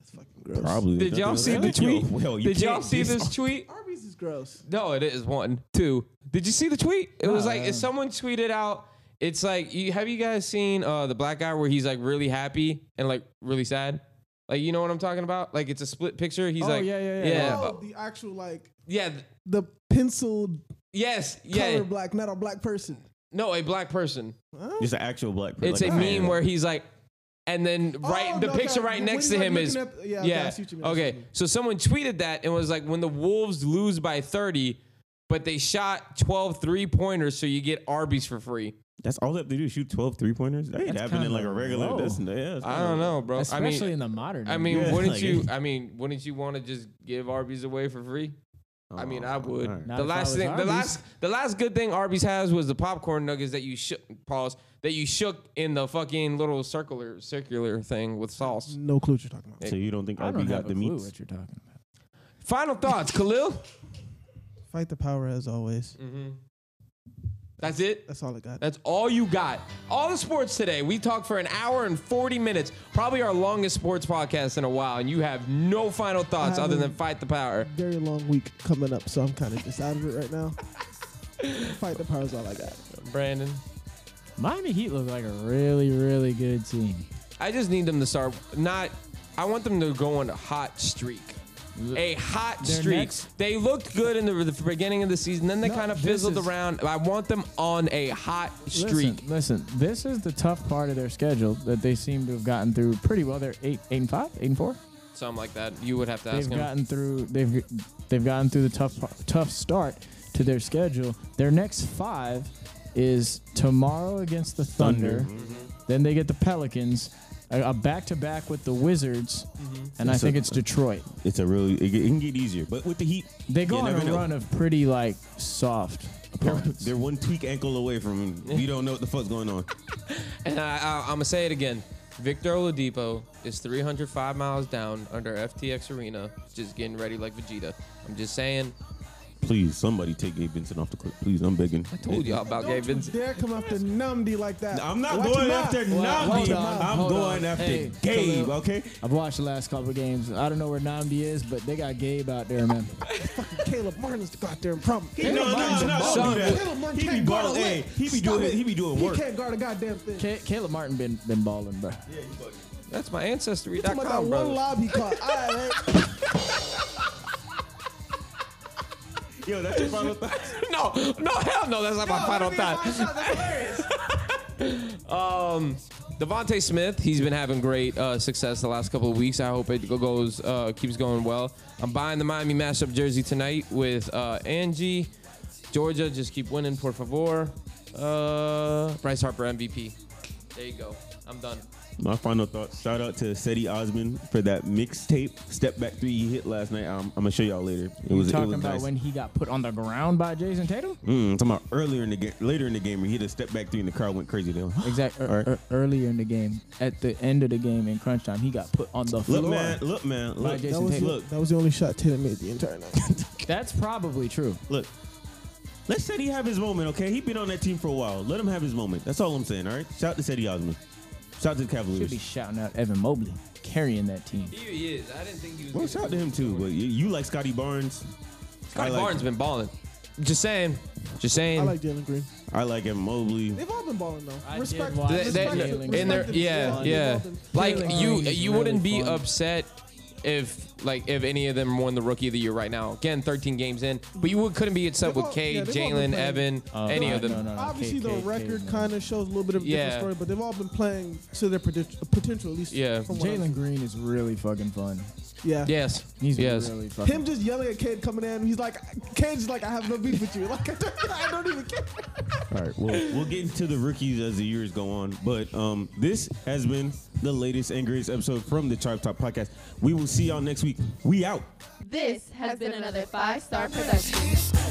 That's fucking gross. Probably. Did y'all see the Yo, tweet? well, you Did y'all can't see diss- this tweet? Arby's is gross. No, it is one, two. Did you see the tweet? It was like Uh. if someone tweeted out. It's like you have you guys seen uh, the black guy where he's like really happy and like really sad, like you know what I'm talking about? Like it's a split picture. He's Oh, like yeah, yeah, yeah. yeah, Oh, but- the actual like yeah, th- the penciled yes, color yeah. black, not a black person. No, a black person. Huh? Just an actual black person. It's a meme where he's like, and then right Oh, the no, picture okay. right When next to you're, like, him is looking at- yeah, okay, I yeah. see what you mean, I see what you Okay, mean. so someone tweeted that and was like, when the Wolves lose by thirty, but they shot 12 three pointers, so you get Arby's for free. That's all they have to do. Shoot 12 three pointers. That ain't That's happening kinda like a regular. low. That's, yeah, that's I don't know, bro. I Especially mean, in the modern. I age. mean, Yeah, wouldn't like- you? I mean, wouldn't you want to just give Arby's away for free? I mean, I would. Oh, all right. Not The if I last was thing, the Arby's. last, the last good thing Arby's has was the popcorn nuggets that you shook. Pause. That you shook in the fucking little circular, circular thing with sauce. No clue what you're talking about. So you don't think I Arby don't have got a the clue meats? what you're talking about. Final thoughts, Khalil. Mm-hmm. Fight the power as always. That's it. That's all I got. That's all you got. All the sports today. We talked for an hour and 40 minutes, probably our longest sports podcast in a while, and you have no final thoughts other than haven't- fight the power. Very long week coming up, so I'm kind of just out of it right now. Fight the power's all I got. Brandon, Miami Heat look like a really, really good team. I just need them to start not I want them to go on a hot streak. A hot Their streak. next- they looked good in the, the beginning of the season, then they No, kind of this fizzled is- around. I want them on a hot streak. Listen, listen, this is the tough part of their schedule that they seem to have gotten through pretty well. They're eight, eight and five, eight and four. Something like that. You would have to ask They've him. gotten through. They've they've gotten through the tough par- tough start to their schedule. Their next five is tomorrow against the Thunder. Mm-hmm. Then they get the Pelicans, a back to back with the Wizards, Mm-hmm. and I It's a- think it's Detroit. It's a really it, it can get easier, but with the Heat, They go You on never a know. run of pretty like soft they're, opponents. they're one tweak ankle away from we don't know what the fuck's going on. And I, I, I'm gonna say it again. Victor Oladipo is 305 miles down under FTX Arena, just getting ready like Vegeta. I'm just saying. Please, somebody take Gabe Vincent off the court. Please, I'm begging. I told y'all about Gabe Vincent. Dare come after Numdy like that. I'm not Watch going him out. after hold Namdi. on, I'm hold going on. after Hey, Gabe. Khalil. Okay. I've watched the last couple of games. I don't know where Namdi is, but they got Gabe out there, man. Oh, Caleb Martin has to go out there and problem. No, no, no, no, Son, don't do that. Caleb Martin He be can't guard a balling. Hey, lick. he be Stop doing. it. He be doing He work. can't guard a goddamn thing. Ca- Caleb Martin been been balling, bro. That's my Talking about that ancestry.com, one brother. lob he caught. All right, Yo, that's your final thought. No, no, hell no. That's not my final thought. Devonte Um, Smith, he's been having great uh, success the last couple of weeks. I hope it go- goes uh, keeps going well. I'm buying the Miami matchup jersey tonight with uh, Angie. Georgia, just keep winning, por favor. Uh, Bryce Harper MVP. There you go. I'm done. My final thoughts. Shout out to Seti Osman for that mixtape step back three he hit last night. Um, I'm gonna show y'all later. It You was it talking was about nice. when he got put on the ground by Jason Tatum? Mm, I'm talking about earlier in the game, later in the game, where he hit a step back three and the crowd went crazy. Though. Exactly. All right. er, earlier in the game, at the end of the game in crunch time, he got put on the floor. Look, man. Look, man. By Look, Jason that was, Tatum. look, that was the only shot Tatum made the entire night. That's probably true. look. Let Seti have his moment, okay? He been on that team for a while. Let him have his moment. That's all I'm saying. All right. Shout out to Seti Osman. Shout out to the Should be Cavaliers. shouting out Evan Mobley carrying that team. Here he is. I didn't think he was. Well, gonna shout out do to him what too. he's But doing. you, you like Scotty Barnes. I Scotty like- Barnes been balling. Just saying. Just saying. I like Jalen Green. I like Evan Mobley. They've all been balling though. I did respect, watch They- they- respect, Jalen respect Green. in their them. yeah they've all yeah been- like Jalen you Green is you wouldn't really be fun. upset if like if any of them won the rookie of the year right now again 13 games in but you would, couldn't be upset They've with all- K yeah, they've all Jalen been Evan playing- any Oh, no, of them no, no, no. Obviously, K- K- the K- record no. kind of shows a little bit of a Yeah. different story, but they've all been playing to their predi- potential at least. Yeah. from what I've Jalen Green is really fucking fun. Yeah. yes He's yes really fucking. Him just yelling at Cade coming in, he's like, Cade's like, I have no beef with you. Like, I don't, I don't even care. All right, well, we'll get into the rookies as the years go on, but um, this has been the latest and greatest episode from the Tribe Top Podcast. We will see y'all next week. We out. This has been another five star production. This